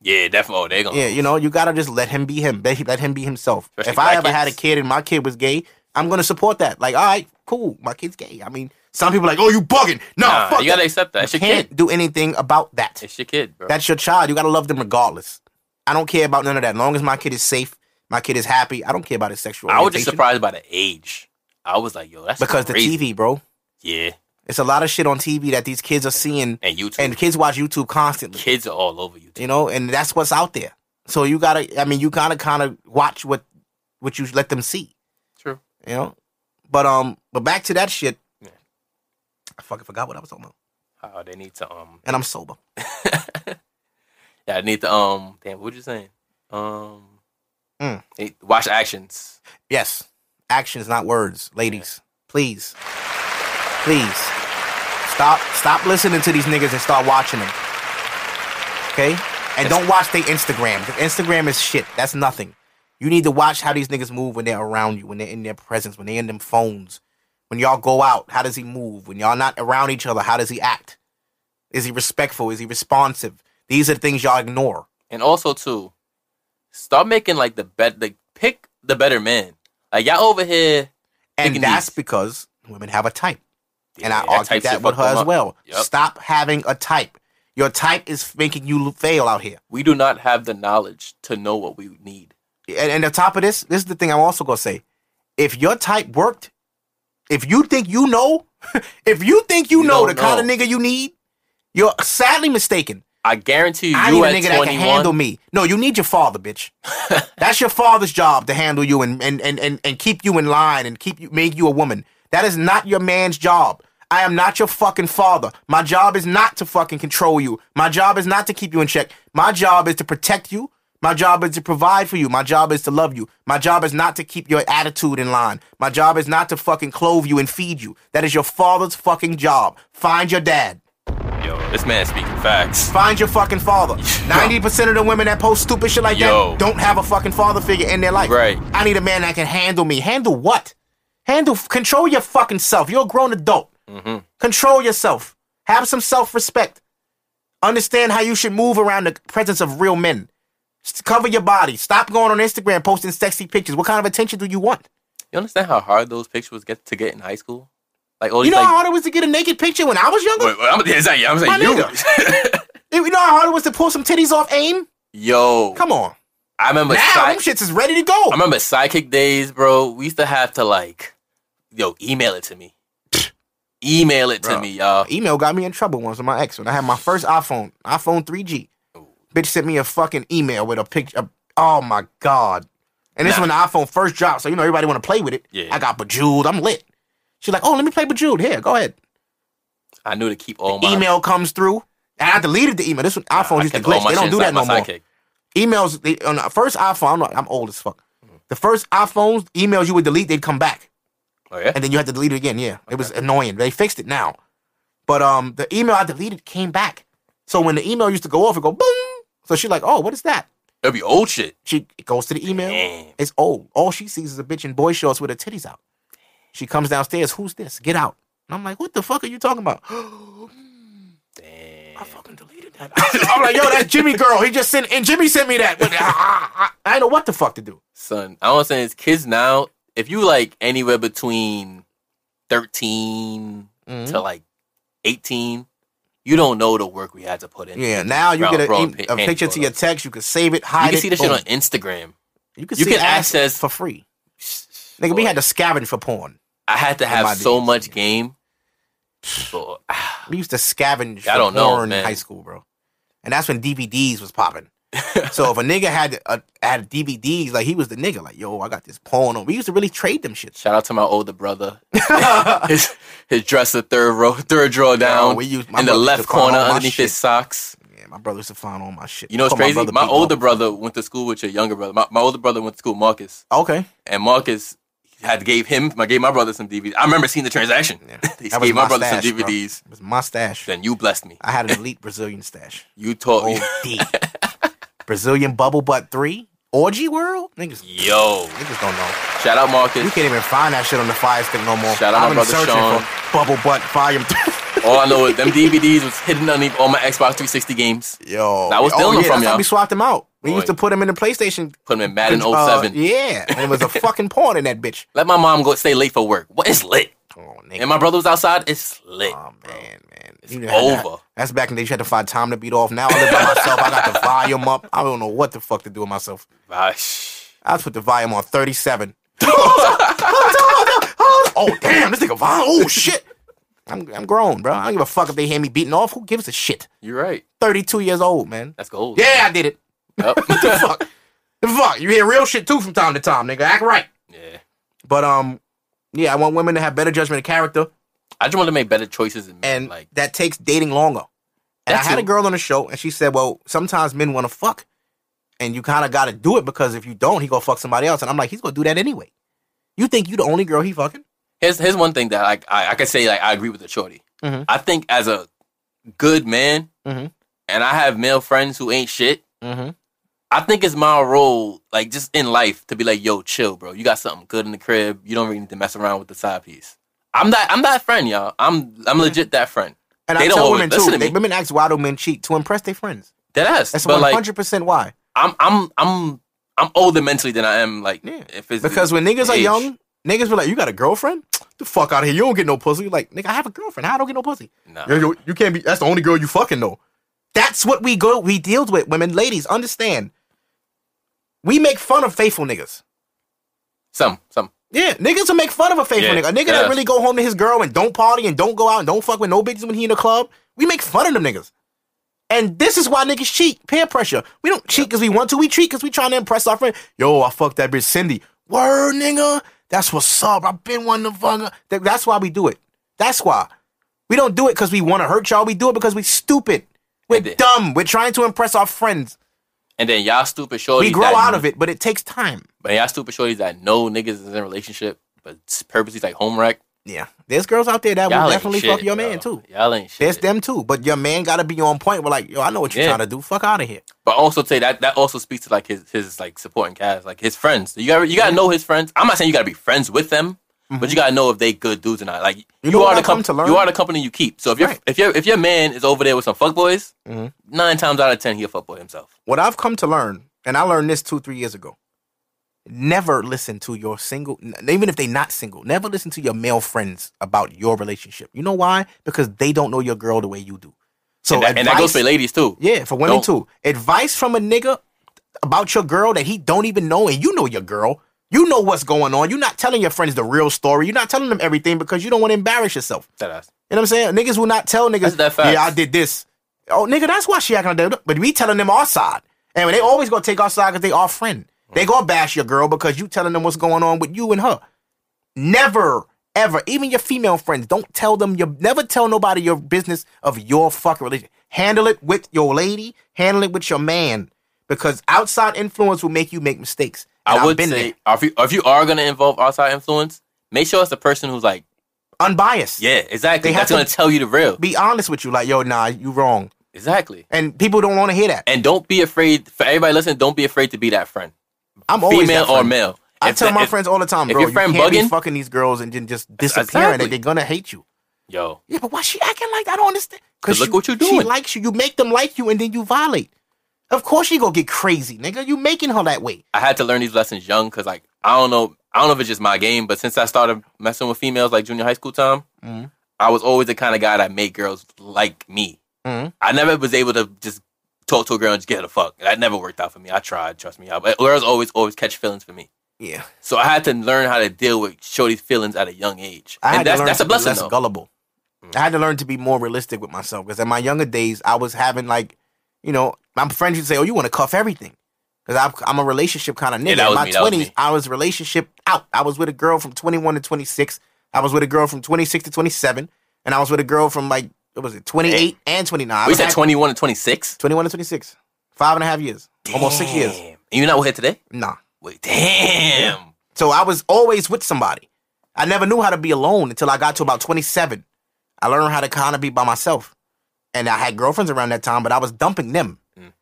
Speaker 3: yeah, definitely. Oh, they gonna.
Speaker 2: Yeah, you know, you gotta just let him be him. Let let him be himself.
Speaker 3: Especially
Speaker 2: if I
Speaker 3: black
Speaker 2: ever had a
Speaker 3: kids.
Speaker 2: kid and my kid was gay, I'm gonna support that. Like, all right, cool, my kid's gay. I mean, some people are like, oh, you bugging? No,
Speaker 3: Nah,
Speaker 2: fuck
Speaker 3: you gotta
Speaker 2: that.
Speaker 3: accept that. It's
Speaker 2: You
Speaker 3: your
Speaker 2: can't
Speaker 3: kid.
Speaker 2: do anything about that.
Speaker 3: It's your kid, bro.
Speaker 2: That's your child. You gotta love them regardless. I don't care about none of that. As long as my kid is safe, my kid is happy. I don't care about his sexual.
Speaker 3: I was just
Speaker 2: orientation.
Speaker 3: surprised by the age. I was like, yo, that's
Speaker 2: because
Speaker 3: crazy.
Speaker 2: the TV, bro.
Speaker 3: Yeah,
Speaker 2: It's a lot of shit on TV that these kids are seeing,
Speaker 3: and YouTube
Speaker 2: and kids watch YouTube constantly.
Speaker 3: kids are all over YouTube.
Speaker 2: you know, and that's what's out there. So you gotta, I mean, you gotta kind of watch what what you let them see,
Speaker 3: True.
Speaker 2: you know. But um, but back to that shit.
Speaker 3: Yeah.
Speaker 2: I fucking forgot what I was talking about,
Speaker 3: Oh, they need to um.
Speaker 2: and I'm sober.
Speaker 3: Yeah, I need to um. Damn, what you saying? Um,
Speaker 2: Mm.
Speaker 3: they- watch actions.
Speaker 2: Yes, actions, not words, ladies. Please, please stop stop listening to these niggas and start watching them. Okay, and don't watch their Instagram. The Instagram is shit. That's nothing. You need to watch how these niggas move when they're around you, when they're in their presence, when they're in them phones. When y'all go out, how does he move? When y'all not around each other, how does he act? Is he respectful? Is he responsive? These are the things y'all ignore.
Speaker 3: And also too, start making like the bet like pick the better man. Like y'all over here
Speaker 2: And
Speaker 3: Picking
Speaker 2: that's
Speaker 3: these.
Speaker 2: because women have a type. and
Speaker 3: Yeah,
Speaker 2: I
Speaker 3: that
Speaker 2: argue
Speaker 3: type shit
Speaker 2: that with
Speaker 3: fucked
Speaker 2: her
Speaker 3: them
Speaker 2: as
Speaker 3: up.
Speaker 2: well.
Speaker 3: Yep.
Speaker 2: Stop having a type. Your type is making you fail out here.
Speaker 3: we do not have the knowledge to know what we need.
Speaker 2: And, and on top of this, this is the thing I'm also gonna say: if your type worked, if you think you know, if you think you,
Speaker 3: You
Speaker 2: know the
Speaker 3: don't
Speaker 2: kind of
Speaker 3: know.
Speaker 2: nigga you need, you're sadly mistaken.
Speaker 3: I guarantee you,
Speaker 2: I
Speaker 3: you
Speaker 2: need a
Speaker 3: at
Speaker 2: nigga that can handle
Speaker 3: 21.
Speaker 2: me. No, you need your father, bitch. That's your father's job to handle you and and, and, and and keep you in line and keep you make you a woman. That is not your man's job. I am not your fucking father. My job is not to fucking control you. My job is not to keep you in check. My job is to protect you. My job is to provide for you. My job is to love you. My job is not to keep your attitude in line. My job is not to fucking clothe you and feed you. That is your father's fucking job. Find your dad.
Speaker 3: Yo, this man speaking facts.
Speaker 2: Find your fucking father. Ninety percent of the women that post stupid shit like
Speaker 3: Yo.
Speaker 2: that don't have a fucking father figure in their life.
Speaker 3: Right.
Speaker 2: I need a man that can handle me. Handle what? Handle. Control your fucking self. You're a grown adult.
Speaker 3: Mm-hmm.
Speaker 2: Control yourself. Have some self respect. Understand how you should move around the presence of real men. S- Cover your body. Stop going on Instagram posting sexy pictures. What kind of attention do you want?
Speaker 3: You understand how hard those pictures get to get in high school? Like all
Speaker 2: You
Speaker 3: these
Speaker 2: know
Speaker 3: like.
Speaker 2: how hard it was to get a naked picture when I was younger.
Speaker 3: Wait, wait, I'm, yeah, exactly, I'm
Speaker 2: My
Speaker 3: saying you.
Speaker 2: You know how hard it was to pull some titties off AIM.
Speaker 3: Yo,
Speaker 2: Come on.
Speaker 3: I remember
Speaker 2: now
Speaker 3: Psy-
Speaker 2: them shits is ready to go.
Speaker 3: I remember psychic days, bro. We used to have to like, yo, email it to me. email it to
Speaker 2: Bro.
Speaker 3: me, y'all.
Speaker 2: email got me in trouble once with my ex when I had my first iPhone, iPhone 3G. Bitch sent me a fucking email with a picture. Oh my god! And this
Speaker 3: Nah.
Speaker 2: when the iPhone first dropped, so you know everybody want to play with it.
Speaker 3: Yeah.
Speaker 2: I got bejeweled. I'm lit. She's like, "Oh, let me play bejeweled. Here, go ahead."
Speaker 3: I knew to keep all Oh my
Speaker 2: email comes through, and I deleted the email. This one iPhone
Speaker 3: I
Speaker 2: used to
Speaker 3: kept all
Speaker 2: glitch.
Speaker 3: my
Speaker 2: They don't
Speaker 3: shit
Speaker 2: do that
Speaker 3: inside my
Speaker 2: no more.
Speaker 3: Sidekick.
Speaker 2: Emails they, on the first iPhone. I'm, not, I'm old as fuck.
Speaker 3: Mm.
Speaker 2: The first iPhones emails you would delete, they'd come back.
Speaker 3: Oh yeah.
Speaker 2: and then you had to delete it again. Yeah, it was annoying. They fixed it now, but um, the email I deleted came back. So when the email used to go off, it go boom. So she like, oh, what is that?
Speaker 3: That'd be old shit.
Speaker 2: She goes to the email.
Speaker 3: Damn.
Speaker 2: It's old. All she sees is a bitch in boy shorts with her titties out. She comes downstairs. Who's this? Get out. And I'm like, what the fuck are you talking about?
Speaker 3: Damn.
Speaker 2: fucking deleted that. I'm like, yo, that's Jimmy girl. He just sent and Jimmy sent me that. I, I, I, I know what the fuck to do.
Speaker 3: Son, I don't saying is kids now, if you like anywhere between 13
Speaker 2: Mm-hmm.
Speaker 3: to like 18, you don't know the work we had to put in.
Speaker 2: Yeah, now you
Speaker 3: Bro,
Speaker 2: get a,
Speaker 3: bro,
Speaker 2: em- a
Speaker 3: hand
Speaker 2: picture to your
Speaker 3: photos.
Speaker 2: text. You can save it,
Speaker 3: You
Speaker 2: hide
Speaker 3: can
Speaker 2: it.
Speaker 3: see this shit
Speaker 2: boom.
Speaker 3: on Instagram.
Speaker 2: You can
Speaker 3: You
Speaker 2: see
Speaker 3: can
Speaker 2: ass
Speaker 3: access-
Speaker 2: for free. Nigga, we had to scavenge for porn.
Speaker 3: I had to have
Speaker 2: my
Speaker 3: so
Speaker 2: days,
Speaker 3: much game. So,
Speaker 2: We used to scavenge for
Speaker 3: I don't know,
Speaker 2: porn in
Speaker 3: man.
Speaker 2: high school, bro. And that's when DVDs was popping. so if a nigga had a, had DVDs, like he was the nigga, like yo, I got this porn on. We used to really trade them shit.
Speaker 3: shout out to my older brother. his his dresser third row, third drawer
Speaker 2: Yo,
Speaker 3: down
Speaker 2: we used- my
Speaker 3: in the
Speaker 2: brother used
Speaker 3: left
Speaker 2: to find
Speaker 3: corner
Speaker 2: all my
Speaker 3: underneath
Speaker 2: shit.
Speaker 3: his socks.
Speaker 2: Yeah, my brother used to find all my shit.
Speaker 3: You know what's
Speaker 2: Call
Speaker 3: crazy? My,
Speaker 2: brother Big
Speaker 3: older
Speaker 2: Mama.
Speaker 3: brother went to school with your younger brother. My, my older brother went to school with Marcus,
Speaker 2: Okay,
Speaker 3: and Marcus had gave him, I gave my brother some DVDs. I remember seeing the transaction. he
Speaker 2: That was
Speaker 3: gave my
Speaker 2: my
Speaker 3: brother
Speaker 2: stash,
Speaker 3: some
Speaker 2: bro.
Speaker 3: DVDs.
Speaker 2: it was my stash.
Speaker 3: Then Oh, you blessed me.
Speaker 2: I had an elite Brazilian stash.
Speaker 3: You taught me,
Speaker 2: OD. Brazilian Bubble Butt 3? Orgy World? Niggas,
Speaker 3: yo.
Speaker 2: niggas don't know.
Speaker 3: Shout out
Speaker 2: You
Speaker 3: Marcus.
Speaker 2: can't even find that shit on the fire stick no more.
Speaker 3: Shout out my
Speaker 2: I've been
Speaker 3: brother
Speaker 2: searching
Speaker 3: Sean.
Speaker 2: for Bubble Butt Volume 3.
Speaker 3: All I know is them DVDs was hidden underneath all my Xbox 360 games.
Speaker 2: Yo.
Speaker 3: I was
Speaker 2: oh,
Speaker 3: stealing
Speaker 2: yeah,
Speaker 3: them from
Speaker 2: that's how
Speaker 3: y'all.
Speaker 2: We swapped them out. We used
Speaker 3: Boy.
Speaker 2: to put them in the PlayStation.
Speaker 3: Put them in Madden
Speaker 2: uh,
Speaker 3: 07.
Speaker 2: yeah, and it was a fucking porn in that bitch.
Speaker 3: Let my mom go stay late for work. What is lit?
Speaker 2: Oh, nigga.
Speaker 3: And my brother was outside. It's lit.
Speaker 2: Oh man, man, it's
Speaker 3: over.
Speaker 2: that's back in the day. You had to find time to beat off. Now I live by myself. I got the volume up. I don't know what the fuck to do with myself.
Speaker 3: Ah, Gosh.
Speaker 2: I just put the volume on 37. oh, damn, this nigga volume. Oh, shit. I'm, I'm grown, bro. I don't give a fuck if they hear me beating off. Who gives a shit?
Speaker 3: You're right.
Speaker 2: 32 years old, man.
Speaker 3: That's gold.
Speaker 2: Yeah, I did it.
Speaker 3: Yup.
Speaker 2: The fuck? The fuck? You hear real shit too from time to time, nigga. Act right.
Speaker 3: yeah.
Speaker 2: But, um, yeah, I want women to have better judgment of character,
Speaker 3: I just want to make better choices in men.
Speaker 2: and
Speaker 3: like
Speaker 2: that takes dating longer. And I
Speaker 3: That
Speaker 2: had a
Speaker 3: too.
Speaker 2: girl on the show, and she said, well, sometimes men want to fuck, and you kind of got to do it because if you don't, he going to fuck somebody else. And I'm like, he's going to do that anyway. You think you the only girl he fucking?
Speaker 3: here's here's one thing that like I, I can say like I agree with the shorty.
Speaker 2: Mhm.
Speaker 3: I think as a good man,
Speaker 2: Mhm.
Speaker 3: and I have male friends who ain't shit.
Speaker 2: Mhm.
Speaker 3: I think it's my role, like just in life, to be like, yo, chill, bro. You got something good in the crib. You don't really need to mess around with the side piece. I'm that I'm that friend, y'all. I'm I'm legit that friend.
Speaker 2: And
Speaker 3: They
Speaker 2: I
Speaker 3: don't
Speaker 2: tell
Speaker 3: always
Speaker 2: women
Speaker 3: listen
Speaker 2: too.
Speaker 3: to
Speaker 2: They,
Speaker 3: me.
Speaker 2: women ask why do men cheat to impress their friends.
Speaker 3: That ass.
Speaker 2: That's
Speaker 3: but
Speaker 2: one
Speaker 3: like
Speaker 2: hundred percent why.
Speaker 3: I'm I'm I'm I'm older mentally than I am like
Speaker 2: Yeah.
Speaker 3: if it's
Speaker 2: Because when niggas are
Speaker 3: age.
Speaker 2: young, niggas be like, "You got a girlfriend? The fuck out of here! You don't get no pussy." Like, nigga, I have a girlfriend. How I don't get no pussy?
Speaker 3: Nah.
Speaker 2: Yo, yo, you can't be. That's the only girl you fucking know. That's what we go. We deals with women, ladies. Understand? We make fun of faithful niggas.
Speaker 3: some some
Speaker 2: Yeah, niggas will make fun of a faithful
Speaker 3: Yeah,
Speaker 2: nigga. A nigga
Speaker 3: yeah.
Speaker 2: that really go home to his girl and don't party and don't go out and don't fuck with no bitches when he in the club. We make fun of them niggas. And this is why niggas cheat. Peer pressure. We don't cheat because we want to. We cheat because we trying to impress our friend. Yo, I fucked that bitch Cindy. Word, nigga. That's what's up. I've been one to fuck her. Th- That's why we do it. That's why. We don't do it because we want to hurt y'all. We do it because we stupid. We're
Speaker 3: did.
Speaker 2: dumb. We're trying to impress our friends.
Speaker 3: and then y'all stupid shorty
Speaker 2: We grow
Speaker 3: that
Speaker 2: out
Speaker 3: Oh, you-
Speaker 2: of it, but it takes time.
Speaker 3: But y'all stupid shorties that know niggas is in a relationship, but purposely like home wreck.
Speaker 2: Yeah. There's girls out there that
Speaker 3: Y'all
Speaker 2: will
Speaker 3: ain't
Speaker 2: definitely
Speaker 3: shit,
Speaker 2: fuck your
Speaker 3: bro.
Speaker 2: man too.
Speaker 3: Y'all ain't shit.
Speaker 2: There's them too, but your man gotta be on point. We're like, yo, I know what you're
Speaker 3: Yeah.
Speaker 2: trying to do. Fuck out of here.
Speaker 3: But also say that that also speaks to like his his like supporting cast, like his friends. You got to you got to know his friends. I'm not saying you got to be friends with them, but you
Speaker 2: Mm-hmm.
Speaker 3: got to know if they good dudes or not. Like you,
Speaker 2: know what
Speaker 3: are the
Speaker 2: I've come to learn?
Speaker 3: you are the company you keep. So if your
Speaker 2: Right. Mm-hmm.
Speaker 3: if your if your man is over there with some fuckboys, nine times out of ten he'll fuckboy himself.
Speaker 2: What I've come to learn, and I learned this two, three years ago. Never listen to your single, n- even if they not single. Never listen to your male friends about your relationship. You know why? Because they don't know your girl the way you do. So
Speaker 3: And that, and that goes
Speaker 2: advice-
Speaker 3: for ladies too.
Speaker 2: Yeah, for women
Speaker 3: Don't-
Speaker 2: too. Advice from a nigga about your girl that he don't even know, and you know your girl. You know what's going on. You're not telling your friends the real story. You're not telling them everything because you don't want to embarrass yourself.
Speaker 3: That ass.
Speaker 2: You know what I'm saying? Niggas will not tell niggas,
Speaker 3: That's that fact.
Speaker 2: yeah, I did this. Oh, nigga, that's why she acting like that. But we telling them our side. And they always gonna take our side because they our friend. They gonna bash your girl because you telling them what's going on with you and her. Never, ever, even your female friends, don't tell them you never tell nobody your business of your fucking religion. Handle it with your lady, handle it with your man. Because outside influence will make you make mistakes. And
Speaker 3: I
Speaker 2: I've
Speaker 3: would
Speaker 2: been
Speaker 3: say
Speaker 2: there.
Speaker 3: if you if you are gonna involve outside influence, make sure it's the person who's like
Speaker 2: unbiased.
Speaker 3: yeah exactly
Speaker 2: They have
Speaker 3: that's gonna
Speaker 2: to-
Speaker 3: tell you the real
Speaker 2: Be honest with you, like, yo, nah, you wrong.
Speaker 3: exactly.
Speaker 2: And people don't want to hear that.
Speaker 3: And don't be afraid for everybody listening. Don't be afraid to be that friend,
Speaker 2: I'm always
Speaker 3: female
Speaker 2: that
Speaker 3: or
Speaker 2: friend.
Speaker 3: male.
Speaker 2: I
Speaker 3: If
Speaker 2: tell
Speaker 3: the-
Speaker 2: my
Speaker 3: if-
Speaker 2: friends all the time,
Speaker 3: if
Speaker 2: bro.
Speaker 3: your friend
Speaker 2: you can't be
Speaker 3: bugging-
Speaker 2: fucking these girls and then just disappearing.
Speaker 3: exactly.
Speaker 2: And they're gonna hate you.
Speaker 3: yo,
Speaker 2: Yeah, but why she acting like that? I don't understand. Because
Speaker 3: look what you
Speaker 2: She
Speaker 3: doing.
Speaker 2: likes you. You make them like you, and then you violate. Of course she gonna get crazy, nigga. You making her that way.
Speaker 3: I had to learn these lessons young because, like, I don't know, I don't know if it's just my game, but since I started messing with females like junior high school time,
Speaker 2: Mm-hmm. Mm-hmm.
Speaker 3: I was always the kind of guy that made girls like me. I never was able to just talk to a girl and just get her to fuck. That never worked out for me. I tried, trust me. I, girls always always catch feelings for me.
Speaker 2: Yeah.
Speaker 3: So I had to learn how to deal with Shorty's feelings at a young age.
Speaker 2: I had
Speaker 3: and that's
Speaker 2: to learn
Speaker 3: that's
Speaker 2: to
Speaker 3: a
Speaker 2: be
Speaker 3: blessing
Speaker 2: less
Speaker 3: though. Mm.
Speaker 2: gullible. I had to learn to be more realistic with myself because in my younger days, I was having like, you know, my friends would say, "Oh, you want to cuff everything," because I'm, I'm a relationship kind of nigga.
Speaker 3: that
Speaker 2: in
Speaker 3: was
Speaker 2: my
Speaker 3: me, that was
Speaker 2: twenties,
Speaker 3: me.
Speaker 2: I was relationship out. I was with a girl from 21 to 26. I was with a girl from 26 to 27, and I was with a girl from like what was it, 28 and 29. I
Speaker 3: We
Speaker 2: was
Speaker 3: said
Speaker 2: at-
Speaker 3: 21 and 26.
Speaker 2: 21 to 26, five and a half years, almost six years.
Speaker 3: Damn. And you're not with her today?
Speaker 2: Nah.
Speaker 3: Wait, damn.
Speaker 2: So I was always with somebody. I never knew how to be alone until I got to about 27. I learned how to kind of be by myself. And I had girlfriends around that time, but I was dumping them.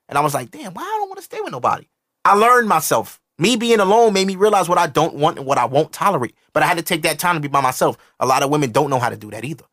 Speaker 2: And I was like, damn, why I don't want to stay with nobody? I learned myself. Me being alone made me realize what I don't want and what I won't tolerate. But I had to take that time to be by myself. A lot of women don't know how to do that either.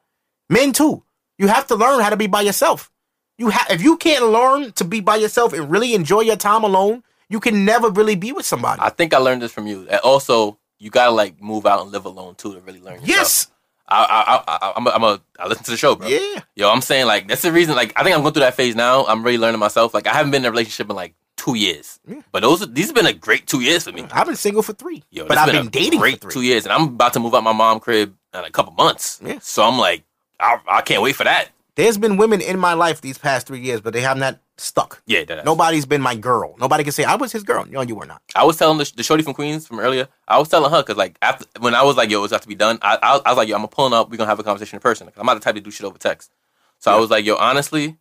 Speaker 2: Men too. You have to learn how to be by yourself. You ha- if you can't learn to be by yourself and really enjoy your time alone, you can never really be with somebody.
Speaker 3: I think I learned this from you. And also, you gotta like move out and live alone too to really learn. Yourself.
Speaker 2: yes.
Speaker 3: I, I, I, I- I'm, a, I'm a, I listen to the show, bro.
Speaker 2: Yeah.
Speaker 3: Yo, I'm saying like that's the reason. Like, I think I'm going through that phase now. I'm really learning myself. Like, I haven't been in a relationship in like two years, but those are- these have been a great two years for me.
Speaker 2: I've been single for three.
Speaker 3: Yo,
Speaker 2: but
Speaker 3: this
Speaker 2: I've
Speaker 3: been
Speaker 2: been,
Speaker 3: a
Speaker 2: dating for
Speaker 3: great
Speaker 2: three.
Speaker 3: two years, and I'm about to move out my mom crib in a couple months.
Speaker 2: Yeah.
Speaker 3: So I'm like, I, I can't wait for that.
Speaker 2: There's been women in my life these past three years, but they have not stuck.
Speaker 3: Yeah, that-
Speaker 2: Nobody's been my girl. Nobody can say I was his girl. No, you were not.
Speaker 3: I was telling the, sh- the shorty from Queens from earlier. I was telling her because like after when I was like, yo, it's have to be done. I, I, was- I was like, yo, I'm pulling up. We are gonna have a conversation in person. 'Cause I'm not the type to do shit over text. So I was like, yo, honestly,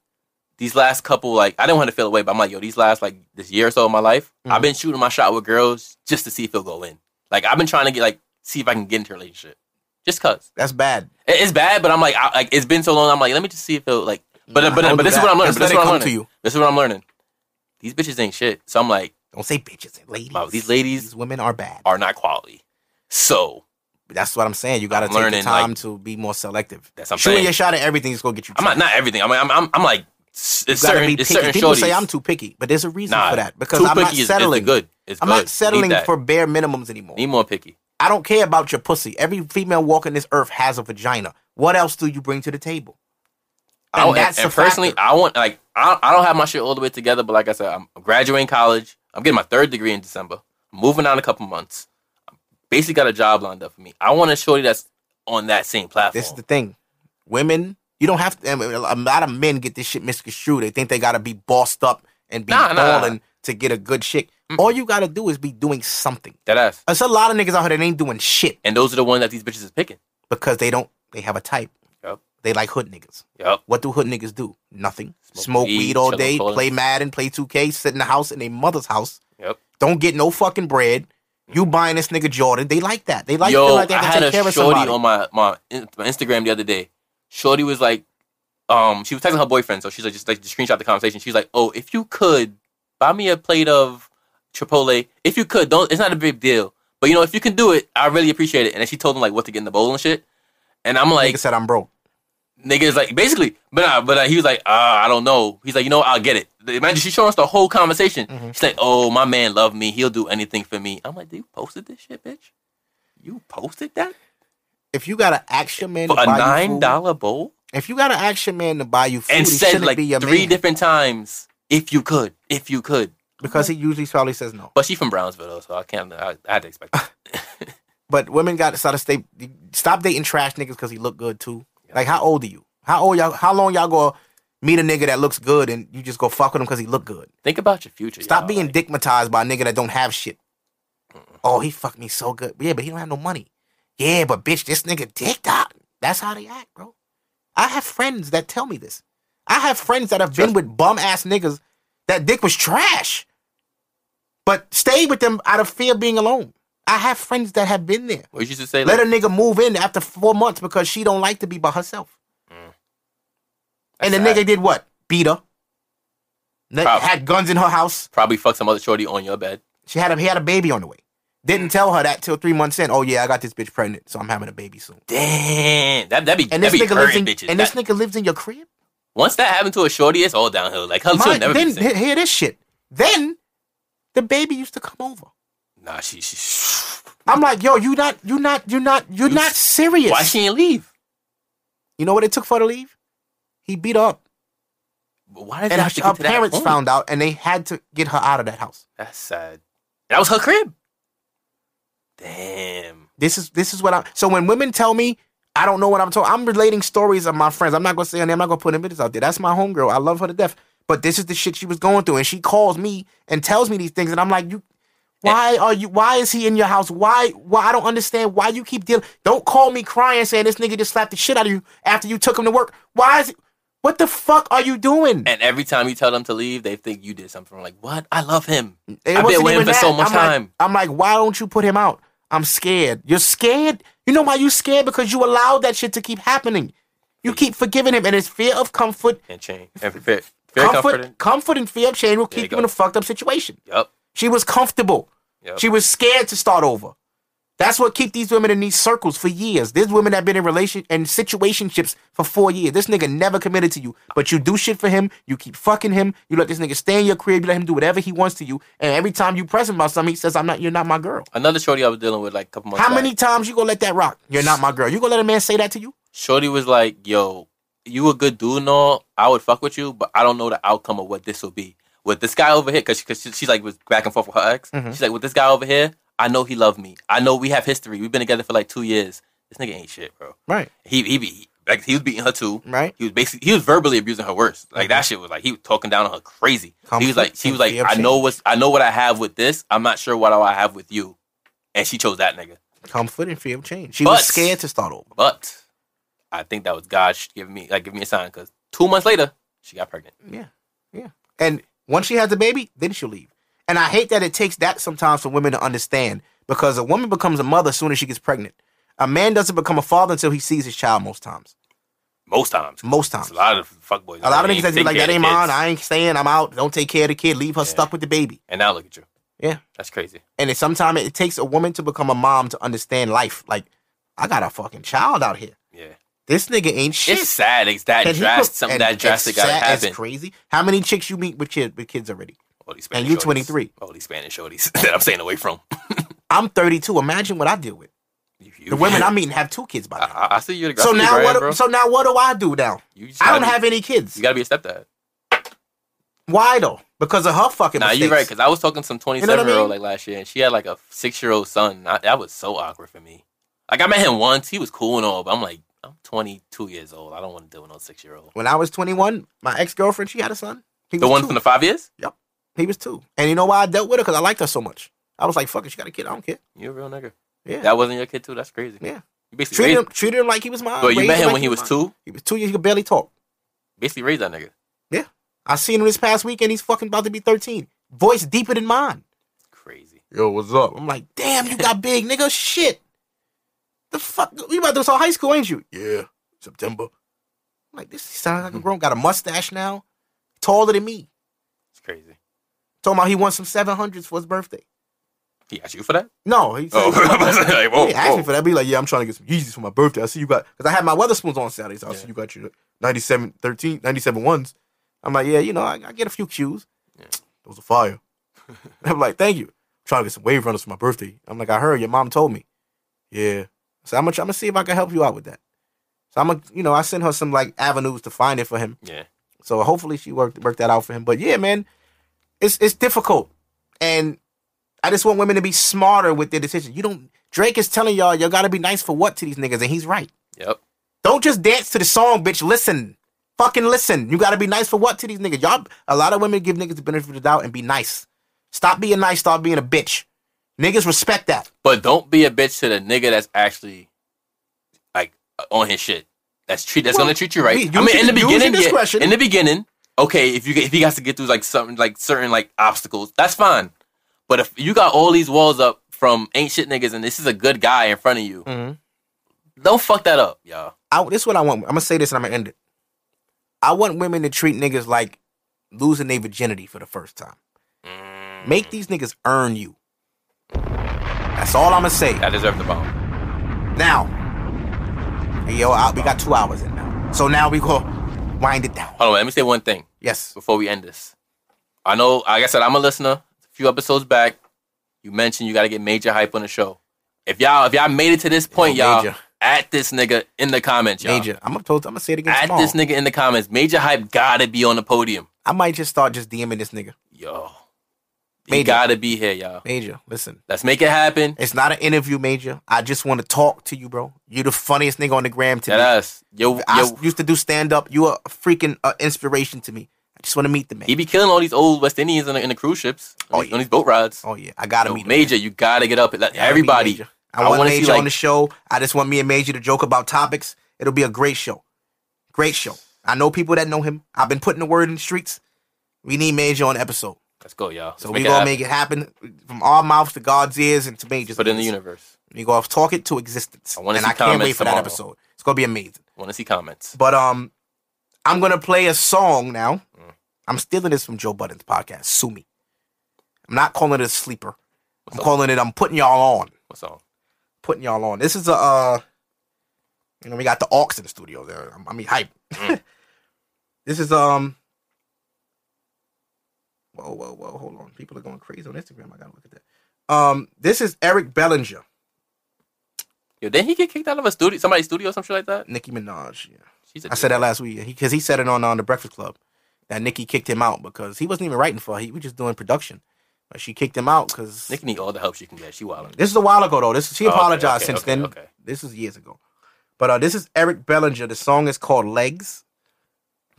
Speaker 3: these last couple like I didn't want to feel away, but I'm like, yo, these last like this year or so of my life,
Speaker 2: Mm-hmm.
Speaker 3: I've been shooting my shot with girls just to see if it'll go in. Like I've been trying to get like see if I can get into a relationship, just cause
Speaker 2: That's bad.
Speaker 3: It- it's bad. But I'm like, I, like it's been so long. I'm like, let me just see if it'll like. But but,
Speaker 2: don't do
Speaker 3: but this is
Speaker 2: that.
Speaker 3: what I'm learning.
Speaker 2: Just
Speaker 3: But
Speaker 2: let
Speaker 3: this is
Speaker 2: it
Speaker 3: what I'm
Speaker 2: come
Speaker 3: learning.
Speaker 2: to you.
Speaker 3: This is what I'm learning. These bitches ain't shit. So I'm like,
Speaker 2: Don't say bitches and ladies.
Speaker 3: wow, these ladies
Speaker 2: These women are bad.
Speaker 3: are not quality. So
Speaker 2: That's what I'm saying. You got to
Speaker 3: I'm
Speaker 2: take
Speaker 3: learning,
Speaker 2: the time
Speaker 3: like-
Speaker 2: to be more selective.
Speaker 3: That's what I'm
Speaker 2: Shooting
Speaker 3: saying.
Speaker 2: your shot at everything is gonna get you.
Speaker 3: I'm not not everything. I'm I'm I'm, I'm like s- it's
Speaker 2: You gotta
Speaker 3: certain
Speaker 2: be
Speaker 3: it's
Speaker 2: picky.
Speaker 3: certain
Speaker 2: People
Speaker 3: shorties.
Speaker 2: say I'm too picky, but there's a reason
Speaker 3: Nah,
Speaker 2: for that because
Speaker 3: too
Speaker 2: I'm not
Speaker 3: picky is- is the
Speaker 2: settling.
Speaker 3: good. It's
Speaker 2: I'm
Speaker 3: good.
Speaker 2: not
Speaker 3: Need
Speaker 2: settling
Speaker 3: that.
Speaker 2: for bare minimums anymore.
Speaker 3: need more picky.
Speaker 2: I don't care about your pussy. Every female walking this earth has a vagina. What else do you bring to the table?
Speaker 3: I
Speaker 2: And
Speaker 3: don't,
Speaker 2: that's
Speaker 3: Oh, and,
Speaker 2: a
Speaker 3: and personally,
Speaker 2: factor.
Speaker 3: I want like I I don't have my shit all the way together, but like I said, I'm graduating college. I'm getting my third degree in December. I'm moving out in a couple months. I basically got a job lined up for me. I want a shorty that's on that same platform.
Speaker 2: This is the thing. Women, you don't have to. I mean, a lot of men get this shit misconstrued. They think they gotta be bossed up and be
Speaker 3: Nah, nah.
Speaker 2: balling to get a good chick. All you gotta do is be doing something.
Speaker 3: that ass.
Speaker 2: There's a lot of niggas out here that ain't doing shit
Speaker 3: And those are the ones that these bitches is picking.
Speaker 2: because they don't. They have a type.
Speaker 3: Yep.
Speaker 2: They like hood niggas.
Speaker 3: Yep.
Speaker 2: What do hood niggas do? Nothing. Smoke,
Speaker 3: weed,
Speaker 2: weed, all
Speaker 3: chill on
Speaker 2: day.
Speaker 3: corners.
Speaker 2: Play Madden. Play 2K. Sit in the house in their mother's house.
Speaker 3: Yep.
Speaker 2: Don't get no fucking bread. You buying this nigga Jordan. They like that. They like
Speaker 3: Yo,
Speaker 2: feel like they
Speaker 3: I
Speaker 2: have to
Speaker 3: had
Speaker 2: take
Speaker 3: a
Speaker 2: care
Speaker 3: shorty
Speaker 2: of somebody.
Speaker 3: on my my, in- my Instagram the other day. Shorty was like, um, she was texting her boyfriend, so she's like, just like just screenshot the conversation. She's like, oh, if you could buy me a plate of Chipotle, if you could, don't. It's not a big deal, but you know, if you can do it, I really appreciate it. And then she told him like what to get in the bowl and shit. And I'm like,
Speaker 2: nigga said I'm broke.
Speaker 3: niggas like basically, but uh, but uh, he was like, uh, I don't know. He's like, you know, what? I'll get it. Imagine she showed us the whole conversation.
Speaker 2: Mm-hmm.
Speaker 3: She's like, oh, my man loved me. He'll do anything for me. I'm like, you posted this shit, bitch. You posted that
Speaker 2: If you gotta ask your man
Speaker 3: for
Speaker 2: to
Speaker 3: a
Speaker 2: buy you
Speaker 3: nine
Speaker 2: food-
Speaker 3: dollar bowl
Speaker 2: if you gotta ask your man to buy you food,
Speaker 3: and
Speaker 2: he
Speaker 3: said
Speaker 2: shouldn't
Speaker 3: like
Speaker 2: be your
Speaker 3: three
Speaker 2: man
Speaker 3: different times, if you could, if you could.
Speaker 2: because he usually probably says no.
Speaker 3: But she from Brownsville, though, so I can't. I, I had to expect. That.
Speaker 2: But women got to start to stay, stop dating trash niggas because he look good too. Like how old are you? How old y'all? How long y'all gonna meet a nigga that looks good and you just go fuck with him because he look good?
Speaker 3: Think about your future.
Speaker 2: Stop
Speaker 3: y'all.
Speaker 2: being
Speaker 3: Like,
Speaker 2: digmatized by a nigga that don't have shit. Oh, he fucked me so good. Yeah, but he don't have no money. Yeah, but bitch, this nigga dick dot. That's how they act, bro. I have friends that tell me this. I have friends that have been with bum ass niggas that dick was trash, but stayed with them out of fear of being alone. I have friends that have been there.
Speaker 3: What you used to say?
Speaker 2: Let
Speaker 3: like,
Speaker 2: a nigga move in after four months because she don't like to be by herself. And the
Speaker 3: That's Mm. sad.
Speaker 2: nigga did what? Beat her. Ne-
Speaker 3: Probably.
Speaker 2: Had guns in her house.
Speaker 3: probably fuck some other shorty on your bed.
Speaker 2: She had a he had a baby on the way. Didn't tell her that till three months in. Oh yeah, I got this bitch pregnant, so I'm having a baby soon.
Speaker 3: Damn, that that be
Speaker 2: And
Speaker 3: that
Speaker 2: this
Speaker 3: be
Speaker 2: nigga lives
Speaker 3: hurting
Speaker 2: in
Speaker 3: bitches.
Speaker 2: and this
Speaker 3: That-
Speaker 2: nigga lives in your crib.
Speaker 3: once that happened to a shorty, it's all downhill. Like her
Speaker 2: My,
Speaker 3: she'll never be
Speaker 2: then
Speaker 3: the same.
Speaker 2: he- hear this shit. Then the baby used to come over.
Speaker 3: Nah, she she.
Speaker 2: I'm like, yo, you not, you not, you not, you're
Speaker 3: You
Speaker 2: not
Speaker 3: s-
Speaker 2: serious.
Speaker 3: Why she ain't leave?
Speaker 2: you know what it took for her to leave? He beat her up.
Speaker 3: But why did
Speaker 2: And
Speaker 3: you
Speaker 2: her,
Speaker 3: have to
Speaker 2: her
Speaker 3: get to that Mm.
Speaker 2: parents
Speaker 3: point?
Speaker 2: found out, and they had to get her out of that house.
Speaker 3: That's sad. That was her crib. Damn.
Speaker 2: This is this is what I. So when women tell me I don't know what I'm talking, I'm relating stories of my friends. I'm not gonna say her name. I'm not gonna put images out there. That's my homegirl. I love her to death. But this is the shit she was going through, and she calls me and tells me these things, and I'm like, you. Why are you? Why is he in your house? Why? Why I don't understand why you keep dealing. Don't call me crying saying this nigga just slapped the shit out of you after you took him to work. Why is? it? What the fuck are you doing?
Speaker 3: And every time you tell them to leave, they think you did something. I'm like, what? I love him.
Speaker 2: It
Speaker 3: I've been
Speaker 2: wasn't
Speaker 3: with him
Speaker 2: even
Speaker 3: for
Speaker 2: that.
Speaker 3: so much
Speaker 2: I'm like-
Speaker 3: time.
Speaker 2: I'm like, why don't you put him out? I'm scared. You're scared. You know why you scared? Because you allowed that shit to keep happening. You keep forgiving him, and it's fear of comfort,
Speaker 3: and change. And fear, fear comforting.
Speaker 2: comfort, comfort, and fear of change will
Speaker 3: you
Speaker 2: keep you,
Speaker 3: go.
Speaker 2: in a fucked up situation.
Speaker 3: Yup.
Speaker 2: She was comfortable.
Speaker 3: Yep.
Speaker 2: She was scared to start over. That's what keep these women in these circles for years. There's women that have been in relation and situationships for four years. This nigga never committed to you, but you do shit for him. You keep fucking him. You let this nigga stay in your crib. You let him do whatever he wants to you. And every time you press him about something, he says, "I'm not. You're not my girl."
Speaker 3: Another shorty I was dealing with like a couple months.
Speaker 2: How
Speaker 3: back.
Speaker 2: many times you gonna let that rock? You're not my girl. You gonna let a man say that to you?
Speaker 3: Shorty was like, "Yo, you a good dude and all. I would fuck with you, but I don't know the outcome of what this will be with this guy over here." Because because she, she's like was back and forth with her ex.
Speaker 2: Mm-hmm.
Speaker 3: She's like, "With this guy over here, I know he loved me. I know we have history. We've been together for like two years. This nigga ain't shit, bro.
Speaker 2: Right.
Speaker 3: He he be like he was beating her too.
Speaker 2: Right. Mm-hmm.
Speaker 3: He was basically he was verbally abusing her worse. Like that shit was like he was talking down on her crazy. he was like she was like,
Speaker 2: Conflict
Speaker 3: "I
Speaker 2: and
Speaker 3: know what's I know what I have with this. I'm not sure what I have with you," and she chose that nigga.
Speaker 2: Comfort and fear of change. She
Speaker 3: But-
Speaker 2: was scared to start over.
Speaker 3: But I think that was God sh- giving me like giving me a sign because two months later she got pregnant.
Speaker 2: Yeah, yeah. And once she has the baby, then she'll leave. And I hate that it takes that sometimes for women to understand because a woman becomes a mother as soon as she gets pregnant. A man doesn't become a father until he sees his child most times.
Speaker 3: Most times,
Speaker 2: Most times.
Speaker 3: It's a lot of fuckboys.
Speaker 2: A lot of niggas that be
Speaker 3: take
Speaker 2: like,
Speaker 3: care
Speaker 2: that
Speaker 3: of
Speaker 2: ain't
Speaker 3: kids."
Speaker 2: mine. I ain't staying. I'm out. Don't take care of the kid. Leave her stuck with the baby.
Speaker 3: And now look at you.
Speaker 2: Yeah.
Speaker 3: That's crazy.
Speaker 2: And it sometimes it takes a woman to become a mom to understand life. Like, I got a fucking child out here.
Speaker 3: Yeah,
Speaker 2: This nigga ain't shit.
Speaker 3: it's sad. It's that
Speaker 2: And he
Speaker 3: drastic.
Speaker 2: could-
Speaker 3: Something
Speaker 2: and
Speaker 3: that
Speaker 2: it's
Speaker 3: drastic got to
Speaker 2: sad, it's
Speaker 3: happen.
Speaker 2: crazy. How many chicks you meet with kids with kids already?
Speaker 3: All these
Speaker 2: and
Speaker 3: Spanish
Speaker 2: you
Speaker 3: shorties.
Speaker 2: 23.
Speaker 3: All these Spanish shorties that I'm staying away from.
Speaker 2: I'm 32. Imagine what I deal with.
Speaker 3: You-
Speaker 2: The
Speaker 3: you-
Speaker 2: women I'm meeting have two kids by now.
Speaker 3: I, I see you.
Speaker 2: So now what?
Speaker 3: Bro.
Speaker 2: So now what do I do now?
Speaker 3: You just
Speaker 2: I don't
Speaker 3: gotta
Speaker 2: have
Speaker 3: be-
Speaker 2: any kids.
Speaker 3: you gotta be a stepdad.
Speaker 2: Why though? Because of her fucking.
Speaker 3: Nah,
Speaker 2: mistakes.
Speaker 3: you're right. Because I was talking to some 27
Speaker 2: what I
Speaker 3: year old
Speaker 2: mean?
Speaker 3: like last year, and she had like a six year old son. I, that was so awkward for me. Like I met him once, he was cool and all, but I'm like, I'm 22 years old. I don't want to deal with no six year old.
Speaker 2: when I was 21, my ex girlfriend she had a son. He
Speaker 3: The
Speaker 2: was
Speaker 3: one
Speaker 2: two.
Speaker 3: from the five years?
Speaker 2: Yep, he was two. And you know why I dealt with her? Because I liked her so much. I was like, "Fuck it, she got a kid. I don't care."
Speaker 3: You a real nigga.
Speaker 2: Yeah,
Speaker 3: That wasn't your kid too. That's crazy.
Speaker 2: yeah.
Speaker 3: You basically
Speaker 2: Treated him,
Speaker 3: raised,
Speaker 2: treated him like he was mine.
Speaker 3: But you
Speaker 2: raised
Speaker 3: met him
Speaker 2: like
Speaker 3: when he was
Speaker 2: mine.
Speaker 3: two?
Speaker 2: He was two years. He could barely talk.
Speaker 3: basically raised that nigga.
Speaker 2: Yeah, I seen him this past weekend. He's fucking about to be 13. Voice deeper than mine.
Speaker 3: Crazy.
Speaker 2: yo, what's up? I'm like, damn, you got big, nigga. Shit. The fuck? You about to start high school, ain't you? Yeah, September. I'm like, this sounds like a grown. Got a mustache now. Taller than me.
Speaker 3: It's crazy.
Speaker 2: Talking about he won some 700s for his birthday.
Speaker 3: He asked you for that?
Speaker 2: No, he said,
Speaker 3: Oh, like, whoa,
Speaker 2: he asked me
Speaker 3: whoa.
Speaker 2: for that. Be like, yeah, I'm trying to get some Yeezys for my birthday. I see you got, because I had my Weatherspoons on Saturday. So I see you got your 97, 13, 97 ones. I'm like, yeah, you know, I, I get a few cues. Those are fire. I'm like, thank you. I'm trying to get some wave runners for my birthday. I'm like, I heard your mom told me. Yeah. So I'm gonna, I'm gonna see if I can help you out with that. So I'm gonna, you know, I sent her some like avenues to find it for him.
Speaker 3: Yeah.
Speaker 2: So hopefully she worked worked that out for him. But yeah, man, it's it's difficult, and I just want women to be smarter with their decisions. You don't. Drake is telling y'all y'all gotta be nice for what to these niggas, and he's right.
Speaker 3: Yep.
Speaker 2: Don't just dance to the song, bitch. Listen, fucking listen. You gotta be nice for what to these niggas. Y'all, a lot of women give niggas the benefit of the doubt and be nice. Stop being nice. Stop being a bitch. Niggas respect that.
Speaker 3: But don't be a bitch to the nigga that's actually like uh, on his shit. That's treat. That's
Speaker 2: Well,
Speaker 3: gonna treat you right.
Speaker 2: we-
Speaker 3: I mean, in the
Speaker 2: use- use your
Speaker 3: beginning, yeah,
Speaker 2: discretion.
Speaker 3: in the beginning, okay. If you get, if he has to get through like something like certain like obstacles, that's fine. But if you got all these walls up from ain't shit niggas, and this is a good guy in front of you,
Speaker 2: Mm-hmm.
Speaker 3: don't fuck that up, y'all.
Speaker 2: I, this is what I want. I'm gonna say this and I'm gonna end it. I want women to treat niggas like losing their virginity for the first time.
Speaker 3: Mm.
Speaker 2: Make these niggas earn you. That's all I'm gonna say.
Speaker 3: I deserve the bomb.
Speaker 2: Now, Hey, yo, I, we got two hours in now. So now we go wind it down.
Speaker 3: Hold on, let me say one thing
Speaker 2: Yes.
Speaker 3: before we end this. I know, like I said, I'm a listener. A few episodes back, you mentioned you got to get major hype on the show. If y'all, if y'all made it to this point,
Speaker 2: Yo,
Speaker 3: y'all,
Speaker 2: Oh, Major.
Speaker 3: at this nigga in the comments, y'all.
Speaker 2: Major, I'm gonna told, I'm gonna say it again
Speaker 3: At
Speaker 2: tomorrow.
Speaker 3: this nigga in the comments. Major hype gotta be on the podium.
Speaker 2: I might just start just DMing this nigga.
Speaker 3: Yo. He
Speaker 2: Major.
Speaker 3: gotta be here, y'all.
Speaker 2: Major, listen,
Speaker 3: Let's make it happen.
Speaker 2: it's not an interview, Major. I just want to talk to you, bro. You're the funniest nigga on the gram to
Speaker 3: That
Speaker 2: me.
Speaker 3: us. Yo,
Speaker 2: I
Speaker 3: yo,
Speaker 2: s- used to do stand up. You are a freaking uh, inspiration to me. I just want to meet the man.
Speaker 3: he be killing all these old West Indians in the, in the cruise ships, on,
Speaker 2: Oh,
Speaker 3: these-
Speaker 2: yeah.
Speaker 3: on these boat rides.
Speaker 2: oh yeah, I gotta
Speaker 3: Yo,
Speaker 2: meet him.
Speaker 3: Major, you gotta get up.
Speaker 2: I
Speaker 3: Like,
Speaker 2: gotta meet
Speaker 3: everybody,
Speaker 2: Major. I, want
Speaker 3: wanna
Speaker 2: Major
Speaker 3: see like
Speaker 2: on the show. I just want me and Major to joke about topics. It'll be a great show. Great show. I know people that know him. I've been putting the word in the streets. We need Major on the episode.
Speaker 3: Let's go, y'all.
Speaker 2: So we gonna make it happen from our mouths to God's ears and to Major's.
Speaker 3: Put it in the
Speaker 2: ears.
Speaker 3: universe.
Speaker 2: We gonna talk it to existence.
Speaker 3: I wanna
Speaker 2: and
Speaker 3: see
Speaker 2: I can't wait
Speaker 3: comments
Speaker 2: for that
Speaker 3: tomorrow.
Speaker 2: episode. It's gonna be amazing.
Speaker 3: Want to see comments?
Speaker 2: But um, I'm gonna play a song now. I'm stealing this from Joe Budden's podcast. Sue me. I'm not calling it a sleeper. I'm
Speaker 3: up?
Speaker 2: calling it. I'm putting y'all on.
Speaker 3: What song?
Speaker 2: Putting y'all on. This is a. Uh, you know, we got the Hawks in the studio. There. I mean, hype. this is um. Whoa, whoa, whoa! Hold on. People are going crazy on Instagram. I gotta look at that. Um, this is Eric Bellinger,
Speaker 3: Yo, didn't he get kicked out of a studio, somebody's studio, or some shit like that?
Speaker 2: Nicki Minaj. Yeah.
Speaker 3: She's a
Speaker 2: I said that last week because he, said it on on the Breakfast Club that Nikki kicked him out because he wasn't even writing for her. He was just doing production, but she kicked him out because
Speaker 3: Nicki need all the help she can get. She wildin'.
Speaker 2: this is a while ago though. This she
Speaker 3: Oh, okay,
Speaker 2: apologized
Speaker 3: okay,
Speaker 2: since
Speaker 3: okay,
Speaker 2: then.
Speaker 3: okay.
Speaker 2: This is years ago, but uh, this is Eric Bellinger. The song is called Legs,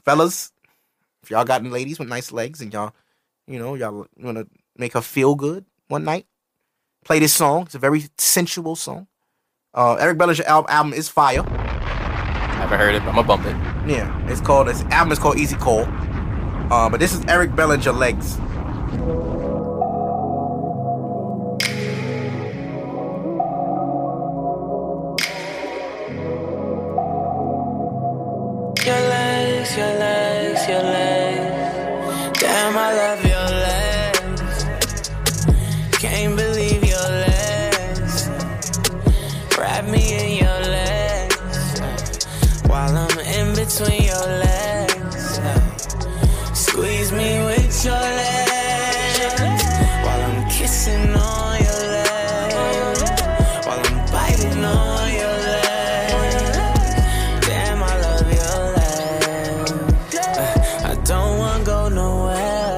Speaker 2: fellas. If y'all got ladies with nice legs and y'all, you know, y'all want to make her feel good one night, play this song. It's a very sensual song. Uh, Eric Bellinger al- album is fire.
Speaker 3: Haven't heard it, but I'ma bump it.
Speaker 2: Yeah, it's called. This album is called Easy Call. Uh, but this is Eric Bellinger Legs.
Speaker 9: Your legs, your legs, your legs. Damn, I love your legs. Can't believe your legs. Wrap me in your legs. While I'm in between your legs. Squeeze me with your legs. While I'm kissing on your legs. While I'm biting on your legs. Damn, I love your laugh. Uh, I don't wanna go nowhere.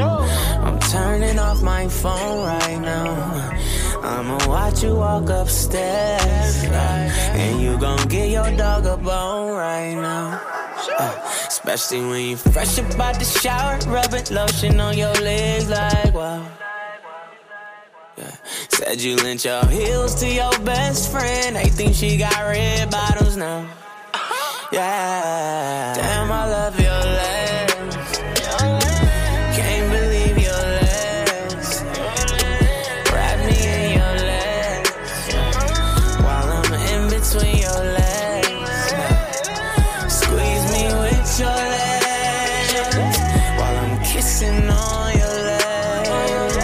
Speaker 9: Uh, I'm turning off my phone right now. Uh, I'ma watch you walk upstairs. Uh, And you gon' get your dog a bone right now. Uh, Especially when you fresh about the shower, rubbing lotion on your legs like wow. Said you lent your heels to your best friend. They think she got red bottoms now. Yeah. Damn, I love your legs. Can't believe your legs. Wrap me in your legs. While I'm in between your legs. Squeeze me with your legs. While I'm kissing on your legs.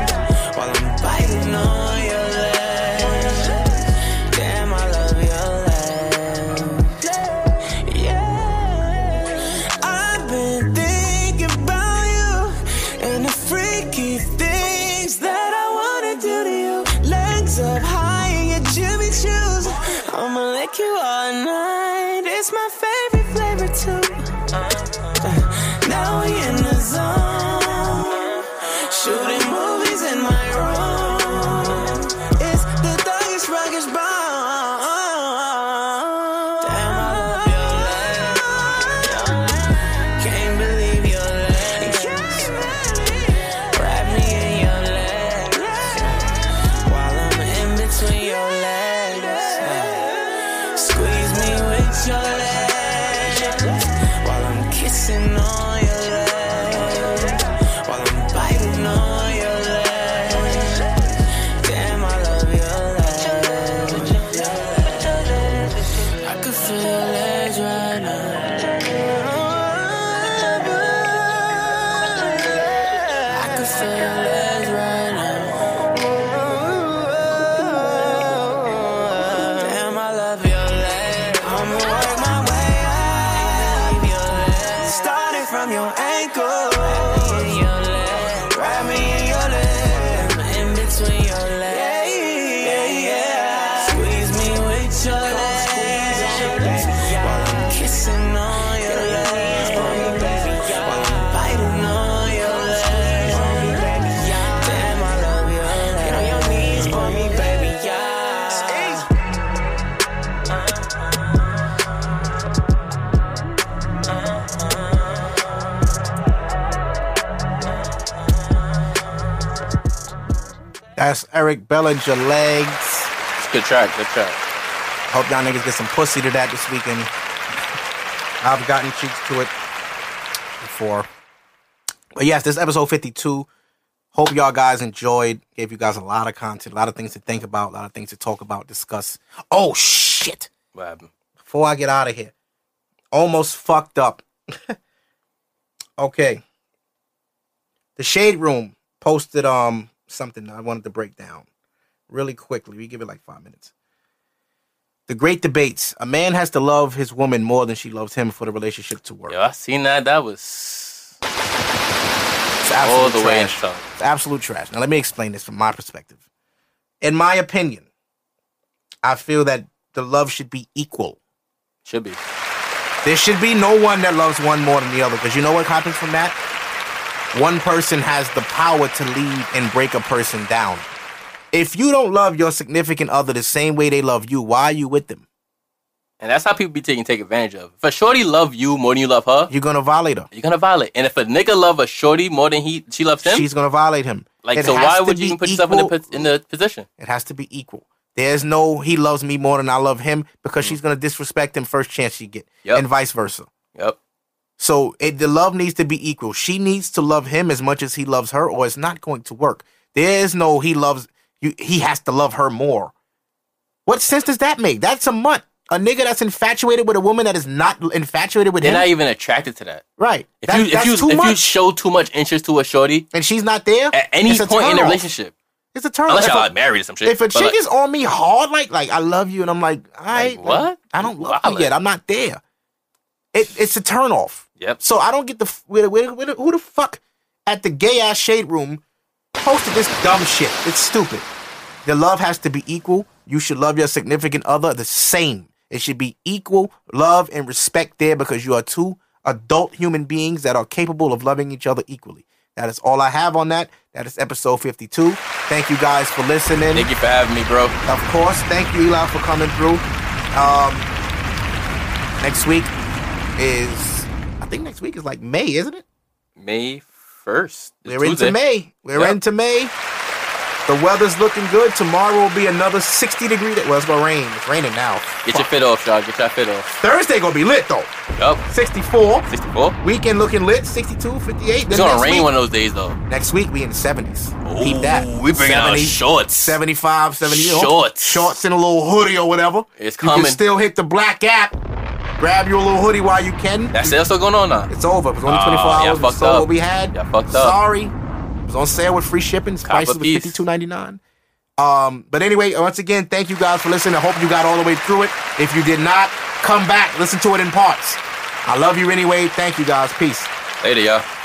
Speaker 9: While I'm biting on your legs. Damn, I love your legs. Yeah. I've been thinking about you and the freaky things that I wanna do to you. Legs up high in your Jimmy shoes. I'ma lick you all night. It's my favorite flavor too. Uh, Now we in the zone. Shooting movies in my room. It's the thuggish, ruggish bomb. Damn, I love your legs. Can't believe your legs. Wrap me in your legs. While I'm in between your legs. Squeeze me with
Speaker 2: That's Eric Bellinger legs.
Speaker 3: It's a good track. Good track.
Speaker 2: Hope y'all niggas get some pussy to that this weekend. I've gotten cheeks to it before. But yes, this is episode 52. Hope y'all guys enjoyed. Gave you guys a lot of content, a lot of things to think about, a lot of things to talk about, discuss. Oh shit.
Speaker 3: What happened?
Speaker 2: Before I get out of here. Almost fucked up. okay. The Shade Room posted um something I wanted to break down really quickly. We give it like five minutes. The great debates. A man has to love his woman more than she loves him for the relationship to work.
Speaker 3: Yo, I seen that. That was
Speaker 2: It's
Speaker 3: all
Speaker 2: absolute
Speaker 3: the way in
Speaker 2: trash.
Speaker 3: trouble.
Speaker 2: It's absolute trash. Now let me explain this from my perspective. In my opinion, I feel that the love should be equal.
Speaker 3: Should be.
Speaker 2: There should be no one that loves one more than the other. Because you know what happens from that? One person has the power to lead and break a person down. If you don't love your significant other the same way they love you, why are you with them?
Speaker 3: And that's how people be taking take advantage of. If a shorty love you more than you love her,
Speaker 2: You're gonna violate her.
Speaker 3: you're gonna violate. And if a nigga love a shorty more than he she loves him,
Speaker 2: She's gonna violate him.
Speaker 3: like
Speaker 2: It
Speaker 3: so
Speaker 2: has
Speaker 3: why
Speaker 2: to
Speaker 3: would you
Speaker 2: be
Speaker 3: even put yourself in the
Speaker 2: equal-
Speaker 3: pos- in the position?
Speaker 2: It has to be equal. There's no he loves me more than I love him
Speaker 3: Mm.
Speaker 2: because she's gonna disrespect him first chance she get,
Speaker 3: Yep.
Speaker 2: and vice versa.
Speaker 3: Yep.
Speaker 2: So it, the love needs to be equal. She needs to love him as much as he loves her, or it's not going to work. There is no he loves you. He has to love her more. What sense does that make? That's a mutt. A nigga that's infatuated with a woman that is not infatuated with
Speaker 3: They're
Speaker 2: him.
Speaker 3: not even attracted to that.
Speaker 2: right.
Speaker 3: If
Speaker 2: That-
Speaker 3: you if
Speaker 2: that's
Speaker 3: you
Speaker 2: too
Speaker 3: if you
Speaker 2: much.
Speaker 3: show too much interest to a shorty
Speaker 2: and she's not there
Speaker 3: at any
Speaker 2: it's a
Speaker 3: point in the
Speaker 2: turn-off.
Speaker 3: relationship,
Speaker 2: It's a turn.
Speaker 3: unless
Speaker 2: If
Speaker 3: y'all
Speaker 2: a-
Speaker 3: like married or some shit.
Speaker 2: If a
Speaker 3: but,
Speaker 2: chick
Speaker 3: like,
Speaker 2: is on me hard, like like I love you, and I'm like, I
Speaker 3: Like, what?
Speaker 2: I don't love
Speaker 3: Wildin'.
Speaker 2: you yet. I'm not there. It, it's a turn off.
Speaker 3: Yep.
Speaker 2: So I don't get the f- where, where, where, who the fuck at the gay ass shade room posted this dumb shit. It's stupid. The love has to be equal. You should love your significant other the same. It should be equal love and respect there because you are two adult human beings that are capable of loving each other equally. That is all I have on that. That is episode 52. Thank you guys for listening.
Speaker 3: Thank you for having me, bro.
Speaker 2: Of course, thank you, Eli, for coming through. Um, next week is, I think next week is like May, isn't it?
Speaker 3: May first.
Speaker 2: We're into May. We're
Speaker 3: Yep.
Speaker 2: into May. The weather's looking good. Tomorrow will be another 60 degree. Day. Well, it's gonna rain. It's raining now.
Speaker 3: Get your fit off, y'all. Get your fit off.
Speaker 2: Thursday gonna be lit though.
Speaker 3: Yup.
Speaker 2: 64.
Speaker 3: 64.
Speaker 2: Weekend looking lit. 62, 58.
Speaker 3: It's
Speaker 2: Then
Speaker 3: gonna
Speaker 2: next
Speaker 3: rain
Speaker 2: week-
Speaker 3: one of those days though.
Speaker 2: Next week we in the 70s. Keep that.
Speaker 3: Ooh, we bringing out shorts.
Speaker 2: 75, 70. you know,
Speaker 3: Shorts.
Speaker 2: Oh, Shorts and a little hoodie or whatever.
Speaker 3: It's
Speaker 2: You
Speaker 3: coming.
Speaker 2: can still hit the black app. Grab you a little hoodie while you can.
Speaker 3: That sale still going on now.
Speaker 2: It's over. It was only
Speaker 3: Ah,
Speaker 2: 24
Speaker 3: y'all
Speaker 2: hours.
Speaker 3: fucked
Speaker 2: That's all
Speaker 3: up.
Speaker 2: what we had.
Speaker 3: Y'all fucked up.
Speaker 2: Sorry. It was on sale with free shipping. Its
Speaker 3: Cop a
Speaker 2: prices was
Speaker 3: piece.
Speaker 2: $52.99. Um, but anyway, once again, thank you guys for listening. I hope you got all the way through it. If you did not, come back. Listen to it in parts. I love you anyway. Thank you guys. Peace.
Speaker 3: Later, y'all.